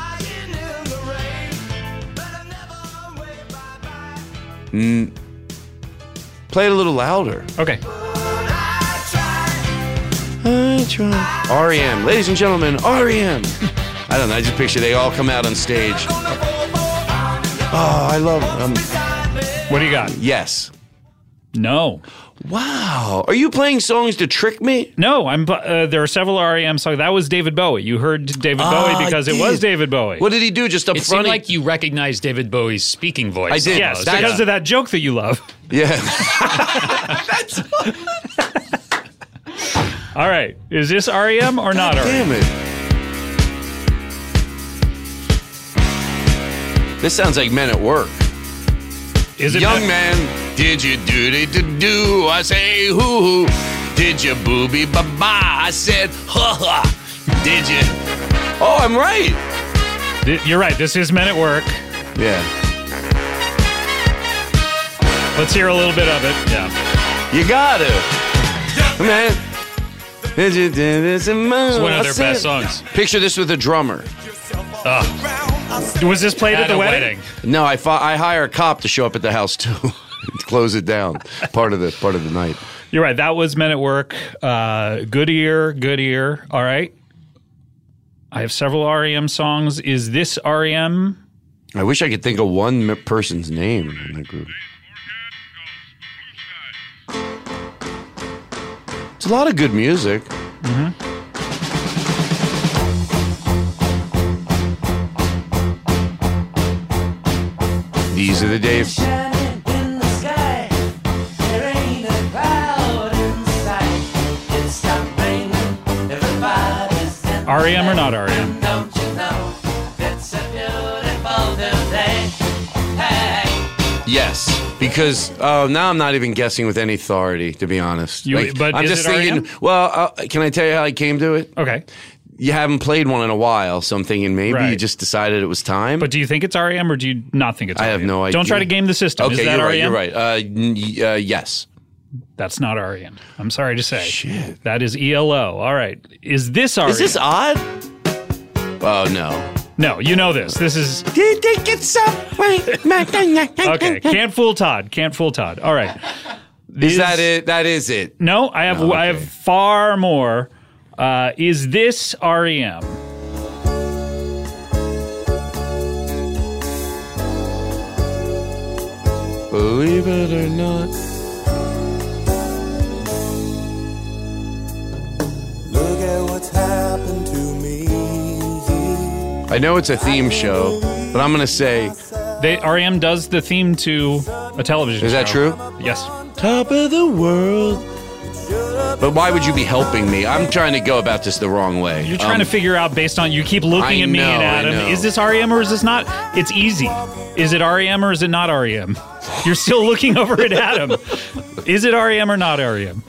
Speaker 4: Mm. play it a little louder.
Speaker 1: Okay.
Speaker 4: I try. REM, E ladies and gentlemen, REM. I don't know. I just picture they all come out on stage. Oh, I love. Um,
Speaker 1: What do you got?
Speaker 4: yes.
Speaker 1: No.
Speaker 4: Wow. Are you playing songs to trick me?
Speaker 1: No, I'm. Uh, there are several REM songs. That was David Bowie. You heard David
Speaker 4: Ah,
Speaker 1: Bowie
Speaker 4: I
Speaker 1: because it
Speaker 4: did.
Speaker 1: was David Bowie.
Speaker 4: What did he do? Just up
Speaker 2: It seemed
Speaker 4: front? he-
Speaker 2: like you recognized David Bowie's speaking voice.
Speaker 4: I did.
Speaker 1: yes,
Speaker 2: almost.
Speaker 4: That's-
Speaker 1: because of that joke that you love.
Speaker 4: yeah.
Speaker 1: All right, is this REM or not E REM?
Speaker 4: Damn it. This sounds like men at work.
Speaker 1: Is it
Speaker 4: Young
Speaker 1: be-
Speaker 4: man, did you doody to do? I say hoo hoo. Did you booby ba ba? I said ha ha. Did you? Oh, I'm right.
Speaker 1: Th- You're right. This is Men at Work.
Speaker 4: Yeah,
Speaker 1: Let's hear a little bit of it. Yeah.
Speaker 4: you got it, man. Did you do this in
Speaker 1: It's one of
Speaker 4: I
Speaker 1: their
Speaker 4: said-
Speaker 1: best songs.
Speaker 4: Picture this with a drummer.
Speaker 1: Was this played at,
Speaker 2: At
Speaker 1: the
Speaker 2: a
Speaker 1: wedding?
Speaker 2: wedding.
Speaker 4: No, I fi- I hire a cop to show up at the house too. Close it down. Part of the part of the night.
Speaker 1: You're right. That was Men at Work. Uh, good ear, good ear. All right. I have several REM songs. Is this E REM?
Speaker 4: I wish I could think of one m- person's name in that group. It's a lot of good music. These are the days.
Speaker 1: REM E or not REM?
Speaker 4: Yes, because uh, now I'm not even guessing with any authority, to be honest.
Speaker 1: You- but
Speaker 4: I'm
Speaker 1: is
Speaker 4: just
Speaker 1: it
Speaker 4: thinking.
Speaker 1: R.E.M.?
Speaker 4: Well, uh, can I tell you how I came to it?
Speaker 1: Okay.
Speaker 4: You haven't played one in a while, so I'm thinking maybe you
Speaker 1: Right.
Speaker 4: just decided it was time.
Speaker 1: But do you think it's REM or do you not think it's
Speaker 4: I
Speaker 1: REM?
Speaker 4: have no idea.
Speaker 1: Don't try to game the system.
Speaker 4: okay,
Speaker 1: Is that E
Speaker 4: you're
Speaker 1: REM?
Speaker 4: right. You're right. Uh, n- y- uh, yes.
Speaker 1: That's not REM. I'm sorry to say. Shit. That is ELO. All right. Is this E REM?
Speaker 4: Is this odd? Oh no.
Speaker 1: no, you know this. This is okay. Can't fool Todd. Can't fool Todd. All right.
Speaker 4: Is that it? That is it.
Speaker 1: No, I have I have
Speaker 4: okay.
Speaker 1: far more. Uh, is this E REM?
Speaker 4: Believe it or not.
Speaker 8: Look at what's happened to me.
Speaker 4: I know it's a theme show, but I'm gonna say,
Speaker 1: They REM does the theme to a television.
Speaker 4: is that
Speaker 1: show.
Speaker 4: true?
Speaker 1: Yes.
Speaker 4: Top of the world. But why would you be helping me? I'm trying to go about this the wrong way.
Speaker 1: You're trying to figure out based on you keep looking
Speaker 4: Um, I
Speaker 1: at me and
Speaker 4: know, I
Speaker 1: Adam.
Speaker 4: know.
Speaker 1: Is this REM or is this not? It's easy. Is it REM or is it not REM? You're still looking over at Adam. Is it REM or not E REM?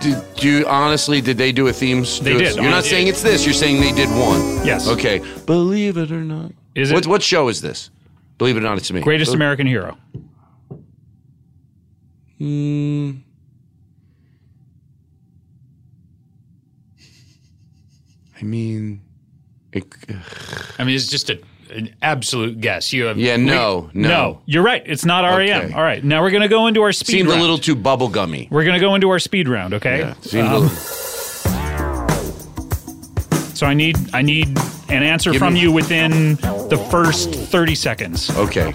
Speaker 4: Did do you honestly? Did they do a theme? s-
Speaker 1: They
Speaker 4: do a-
Speaker 1: did.
Speaker 4: You're not
Speaker 1: They
Speaker 4: saying it's this. You're saying they did one.
Speaker 1: Yes.
Speaker 4: Okay. Believe it or not.
Speaker 1: Is it
Speaker 4: What what show is this? Believe it or not, it's me.
Speaker 1: Greatest American Hero?
Speaker 4: I mean, it, uh,
Speaker 2: I mean, it's just a, an absolute guess. You have
Speaker 4: yeah. No. No.
Speaker 1: Oh, You're right. It's not REM.
Speaker 4: Okay.
Speaker 1: All right. Now we're going to go into our speed
Speaker 4: Seemed
Speaker 1: round.
Speaker 4: a little too bubblegummy.
Speaker 1: we're going to go into our speed round, okay?
Speaker 4: Yeah. Seemed a
Speaker 1: Um,
Speaker 4: little.
Speaker 1: So I need I need an answer
Speaker 4: Give
Speaker 1: from
Speaker 4: me-
Speaker 1: you within the first 30 seconds.
Speaker 4: Okay.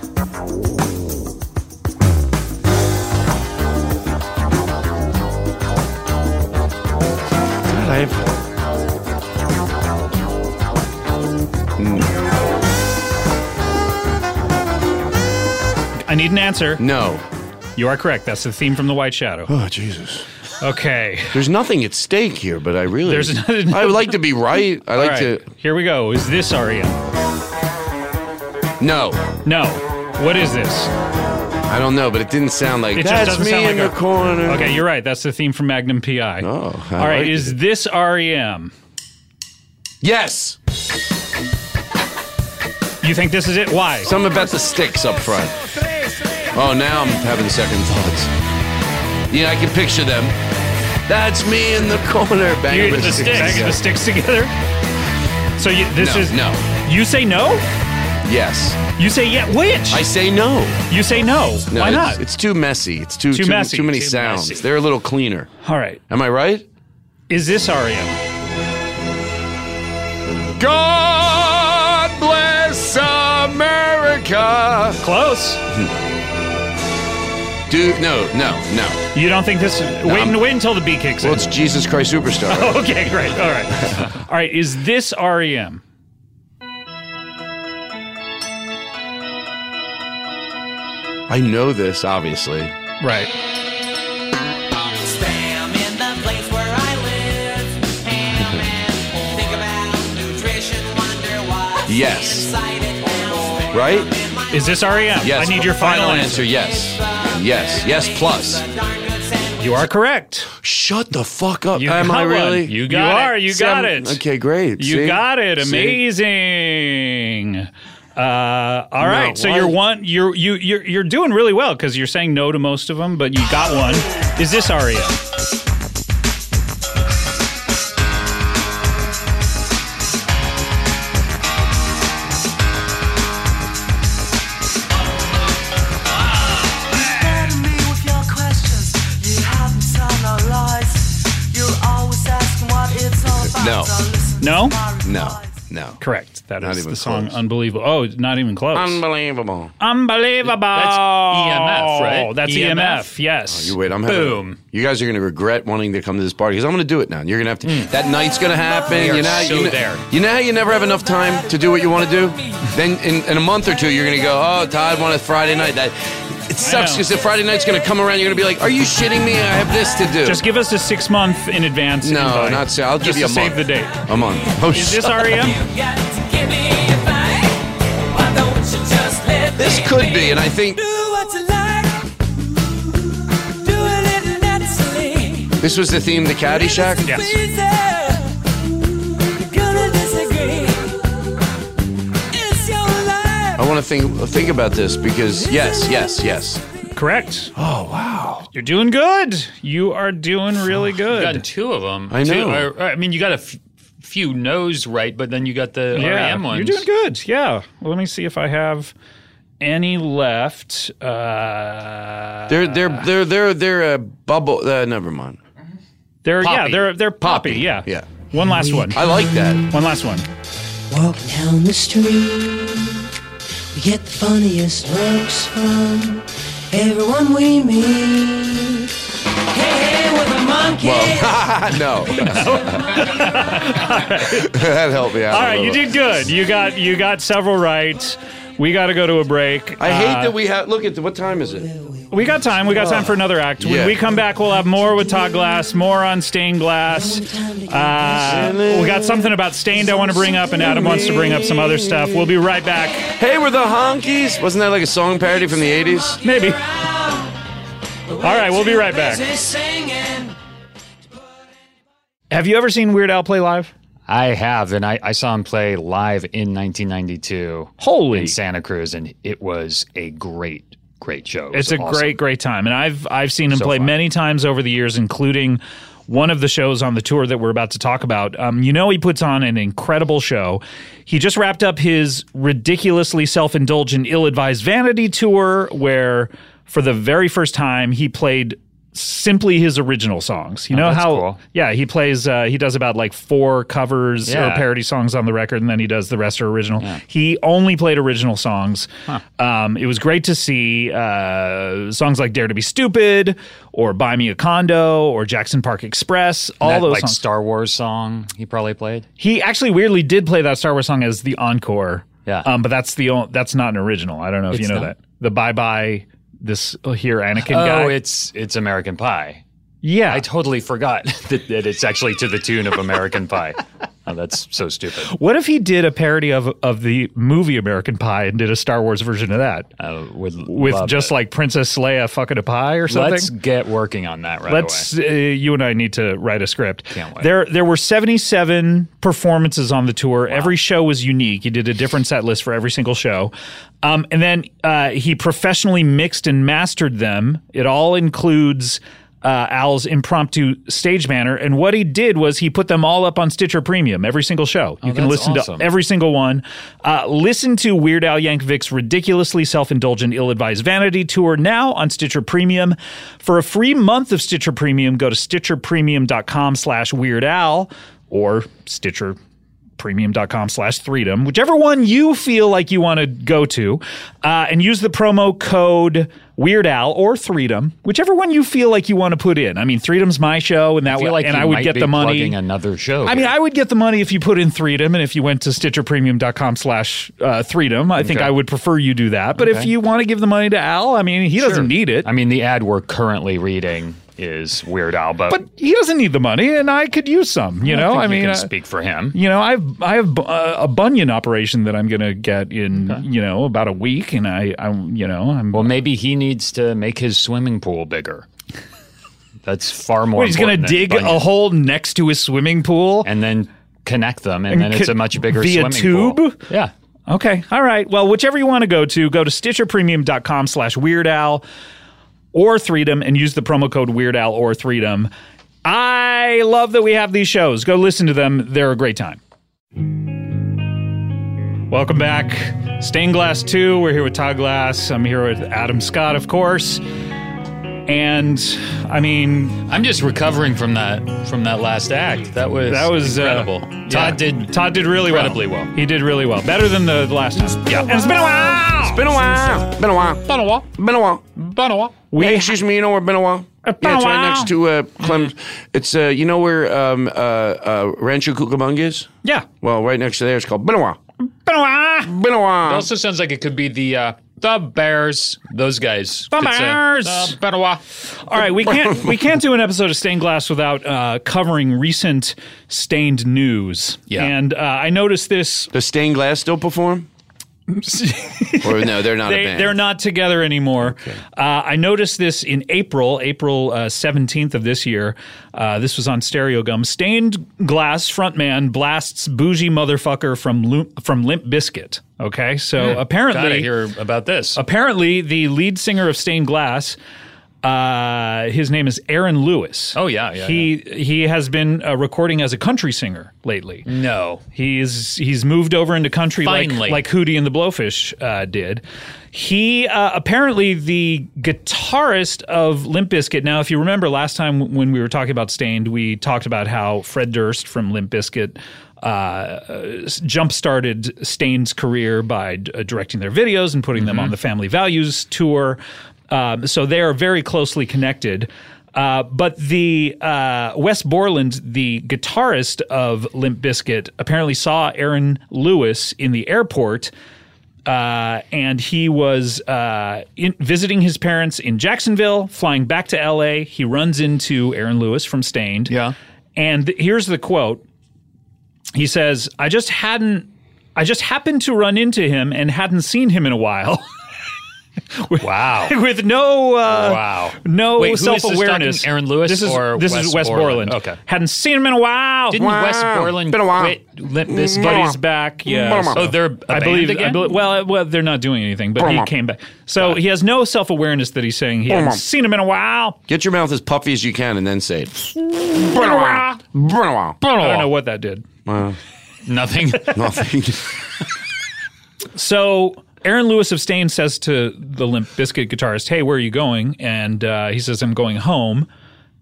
Speaker 4: God, I've-
Speaker 1: I need an answer.
Speaker 4: No.
Speaker 1: You are correct. That's the theme from The White Shadow.
Speaker 4: Oh Jesus.
Speaker 1: Okay.
Speaker 4: There's nothing at stake here, but I really
Speaker 1: There's nothing-
Speaker 4: I would like to be right. I
Speaker 1: All
Speaker 4: like
Speaker 1: right.
Speaker 4: to
Speaker 1: Here we go. Is this REM?
Speaker 4: No.
Speaker 1: No. What is this?
Speaker 4: I don't know, but it didn't sound like
Speaker 1: It just
Speaker 4: that's
Speaker 1: doesn't
Speaker 4: me
Speaker 1: sound
Speaker 4: in
Speaker 1: like
Speaker 4: the
Speaker 1: a-
Speaker 4: corner.
Speaker 1: Okay, you're right. That's the theme from Magnum PI.
Speaker 4: Oh, I
Speaker 1: All right.
Speaker 4: like
Speaker 1: Is
Speaker 4: it.
Speaker 1: this E REM?
Speaker 4: Yes.
Speaker 1: You think this is it? Why?
Speaker 4: Something about the sticks up front. Oh, now I'm having second thoughts. Yeah, I can picture them. That's me in the corner, banging
Speaker 1: You the sticks. Banging the sticks together. So you, this
Speaker 4: No,
Speaker 1: is
Speaker 4: no.
Speaker 1: You say no.
Speaker 4: Yes.
Speaker 1: You say yeah. Which
Speaker 4: I say no.
Speaker 1: you say no.
Speaker 4: No,
Speaker 1: Why
Speaker 4: it's,
Speaker 1: not?
Speaker 4: It's too messy. It's too
Speaker 1: Too
Speaker 4: too,
Speaker 1: messy,
Speaker 4: too many
Speaker 1: too
Speaker 4: sounds.
Speaker 1: messy.
Speaker 4: They're a little cleaner.
Speaker 1: All right.
Speaker 4: Am I right?
Speaker 1: Is this E REM?
Speaker 4: God bless America.
Speaker 1: Close.
Speaker 4: Dude, no, no, no.
Speaker 1: You don't think this? wait,
Speaker 4: I'm-
Speaker 1: wait until the beat kicks
Speaker 4: Well,
Speaker 1: in.
Speaker 4: it's Jesus Christ Superstar.
Speaker 1: Okay, great. All right, all right. Is this E REM?
Speaker 4: I know this, obviously.
Speaker 1: Right.
Speaker 9: Spam in the place where I live. Ham and pork. Think about nutrition, wonder what's
Speaker 4: Yes.
Speaker 9: inside it now. Spam
Speaker 4: Right?
Speaker 9: in my
Speaker 1: Is this REM?
Speaker 4: Yes.
Speaker 1: I need your final, answer.
Speaker 4: Yes. Yes. Yes. Plus.
Speaker 1: You are correct.
Speaker 4: Shut the fuck up.
Speaker 1: You
Speaker 4: Am
Speaker 1: got
Speaker 4: I really?
Speaker 1: one. You got
Speaker 2: You
Speaker 1: it.
Speaker 2: are.
Speaker 1: You got it.
Speaker 4: Okay, great.
Speaker 1: You
Speaker 4: See?
Speaker 1: got it.
Speaker 4: See?
Speaker 1: Amazing. Uh, all right, so
Speaker 4: why-
Speaker 1: you're one. You're you you're you're doing really well because you're saying no to most of them, but you got one. Is this REM?
Speaker 4: No.
Speaker 1: No?
Speaker 4: No. No.
Speaker 1: Correct. That is
Speaker 4: Not even
Speaker 1: the song.
Speaker 4: close.
Speaker 1: Unbelievable. Oh, not even close.
Speaker 4: Unbelievable.
Speaker 1: Unbelievable.
Speaker 2: That's EMF, right? E
Speaker 1: That's EMF.
Speaker 2: EMF?
Speaker 1: yes.
Speaker 4: Oh, You wait. I'm having,
Speaker 1: boom.
Speaker 4: You guys are going to regret wanting to come to this party because I'm going to do it now. You're going to have to. That night's going to happen.
Speaker 2: We are
Speaker 4: you know, how-
Speaker 2: so
Speaker 4: you know,
Speaker 2: there.
Speaker 4: You know how you never have enough time to do what you want to do. then in, in a month or two, you're going to go. Oh, Todd wanted Friday night. That it sucks
Speaker 1: know.
Speaker 4: because the Friday night's going to come around. You're going to be like, Are you shitting me? I have this to do.
Speaker 1: Just give us a six month in advance.
Speaker 4: no,
Speaker 1: invite.
Speaker 4: not so. I'll give
Speaker 1: Just
Speaker 4: you a
Speaker 1: to
Speaker 4: month.
Speaker 1: save the date.
Speaker 4: a month. Oh,
Speaker 1: Is this
Speaker 4: shut-
Speaker 1: REM?
Speaker 4: This could be, and I think this was the theme to Caddyshack.
Speaker 1: Yes.
Speaker 4: I want to think think about this because yes, yes, yes.
Speaker 1: Correct. Oh, wow. You're doing good. You are doing really
Speaker 2: You got
Speaker 1: good.
Speaker 2: two of them.
Speaker 4: I know.
Speaker 2: I mean, you got a f- few no's right, but then you got the
Speaker 1: Yeah.
Speaker 2: REM ones.
Speaker 1: You're doing good. Yeah. Let me see if I have any left. Uh,
Speaker 4: They're they're they're they're they're a bubble. Uh, never mind.
Speaker 1: they're yeah,
Speaker 2: Poppy.
Speaker 1: they're they're poppy.
Speaker 4: Poppy,
Speaker 1: Yeah.
Speaker 4: yeah.
Speaker 1: One last one.
Speaker 4: I like that.
Speaker 1: One last one.
Speaker 10: Walk down the street, we get the funniest looks from everyone we meet. Hey, hey, with a monkey.
Speaker 4: no. that helped me out.
Speaker 1: All
Speaker 4: a
Speaker 1: right, you
Speaker 4: little.
Speaker 1: did good. You got you got several right. We got to go to a break.
Speaker 4: I
Speaker 1: Uh,
Speaker 4: hate that we have. Look at the, what time is it?
Speaker 1: We got time. We got time for another act. When
Speaker 4: Yeah.
Speaker 1: we come back, we'll have more with Todd Glass, more on stained glass. Uh, we got something about stained I want to bring up, and Adam wants to bring up some other stuff. We'll be right back.
Speaker 4: Hey, we're the honkies. Wasn't that like a song parody from the '80s?
Speaker 1: Maybe. All right, we'll be right back. Have you ever seen Weird Al play live?
Speaker 2: I have, and I, I saw him play live in 1992
Speaker 1: Holy.
Speaker 2: in Santa Cruz, and it was a great, great show. It
Speaker 1: It's
Speaker 2: was
Speaker 1: a
Speaker 2: awesome.
Speaker 1: great, great time, and I've I've seen him
Speaker 2: So
Speaker 1: play
Speaker 2: fun.
Speaker 1: many times over the years, including one of the shows on the tour that we're about to talk about. Um, you know, he puts on an incredible show. He just wrapped up his ridiculously self-indulgent, ill-advised vanity tour, where for the very first time he played simply his original songs. You know
Speaker 2: Oh, that's
Speaker 1: how?
Speaker 2: cool.
Speaker 1: Yeah, he plays. Uh, he does about like four covers or
Speaker 2: Yeah.
Speaker 1: parody songs on the record, and then he does the rest are original. He only played original songs. Um, it was great to see uh, songs like "Dare to Be Stupid" or "Buy Me a Condo" or "Jackson Park Express." All
Speaker 2: That,
Speaker 1: those
Speaker 2: like
Speaker 1: songs.
Speaker 2: Star Wars song he probably played.
Speaker 1: he actually weirdly did play that Star Wars song as the encore.
Speaker 2: Yeah.
Speaker 1: Um, but that's the o- that's not an original. I don't know if
Speaker 2: It's
Speaker 1: you know that.
Speaker 2: not?
Speaker 1: The "Bye Bye." This here Anakin guy.
Speaker 2: Oh, it's it's American Pie.
Speaker 1: yeah,
Speaker 2: I totally forgot that, that it's actually to the tune of American Pie. Oh, that's so stupid.
Speaker 1: What if he did a parody of of the movie American Pie and did a Star Wars version of that
Speaker 2: I would
Speaker 1: with
Speaker 2: love
Speaker 1: just
Speaker 2: it.
Speaker 1: like Princess Leia fucking a pie or something?
Speaker 2: Let's get working on that right away.
Speaker 1: Let's uh, you and I need to write a script.
Speaker 2: Can't wait.
Speaker 1: There there were 77 performances on the tour. Every show was unique. He did a different set list for every single show. Um, and then uh, he professionally mixed and mastered them. It all includes uh, Al's impromptu stage manner. And what he did was he put them all up on Stitcher Premium, every single show. You can
Speaker 2: that's
Speaker 1: listen
Speaker 2: awesome.
Speaker 1: to every single one. Uh, listen to Weird Al Yankovic's ridiculously self-indulgent, ill-advised vanity tour now on Stitcher Premium. For a free month of Stitcher Premium, go to stitcherpremium.com slash Weird Al or Stitcher premium.com slash freedom whichever one you feel like you want to go to uh, and use the promo code weird al or freedom whichever one you feel like you want to put in i mean freedom's my show and that
Speaker 2: I
Speaker 1: way
Speaker 2: feel like
Speaker 1: and
Speaker 2: you
Speaker 1: i would
Speaker 2: might
Speaker 1: get
Speaker 2: be
Speaker 1: the money
Speaker 2: plugging another show.
Speaker 1: I mean, I would get the money if you put in Freedom and if you went to stitcherpremium.com slash uh, Freedom. I think
Speaker 2: Okay.
Speaker 1: I would prefer you do that. But if
Speaker 2: Okay.
Speaker 1: you want to give the money to Al, I mean, he doesn't need it.
Speaker 2: I mean, the ad we're currently reading
Speaker 11: is Weird Al, but,
Speaker 1: But he doesn't need the money, and I could use some. You
Speaker 11: I
Speaker 1: know,
Speaker 11: think
Speaker 1: I
Speaker 11: you
Speaker 1: mean,
Speaker 11: can
Speaker 1: uh,
Speaker 11: speak for him.
Speaker 1: You know, I've I have bu- uh, a bunion operation that I'm going to get in you know about a week, and I I you know I'm
Speaker 11: Well, maybe he needs to make his swimming pool bigger. That's far more.
Speaker 1: Wait, he's going to
Speaker 11: important than
Speaker 1: dig a
Speaker 11: bunions.
Speaker 1: hole next to his swimming pool,
Speaker 11: and then connect them, and, then it's
Speaker 1: co-
Speaker 11: a much bigger
Speaker 1: via
Speaker 11: swimming
Speaker 1: tube.
Speaker 11: pool. Yeah.
Speaker 1: Okay. All right. Well, whichever you want to go to, go to stitcherpremium.com slash weirdal or freedom and use the promo code weirdal or freedom. I love that we have these shows. Go listen to them. They're a great time. Welcome back. Stained Glass 2. We're here with Todd Glass. I'm here with Adam Scott, of course. And I mean,
Speaker 11: I'm just recovering from that from that last act. That was
Speaker 1: that was uh,
Speaker 11: incredible.
Speaker 1: yeah.
Speaker 11: Todd did
Speaker 1: Todd did really
Speaker 11: incredibly
Speaker 1: well.
Speaker 11: well.
Speaker 1: He did really well. Better than the last time. Yeah. And it's been a while.
Speaker 4: Been a while. Been a while.
Speaker 11: Been a while.
Speaker 4: Been a while.
Speaker 11: Been a while.
Speaker 1: We
Speaker 4: Hey, excuse me. You know where been a while?
Speaker 1: Uh, been
Speaker 4: yeah, it's
Speaker 1: a
Speaker 4: right
Speaker 1: while.
Speaker 4: next to uh, Clem. It's uh, you know where um, uh, uh, Rancho Cucamonga is?
Speaker 1: Yeah.
Speaker 4: Well, right next to there, it's called been a while.
Speaker 1: Been a while.
Speaker 4: Been a
Speaker 11: It
Speaker 4: while.
Speaker 11: also sounds like it could be the uh, the Bears. Those guys.
Speaker 1: The
Speaker 11: could say, "Uh,
Speaker 1: Bears.
Speaker 11: "The Been a while.
Speaker 1: All right, we can't we can't do an episode of Stained Glass without uh, covering recent stained news.
Speaker 11: Yeah.
Speaker 1: and uh, I noticed this.
Speaker 4: Does stained glass still perform? Or no, they're not a
Speaker 1: They,
Speaker 4: band.
Speaker 1: they're not together anymore. Uh, I noticed this in April, April uh, seventeenth of this year. Uh, this was on Stereo Gum. Stained Glass frontman blasts bougie motherfucker from Lu- from Limp Biscuit. Okay, so apparently
Speaker 11: Hmm. Gotta hear about this.
Speaker 1: apparently the lead singer of Stained Glass. Uh, his name is Aaron Lewis.
Speaker 11: Oh, yeah, yeah,
Speaker 1: He he has been uh, recording as a country singer lately.
Speaker 11: no.
Speaker 1: He's he's moved over into country like,
Speaker 11: Finally.
Speaker 1: like Hootie and the Blowfish uh, did. He uh, apparently the guitarist of Limp Bizkit. Now, if you remember last time when we were talking about Stained, we talked about how Fred Durst from Limp Bizkit uh, jump started Stained's career by uh, directing their videos and putting them on the Family Values tour. Um, so they are very closely connected. Uh, but the uh, Wes Borland, the guitarist of Limp Bizkit, apparently saw Aaron Lewis in the airport uh, and he was uh, in, visiting his parents in Jacksonville, flying back to LA. He runs into Aaron Lewis from Stained.
Speaker 11: Yeah.
Speaker 1: And th- here's the quote He says, I just hadn't, I just happened to run into him and hadn't seen him in a while.
Speaker 11: Wow.
Speaker 1: With no, uh,
Speaker 11: Oh, Wow.
Speaker 1: no
Speaker 11: Wait, who is this
Speaker 1: self awareness.
Speaker 11: talking? Aaron Lewis
Speaker 1: This is
Speaker 11: or
Speaker 1: this is
Speaker 11: Wes
Speaker 1: Wes Borland.
Speaker 11: Borland? Okay.
Speaker 1: hadn't seen him in a while.
Speaker 11: Didn't
Speaker 4: Wow.
Speaker 11: West Borland
Speaker 4: Been a while.
Speaker 11: quit Limp Bizkit?
Speaker 1: but he's back. Yeah.
Speaker 11: Oh, they're a
Speaker 1: I
Speaker 11: band
Speaker 1: believe,
Speaker 11: again?
Speaker 1: I believe. Well, uh, well, they're not doing anything, but he
Speaker 4: Boom.
Speaker 1: came back. So he has no self awareness that he's saying he hasn't seen him in a while.
Speaker 4: Get your mouth as puffy as you can and then say it. Been a while. Been a while.
Speaker 1: I don't know what that did.
Speaker 11: Nothing.
Speaker 4: Nothing.
Speaker 1: So Aaron Lewis of Stain says to the Limp Biscuit guitarist, "Hey, where are you going?" And uh, he says, "I'm going home."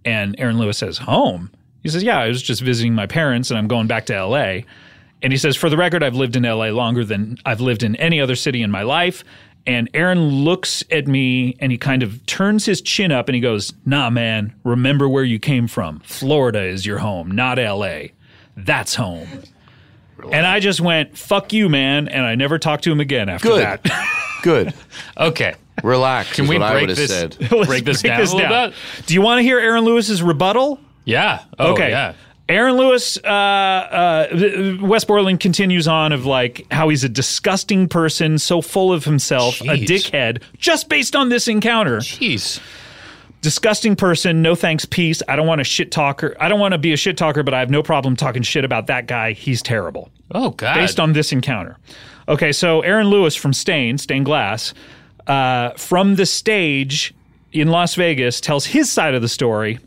Speaker 1: And Aaron Lewis says, "Home." He says, "Yeah, I was just visiting my parents, and I'm going back to L.A." And he says, "For the record, I've lived in L.A. longer than I've lived in any other city in my life." And Aaron looks at me and he kind of turns his chin up and he goes, Nah, man, remember where you came from. Florida is your home, not LA. That's home. And I just went, fuck you, man. And I never talked to him again after
Speaker 4: Good.
Speaker 1: that.
Speaker 4: Good.
Speaker 11: Okay.
Speaker 4: Relax.
Speaker 11: Can
Speaker 4: is
Speaker 11: we
Speaker 4: what I
Speaker 11: break
Speaker 4: would have
Speaker 11: this-
Speaker 4: said.
Speaker 1: Let's
Speaker 11: Break this down a little bit.
Speaker 1: Do you want to hear Aaron Lewis's rebuttal?
Speaker 11: Yeah. Oh,
Speaker 1: okay.
Speaker 11: Yeah.
Speaker 1: Aaron Lewis, uh, uh, West Borland continues on of like how he's a disgusting person, so full of himself, a
Speaker 11: Jeez.
Speaker 1: dickhead, just based on this encounter.
Speaker 11: Jeez.
Speaker 1: disgusting person. No thanks, peace. I don't want a shit talker. I don't want to be a shit talker, but I have no problem talking shit about that guy. He's terrible.
Speaker 11: Oh God.
Speaker 1: Based on this encounter. Okay, so Aaron Lewis from Stain, Stained Glass, uh, from the stage in Las Vegas, tells his side of the story.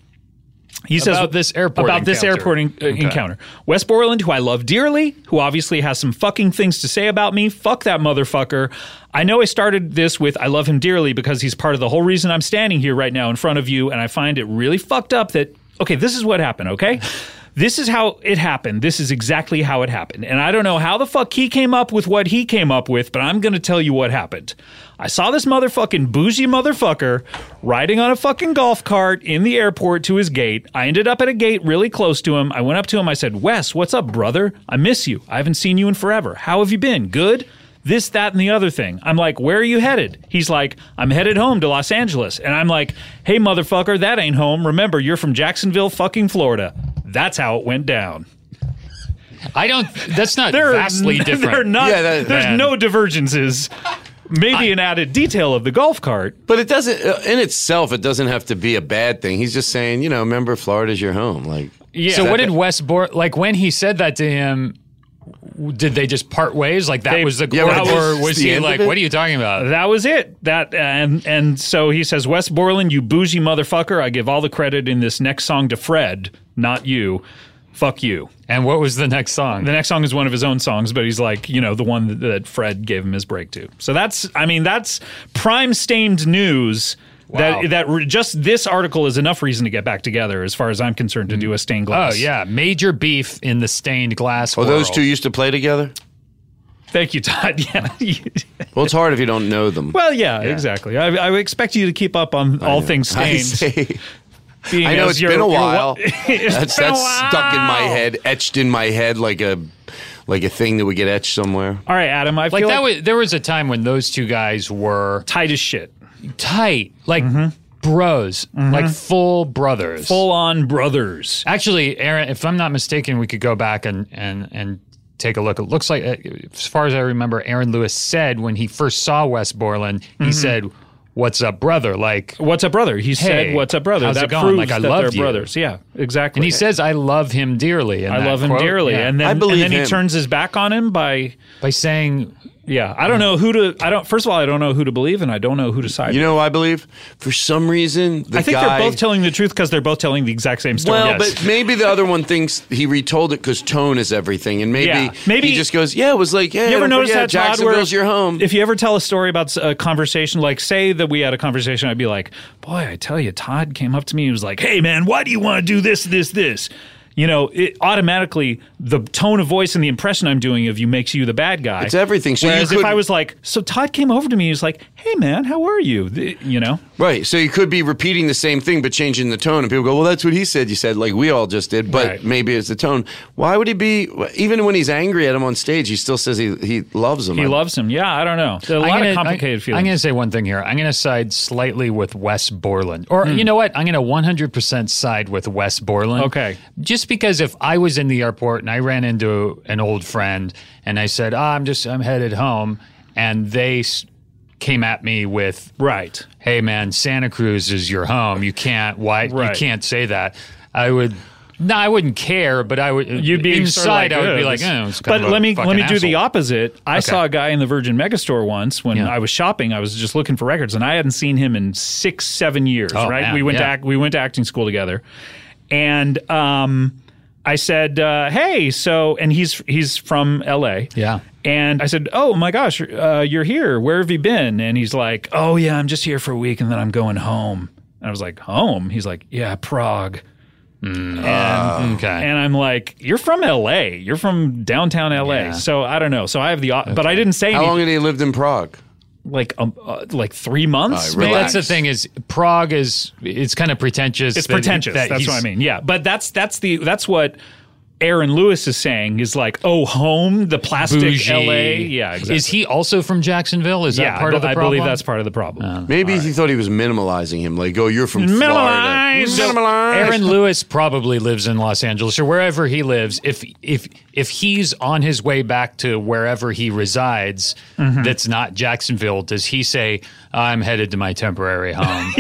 Speaker 1: He says
Speaker 11: About this airport
Speaker 1: about this
Speaker 11: encounter.
Speaker 1: airport en- uh,
Speaker 11: Okay.
Speaker 1: encounter. Wes Borland, who I love dearly, who obviously has some fucking things to say about me. Fuck that motherfucker. I know I started this with I love him dearly because he's part of the whole reason I'm standing here right now in front of you, and I find it really fucked up that okay, this is what happened. Okay. This is how it happened. This is exactly how it happened. And I don't know how the fuck he came up with what he came up with, but I'm going to tell you what happened. I saw this motherfucking bougie motherfucker riding on a fucking golf cart in the airport to his gate. I ended up at a gate really close to him. I went up to him. I said, Wes, what's up, brother? I miss you. I haven't seen you in forever. How have you been? Good? this, that, and the other thing. I'm like, where are you headed? He's like, I'm headed home to Los Angeles. And I'm like, hey, motherfucker, that ain't home. Remember, you're from Jacksonville, fucking Florida. That's how it went down.
Speaker 2: I don't. That's not vastly different.
Speaker 1: They're not.
Speaker 2: Yeah, that-
Speaker 1: there's
Speaker 2: Man.
Speaker 1: no divergences. Maybe an added detail of the golf cart.
Speaker 4: But it doesn't, uh, in itself, it doesn't have to be a bad thing. He's just saying, you know, remember, Florida's your home. Like,
Speaker 2: So what did Wes Bor like when he said that to him? w- Did they just part ways? Like that
Speaker 1: They-
Speaker 2: was the
Speaker 1: yeah,
Speaker 2: or,
Speaker 1: that was
Speaker 2: or was
Speaker 1: the
Speaker 2: he
Speaker 1: end of
Speaker 2: like,
Speaker 1: it?
Speaker 2: what are you talking about?
Speaker 1: That was it. That and and so he says, West Borland, you bougie motherfucker. I give all the credit in this next song to Fred, not you. Fuck you.
Speaker 2: And what was the next song?
Speaker 1: The next song is one of his own songs, but he's like, you know, the one that, that Fred gave him his break to. So that's, I mean, that's prime stained news. That that re- just this article is enough reason to get back together, as far as I'm concerned, to do a stained
Speaker 2: Oh
Speaker 1: glass.
Speaker 2: yeah, major beef in the stained glass.
Speaker 4: Oh, those
Speaker 2: world.
Speaker 4: two used to play together?
Speaker 1: Thank you, Todd. Yeah.
Speaker 4: Well, it's hard if you don't know them.
Speaker 1: well, yeah, exactly. I, I would expect you to keep up on all things
Speaker 4: I
Speaker 1: stained.
Speaker 4: say-
Speaker 1: being
Speaker 4: I know
Speaker 1: as
Speaker 4: it's
Speaker 1: your-
Speaker 4: been a
Speaker 1: your wa-
Speaker 4: while.
Speaker 1: It's
Speaker 4: that's
Speaker 1: been a
Speaker 4: that's stuck in my
Speaker 1: while.
Speaker 4: head, etched in my head like a like a thing that would get etched somewhere.
Speaker 1: All right, Adam. I
Speaker 2: Like
Speaker 1: feel
Speaker 2: that
Speaker 1: like
Speaker 2: was there was a time when those two guys were
Speaker 1: tight as shit,
Speaker 2: tight, like bros, like full brothers.
Speaker 1: Mm-hmm. full on brothers.
Speaker 2: Actually, Aaron, if I'm not mistaken, we could go back and and and take a look. It looks like, uh, as far as I remember, Aaron Lewis said when he first saw Wes Borland,
Speaker 1: Mm-hmm.
Speaker 2: he said, "What's up, brother?" Like,
Speaker 1: What's up, brother? He said,
Speaker 2: Hey,
Speaker 1: "What's up, brother?"
Speaker 2: how's
Speaker 1: that
Speaker 2: it going?
Speaker 1: proves
Speaker 2: Like, I
Speaker 1: that
Speaker 2: love
Speaker 1: they're
Speaker 2: you.
Speaker 1: brothers. Yeah, exactly.
Speaker 2: and he says, "I love him dearly." in
Speaker 1: "I
Speaker 2: that
Speaker 1: love him
Speaker 2: quote.
Speaker 1: dearly,"
Speaker 2: Yeah.
Speaker 1: and then
Speaker 4: I believe
Speaker 1: and then
Speaker 4: him.
Speaker 1: he turns his back on him by
Speaker 2: by saying,
Speaker 1: yeah. I don't know who to. I don't. First of all, I don't know who to believe, and I don't know who to side.
Speaker 4: You know, I believe for some reason the
Speaker 1: I think
Speaker 4: guy.
Speaker 1: they're both telling the truth because they're both telling the exact same story.
Speaker 4: well, but maybe the other one thinks he retold it because tone is everything, and maybe
Speaker 1: Yeah, maybe-
Speaker 4: he just goes, "Yeah, it was like, yeah,
Speaker 1: You ever notice
Speaker 4: yeah,
Speaker 1: that Todd, where
Speaker 4: Jacksonville's your home."
Speaker 1: If you ever tell a story about a conversation, like say that we had a conversation, I'd be like, "Boy, I tell you, Todd came up to me and was like, "Hey, man, why do you want to do this, this, this?" You know, it automatically the tone of voice and the impression I'm doing of you makes you the bad guy.
Speaker 4: It's everything. So you
Speaker 1: Whereas if
Speaker 4: could-
Speaker 1: I was like, "So Todd came over to me, he was like, "Hey, man, how are you?" Th- You know,
Speaker 4: Right. So you could be repeating the same thing but changing the tone, and people go, "Well, that's what he said." You said like we all just did, but
Speaker 1: Right.
Speaker 4: maybe it's the tone. Why would he be? Even when he's angry at him on stage, he still says he he loves him.
Speaker 1: he
Speaker 4: I-
Speaker 1: loves him. Yeah, I don't know. There are a lot
Speaker 2: gonna-
Speaker 1: of complicated
Speaker 2: I-
Speaker 1: feelings.
Speaker 2: I'm going to say one thing here. I'm going to side slightly with Wes Borland. Or
Speaker 1: Hmm.
Speaker 2: you know what? I'm going to 100% side with Wes Borland.
Speaker 1: Okay.
Speaker 2: Just because if I was in the airport and I ran into an old friend and I said, "Ah, "I'm just I'm headed home," and they s- came at me with,
Speaker 1: right.
Speaker 2: "Hey man, Santa Cruz is your home. You can't why
Speaker 1: Right.
Speaker 2: you can't say that." I would no, I wouldn't care, but I would.
Speaker 1: You'd be sort of
Speaker 2: inside. I would
Speaker 1: "Ugh,
Speaker 2: be like,
Speaker 1: this-"
Speaker 2: oh, it's kind
Speaker 1: but
Speaker 2: of a
Speaker 1: let me let
Speaker 2: fucking
Speaker 1: me do the
Speaker 2: asshole."
Speaker 1: opposite. I
Speaker 2: Okay.
Speaker 1: saw a guy in the Virgin Megastore once when
Speaker 2: Yeah.
Speaker 1: I was shopping. I was just looking for records, and I hadn't seen him in six, seven years.
Speaker 2: Oh,
Speaker 1: right?
Speaker 2: man,
Speaker 1: we went to
Speaker 2: yeah.
Speaker 1: act, we went to acting school together, and um, I said, uh, "Hey, so," and he's he's from L.A.
Speaker 2: Yeah.
Speaker 1: And I said, "Oh my gosh, uh, you're here. Where have you been?" And he's like, "Oh yeah, I'm just here for a week, and then I'm going home." And I was like, "Home?" He's like, "Yeah, Prague." and
Speaker 2: Okay.
Speaker 1: and I'm like, you're from LA. You're from downtown LA.
Speaker 2: Yeah.
Speaker 1: So I don't know. So I have the, op but I didn't say
Speaker 4: How
Speaker 1: anything.
Speaker 4: long had he lived in Prague?
Speaker 1: Like, um, uh, like three months.
Speaker 4: All right,
Speaker 1: maybe?
Speaker 2: That's
Speaker 4: relax.
Speaker 2: the thing is Prague is it's kind of pretentious.
Speaker 1: It's
Speaker 2: that-
Speaker 1: pretentious.
Speaker 2: that
Speaker 1: that's
Speaker 2: he's-
Speaker 1: what I mean. Yeah. But that's that's the that's what Aaron Lewis is saying is like, oh, home, the plastic
Speaker 2: Bougie.
Speaker 1: LA. Yeah. Exactly.
Speaker 2: Is he also from Jacksonville? Is
Speaker 1: yeah,
Speaker 2: that part
Speaker 1: I,
Speaker 2: of the
Speaker 1: I
Speaker 2: problem? Oh.
Speaker 1: believe that's part of the problem.
Speaker 4: Maybe he thought he was minimalizing him. Like, oh, you're from
Speaker 1: Minimalize.
Speaker 4: Florida.
Speaker 2: Aaron Lewis probably lives in Los Angeles or wherever he lives. If if if he's on his way back to wherever he resides,
Speaker 1: Mm-hmm.
Speaker 2: that's not Jacksonville. Does he say, "I'm headed to my temporary home"?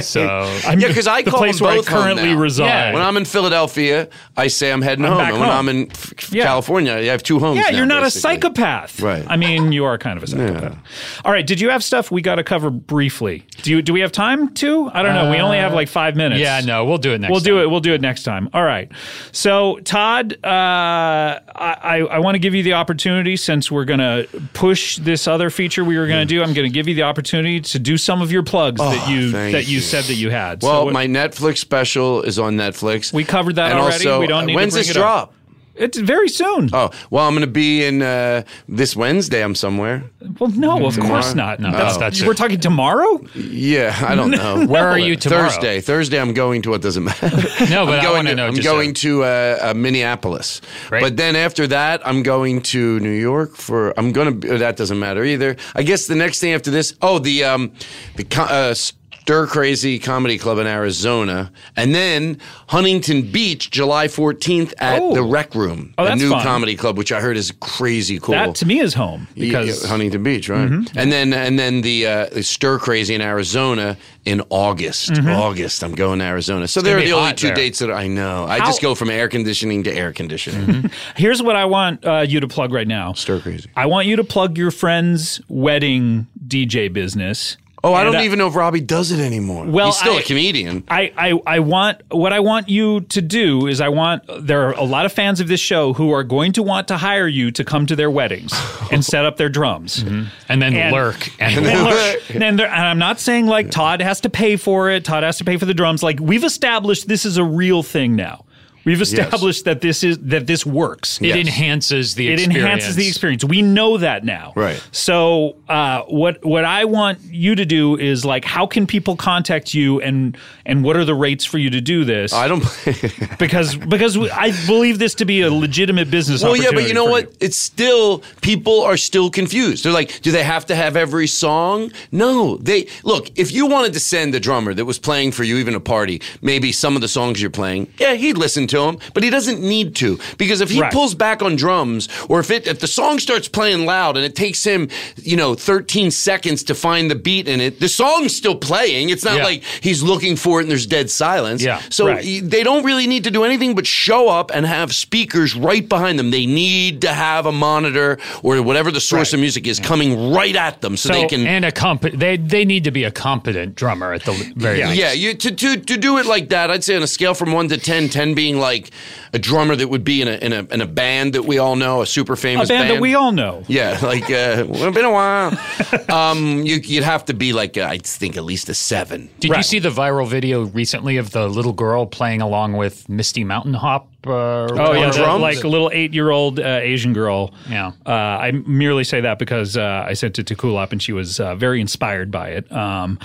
Speaker 2: so
Speaker 4: Yeah, because I
Speaker 1: the
Speaker 4: call
Speaker 1: place
Speaker 4: them
Speaker 1: where I
Speaker 4: both home
Speaker 1: currently
Speaker 4: now.
Speaker 1: reside.
Speaker 2: Yeah.
Speaker 4: When I'm in Philadelphia, I say I'm heading home.
Speaker 1: back
Speaker 4: And when
Speaker 1: home.
Speaker 4: I'm in f-
Speaker 1: Yeah.
Speaker 4: California, I have two homes.
Speaker 1: Yeah,
Speaker 4: now,
Speaker 1: you're not
Speaker 4: basically.
Speaker 1: a psychopath.
Speaker 4: Right.
Speaker 1: I mean, you are kind of a psychopath. All right. Did you have stuff we got to cover briefly? Do you? Do we have time to? I don't know. we only have like five minutes.
Speaker 2: yeah, no, we'll do it next.
Speaker 1: We'll do
Speaker 2: time.
Speaker 1: it. We'll do it next time. All right. So, Todd, uh, I, I, I want to give you the opportunity since we're going to push this other feature we were going to do. I'm going to give you the opportunity to do some of your plugs that you
Speaker 4: Oh, thank
Speaker 1: that you,
Speaker 4: you.
Speaker 1: said that you had. So
Speaker 4: Well,
Speaker 1: what-
Speaker 4: my Netflix special is on Netflix.
Speaker 1: We covered that
Speaker 4: and
Speaker 1: already.
Speaker 4: Also,
Speaker 1: We don't need to
Speaker 4: when's
Speaker 1: bring
Speaker 4: this
Speaker 1: it up.
Speaker 4: drop?
Speaker 1: It's very soon.
Speaker 4: Oh, well, I'm going to be in uh, this Wednesday. I'm somewhere.
Speaker 1: Well, no, of course
Speaker 4: Mm-hmm. Tomorrow?
Speaker 1: not.
Speaker 4: No,
Speaker 1: that's,
Speaker 4: that's it.
Speaker 1: we're talking tomorrow.
Speaker 4: Yeah, I don't know.
Speaker 1: Where are you tomorrow?
Speaker 4: Thursday. Thursday, I'm going to what doesn't matter.
Speaker 11: No, but I
Speaker 4: I'm going
Speaker 11: wanna know
Speaker 4: I'm
Speaker 11: just
Speaker 4: going to uh, uh, Minneapolis. But then after that, I'm going to New York for. I'm going to. That doesn't matter either. I guess the next thing after this. Oh, the um, the co- uh, Stir Crazy Comedy Club in Arizona, and then Huntington Beach, July 14th at the Rec Room,
Speaker 1: Oh,
Speaker 4: the
Speaker 1: that's
Speaker 4: new
Speaker 1: fun.
Speaker 4: comedy club, which I heard is crazy cool.
Speaker 1: That to me is home
Speaker 4: Yeah,
Speaker 1: because
Speaker 4: yeah, Huntington Beach, right? And then and then the uh, stir crazy in Arizona in August.
Speaker 1: Mhm.
Speaker 4: August, I'm going to Arizona. So
Speaker 1: It's
Speaker 4: there
Speaker 1: gonna
Speaker 4: are
Speaker 1: be
Speaker 4: the only
Speaker 1: hot
Speaker 4: two
Speaker 1: there.
Speaker 4: dates that I know. I
Speaker 1: How-
Speaker 4: just go from air conditioning to air conditioning.
Speaker 1: Here's what I want uh, you to plug right now. Stir
Speaker 4: crazy.
Speaker 1: I want you to plug your friend's wedding DJ business.
Speaker 4: Oh, I
Speaker 1: And,
Speaker 4: don't
Speaker 1: uh,
Speaker 4: even know if Robbie does it anymore.
Speaker 1: Well,
Speaker 4: he's still a
Speaker 1: I-
Speaker 4: comedian.
Speaker 1: I, I, I want what I want you to do is I want there are a lot of fans of this show who are going to want to hire you to come to their weddings and set up their drums
Speaker 4: Mm-hmm.
Speaker 11: And then lurk and
Speaker 1: and, then
Speaker 11: lurk.
Speaker 1: lurk. And, then there- and I'm not saying like Todd has to pay for it Todd has to pay for the drums like we've established this is a real thing now we've established that this is that this works
Speaker 11: It enhances the
Speaker 1: it
Speaker 11: experience.
Speaker 1: enhances the experience we know that now
Speaker 11: Right.
Speaker 1: so uh, what what I want you to do is like how can people contact you and and what are the rates for you to do this? I
Speaker 4: don't
Speaker 1: because because I believe this to be a legitimate business.
Speaker 4: Well, yeah, but
Speaker 1: opportunity
Speaker 4: you know
Speaker 1: for
Speaker 4: what? It's still people are still confused. They're like, do they have to have every song? No. They look. If you wanted to send a drummer that was playing for you, even a party, maybe some of the songs you're playing, yeah, he'd listen to them, but he doesn't need to because if he
Speaker 12: Right.
Speaker 4: pulls back on drums, or if it if the song starts playing loud and it takes him, you know, 13 seconds to find the beat in it, the song's still playing. It's not
Speaker 12: Yeah.
Speaker 4: like he's looking for it and there's dead silence.
Speaker 12: Yeah,
Speaker 4: So
Speaker 12: right.
Speaker 4: y- they don't really need to do anything but show up and have speakers right behind them. They need to have a monitor or whatever the source of music is coming right at them so, they can.
Speaker 11: and a comp- they they need to be a competent drummer at the l- very
Speaker 4: yeah,
Speaker 11: least.
Speaker 4: yeah you, to, to, to do it like that, I'd say on a scale from one to 10, 10 being like a drummer that would be in a, in a, in a band that we all know, a super
Speaker 1: you. a
Speaker 4: famous
Speaker 1: band, that we all know.
Speaker 4: Yeah, like uh, well, been a while. um, you, you'd have to be like uh, I think at least a seven.
Speaker 11: Did you see the viral video recently of the little girl playing along with Misty Mountain Hop? Uh,
Speaker 1: Oh yeah, the- like a little eight-year-old uh, Asian girl. Yeah, uh, I merely say that because uh, I sent it to Kulop and she was uh, very inspired by it. Um,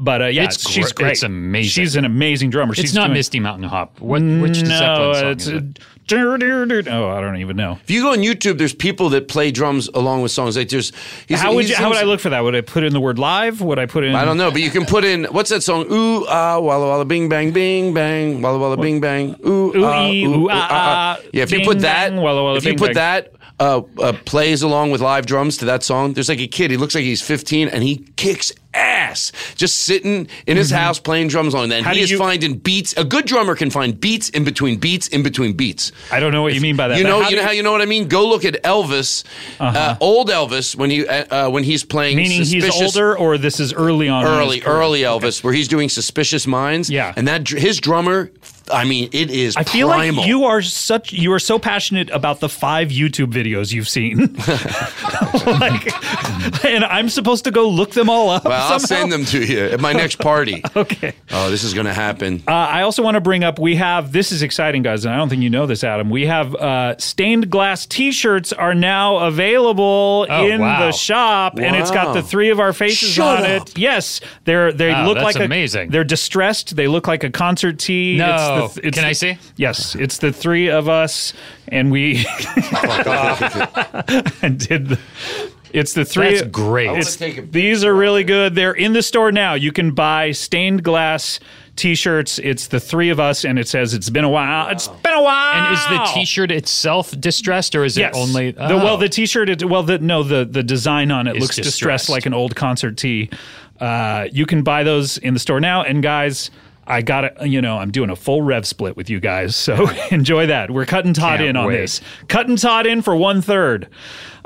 Speaker 1: but uh, yeah,
Speaker 11: It's gr-
Speaker 1: she's great.
Speaker 11: it's amazing.
Speaker 1: She's an amazing drummer.
Speaker 11: It's
Speaker 1: she's
Speaker 11: not
Speaker 1: doing-
Speaker 11: Misty Mountain Hop. What, which
Speaker 1: no,
Speaker 11: Zeppelin song
Speaker 1: it's
Speaker 11: is it?
Speaker 1: a- Oh, I don't even know.
Speaker 4: If you go on YouTube, there's people that play drums along with songs. Like there's he's-
Speaker 1: how would
Speaker 4: he
Speaker 1: you, how would
Speaker 4: sings-
Speaker 1: I look for that? Would I put in the word live? Would I put in?
Speaker 4: I don't know, but you can put in what's that song? Ooh ah, walla walla, bing bang, bing bang, walla walla, bing bang. Ooh
Speaker 1: Ooh,
Speaker 4: ah,
Speaker 1: ee,
Speaker 4: ooh
Speaker 1: ooh, ah,
Speaker 4: ah, ah.
Speaker 1: ah,
Speaker 4: Yeah, if you
Speaker 1: bing,
Speaker 4: put that,
Speaker 1: bang, walla, walla,
Speaker 4: if you
Speaker 1: bing,
Speaker 4: put
Speaker 1: bang.
Speaker 4: that. Uh, uh, plays along with live drums to that song. There's like a kid. He looks like he's 15, and he kicks ass just sitting in his house playing drums on. And
Speaker 1: Mm-hmm. How
Speaker 4: he
Speaker 1: do
Speaker 4: is
Speaker 1: you-
Speaker 4: finding beats. A good drummer can find beats in between beats in between beats.
Speaker 1: I don't know what you mean by that.
Speaker 4: You
Speaker 1: but
Speaker 4: know,
Speaker 1: do
Speaker 4: you know how you know what I mean. Go look at Elvis, uh old Elvis, when he uh, uh, when he's playing.
Speaker 1: meaning he's
Speaker 4: Suspicious-
Speaker 1: older, or this is early on. in his
Speaker 4: early er,
Speaker 1: career?
Speaker 4: early Elvis, where he's doing Suspicious Minds. Yeah, and that dr- his drummer, I mean, it is.
Speaker 1: I feel
Speaker 4: primal.
Speaker 1: like you are such you are so passionate about the five YouTube videos you've seen. like and I'm supposed to go look them all up.
Speaker 4: Well, I'll
Speaker 1: somehow?
Speaker 4: send them to you at my next party.
Speaker 1: okay.
Speaker 4: Oh, this is gonna happen.
Speaker 1: Uh, I also want to bring up we have this is exciting, guys, and I don't think you know this, Adam. We have uh, stained glass T-shirts are now available
Speaker 11: Oh,
Speaker 1: in
Speaker 11: wow.
Speaker 1: the shop, and it's got
Speaker 11: Wow.
Speaker 1: the three of our faces
Speaker 11: Shut
Speaker 1: on
Speaker 11: up.
Speaker 1: it. Yes, they're they
Speaker 11: Wow,
Speaker 1: look
Speaker 11: that's
Speaker 1: like a-
Speaker 11: amazing.
Speaker 1: They're distressed. They look like a concert tee.
Speaker 11: No.
Speaker 1: it's the, it's
Speaker 11: Can
Speaker 1: the-
Speaker 11: I see?
Speaker 1: Yes, it's the three of us, and we and did. The, it's the three.
Speaker 11: That's great. I wanna
Speaker 1: It's,
Speaker 11: take a-
Speaker 1: these are really good. They're in the store now. You can buy stained glass t-shirts. It's the three of us, and it says it's been a while. It's been a while.
Speaker 11: And is the T-shirt itself distressed, or is
Speaker 1: yes.
Speaker 11: it only? oh.
Speaker 1: The- well, the t-shirt. It, well, the no, the the design on it
Speaker 11: It's
Speaker 1: looks distressed.
Speaker 11: distressed.
Speaker 1: like an old concert tee. Uh, you can buy those in the store now, and guys. I got it. You know, I'm doing a full rev split with you guys, so enjoy that. We're cutting Todd
Speaker 11: Can't
Speaker 1: in on
Speaker 11: wait.
Speaker 1: this. Cutting Todd in for one third.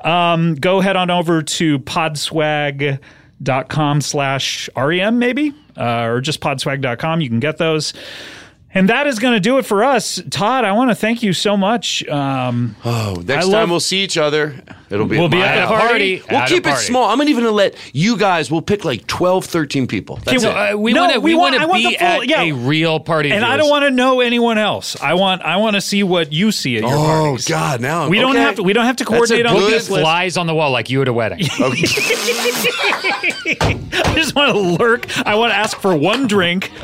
Speaker 1: Um, go head on over to podswag.com slash rem maybe uh, or just podswag.com you can get those and that is going to do it for us todd i want to thank you so much um,
Speaker 4: Oh,
Speaker 1: I
Speaker 4: next
Speaker 1: love-
Speaker 4: time we'll see each other. It'll be
Speaker 11: We'll be
Speaker 4: my
Speaker 11: at the
Speaker 4: house.
Speaker 11: party.
Speaker 4: We'll
Speaker 11: At a
Speaker 4: keep it
Speaker 11: party.
Speaker 4: small. I'm not even gonna let you guys. We'll pick like 12, 13 people. That's
Speaker 11: Can-
Speaker 4: it.
Speaker 11: uh, we
Speaker 1: No,
Speaker 11: wanna-
Speaker 1: we
Speaker 11: we
Speaker 1: want-
Speaker 11: wanna
Speaker 1: I want the
Speaker 11: be
Speaker 1: full-
Speaker 11: at
Speaker 1: yeah.
Speaker 11: a real party. of
Speaker 1: and I
Speaker 11: yours.
Speaker 1: don't want to know anyone else. I want I want to see what you see at your
Speaker 4: oh
Speaker 1: parties.
Speaker 4: God, now I'm-
Speaker 1: We don't
Speaker 4: okay.
Speaker 1: have to. We don't have to
Speaker 4: a
Speaker 1: coordinate on
Speaker 4: good
Speaker 1: this list.
Speaker 11: flies on the wall like you at a wedding.
Speaker 1: I just want to lurk. I want to ask for one drink,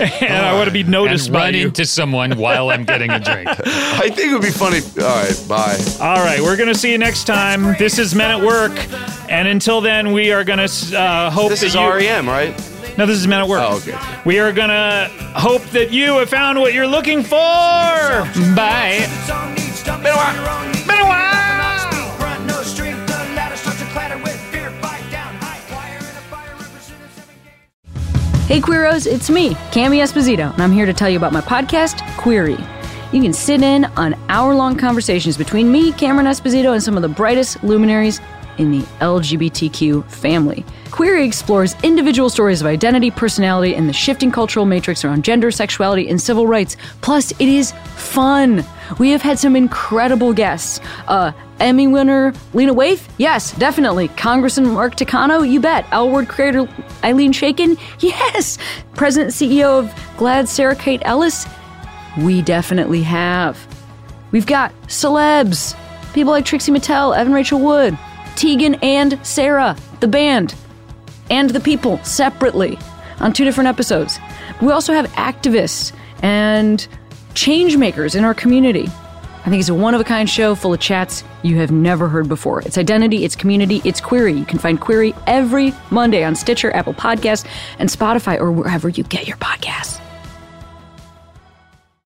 Speaker 1: and I want to be noticed
Speaker 11: and
Speaker 1: by
Speaker 11: run
Speaker 1: you.
Speaker 11: into someone while I'm getting a drink.
Speaker 4: I think it would be funny. All right, bye.
Speaker 1: All right, we're gonna see you next time. This is Men at Work, and until then, we are gonna uh, hope
Speaker 4: This
Speaker 1: that
Speaker 4: is
Speaker 1: you.
Speaker 4: REM, right?
Speaker 1: No, this is Men at Work.
Speaker 4: Oh, okay.
Speaker 1: We are gonna hope that you have found what you're looking for. Bye.
Speaker 12: Hey, Queeros, it's me, Cami Esposito, and I'm here to tell you about my podcast, Query. You can sit in on hour long conversations between me, Cameron Esposito, and some of the brightest luminaries in the LGBTQ family. Query explores individual stories of identity, personality, and the shifting cultural matrix around gender, sexuality, and civil rights. Plus, it is fun. We have had some incredible guests. Uh, Emmy winner Lena Waithe? Yes, definitely. Congressman Mark Takano? You bet. L Word creator Eileen Shaken? Yes. President and CEO of Glad Sarah Kate Ellis? We definitely have. We've got celebs, people like Trixie Mattel, Evan Rachel Wood, Tegan and Sarah, the band, and the people separately on two different episodes. We also have activists and change makers in our community. I think it's a one of a kind show full of chats you have never heard before. It's identity, it's community, it's query. You can find query every Monday on Stitcher, Apple Podcasts, and Spotify, or wherever you get your podcasts.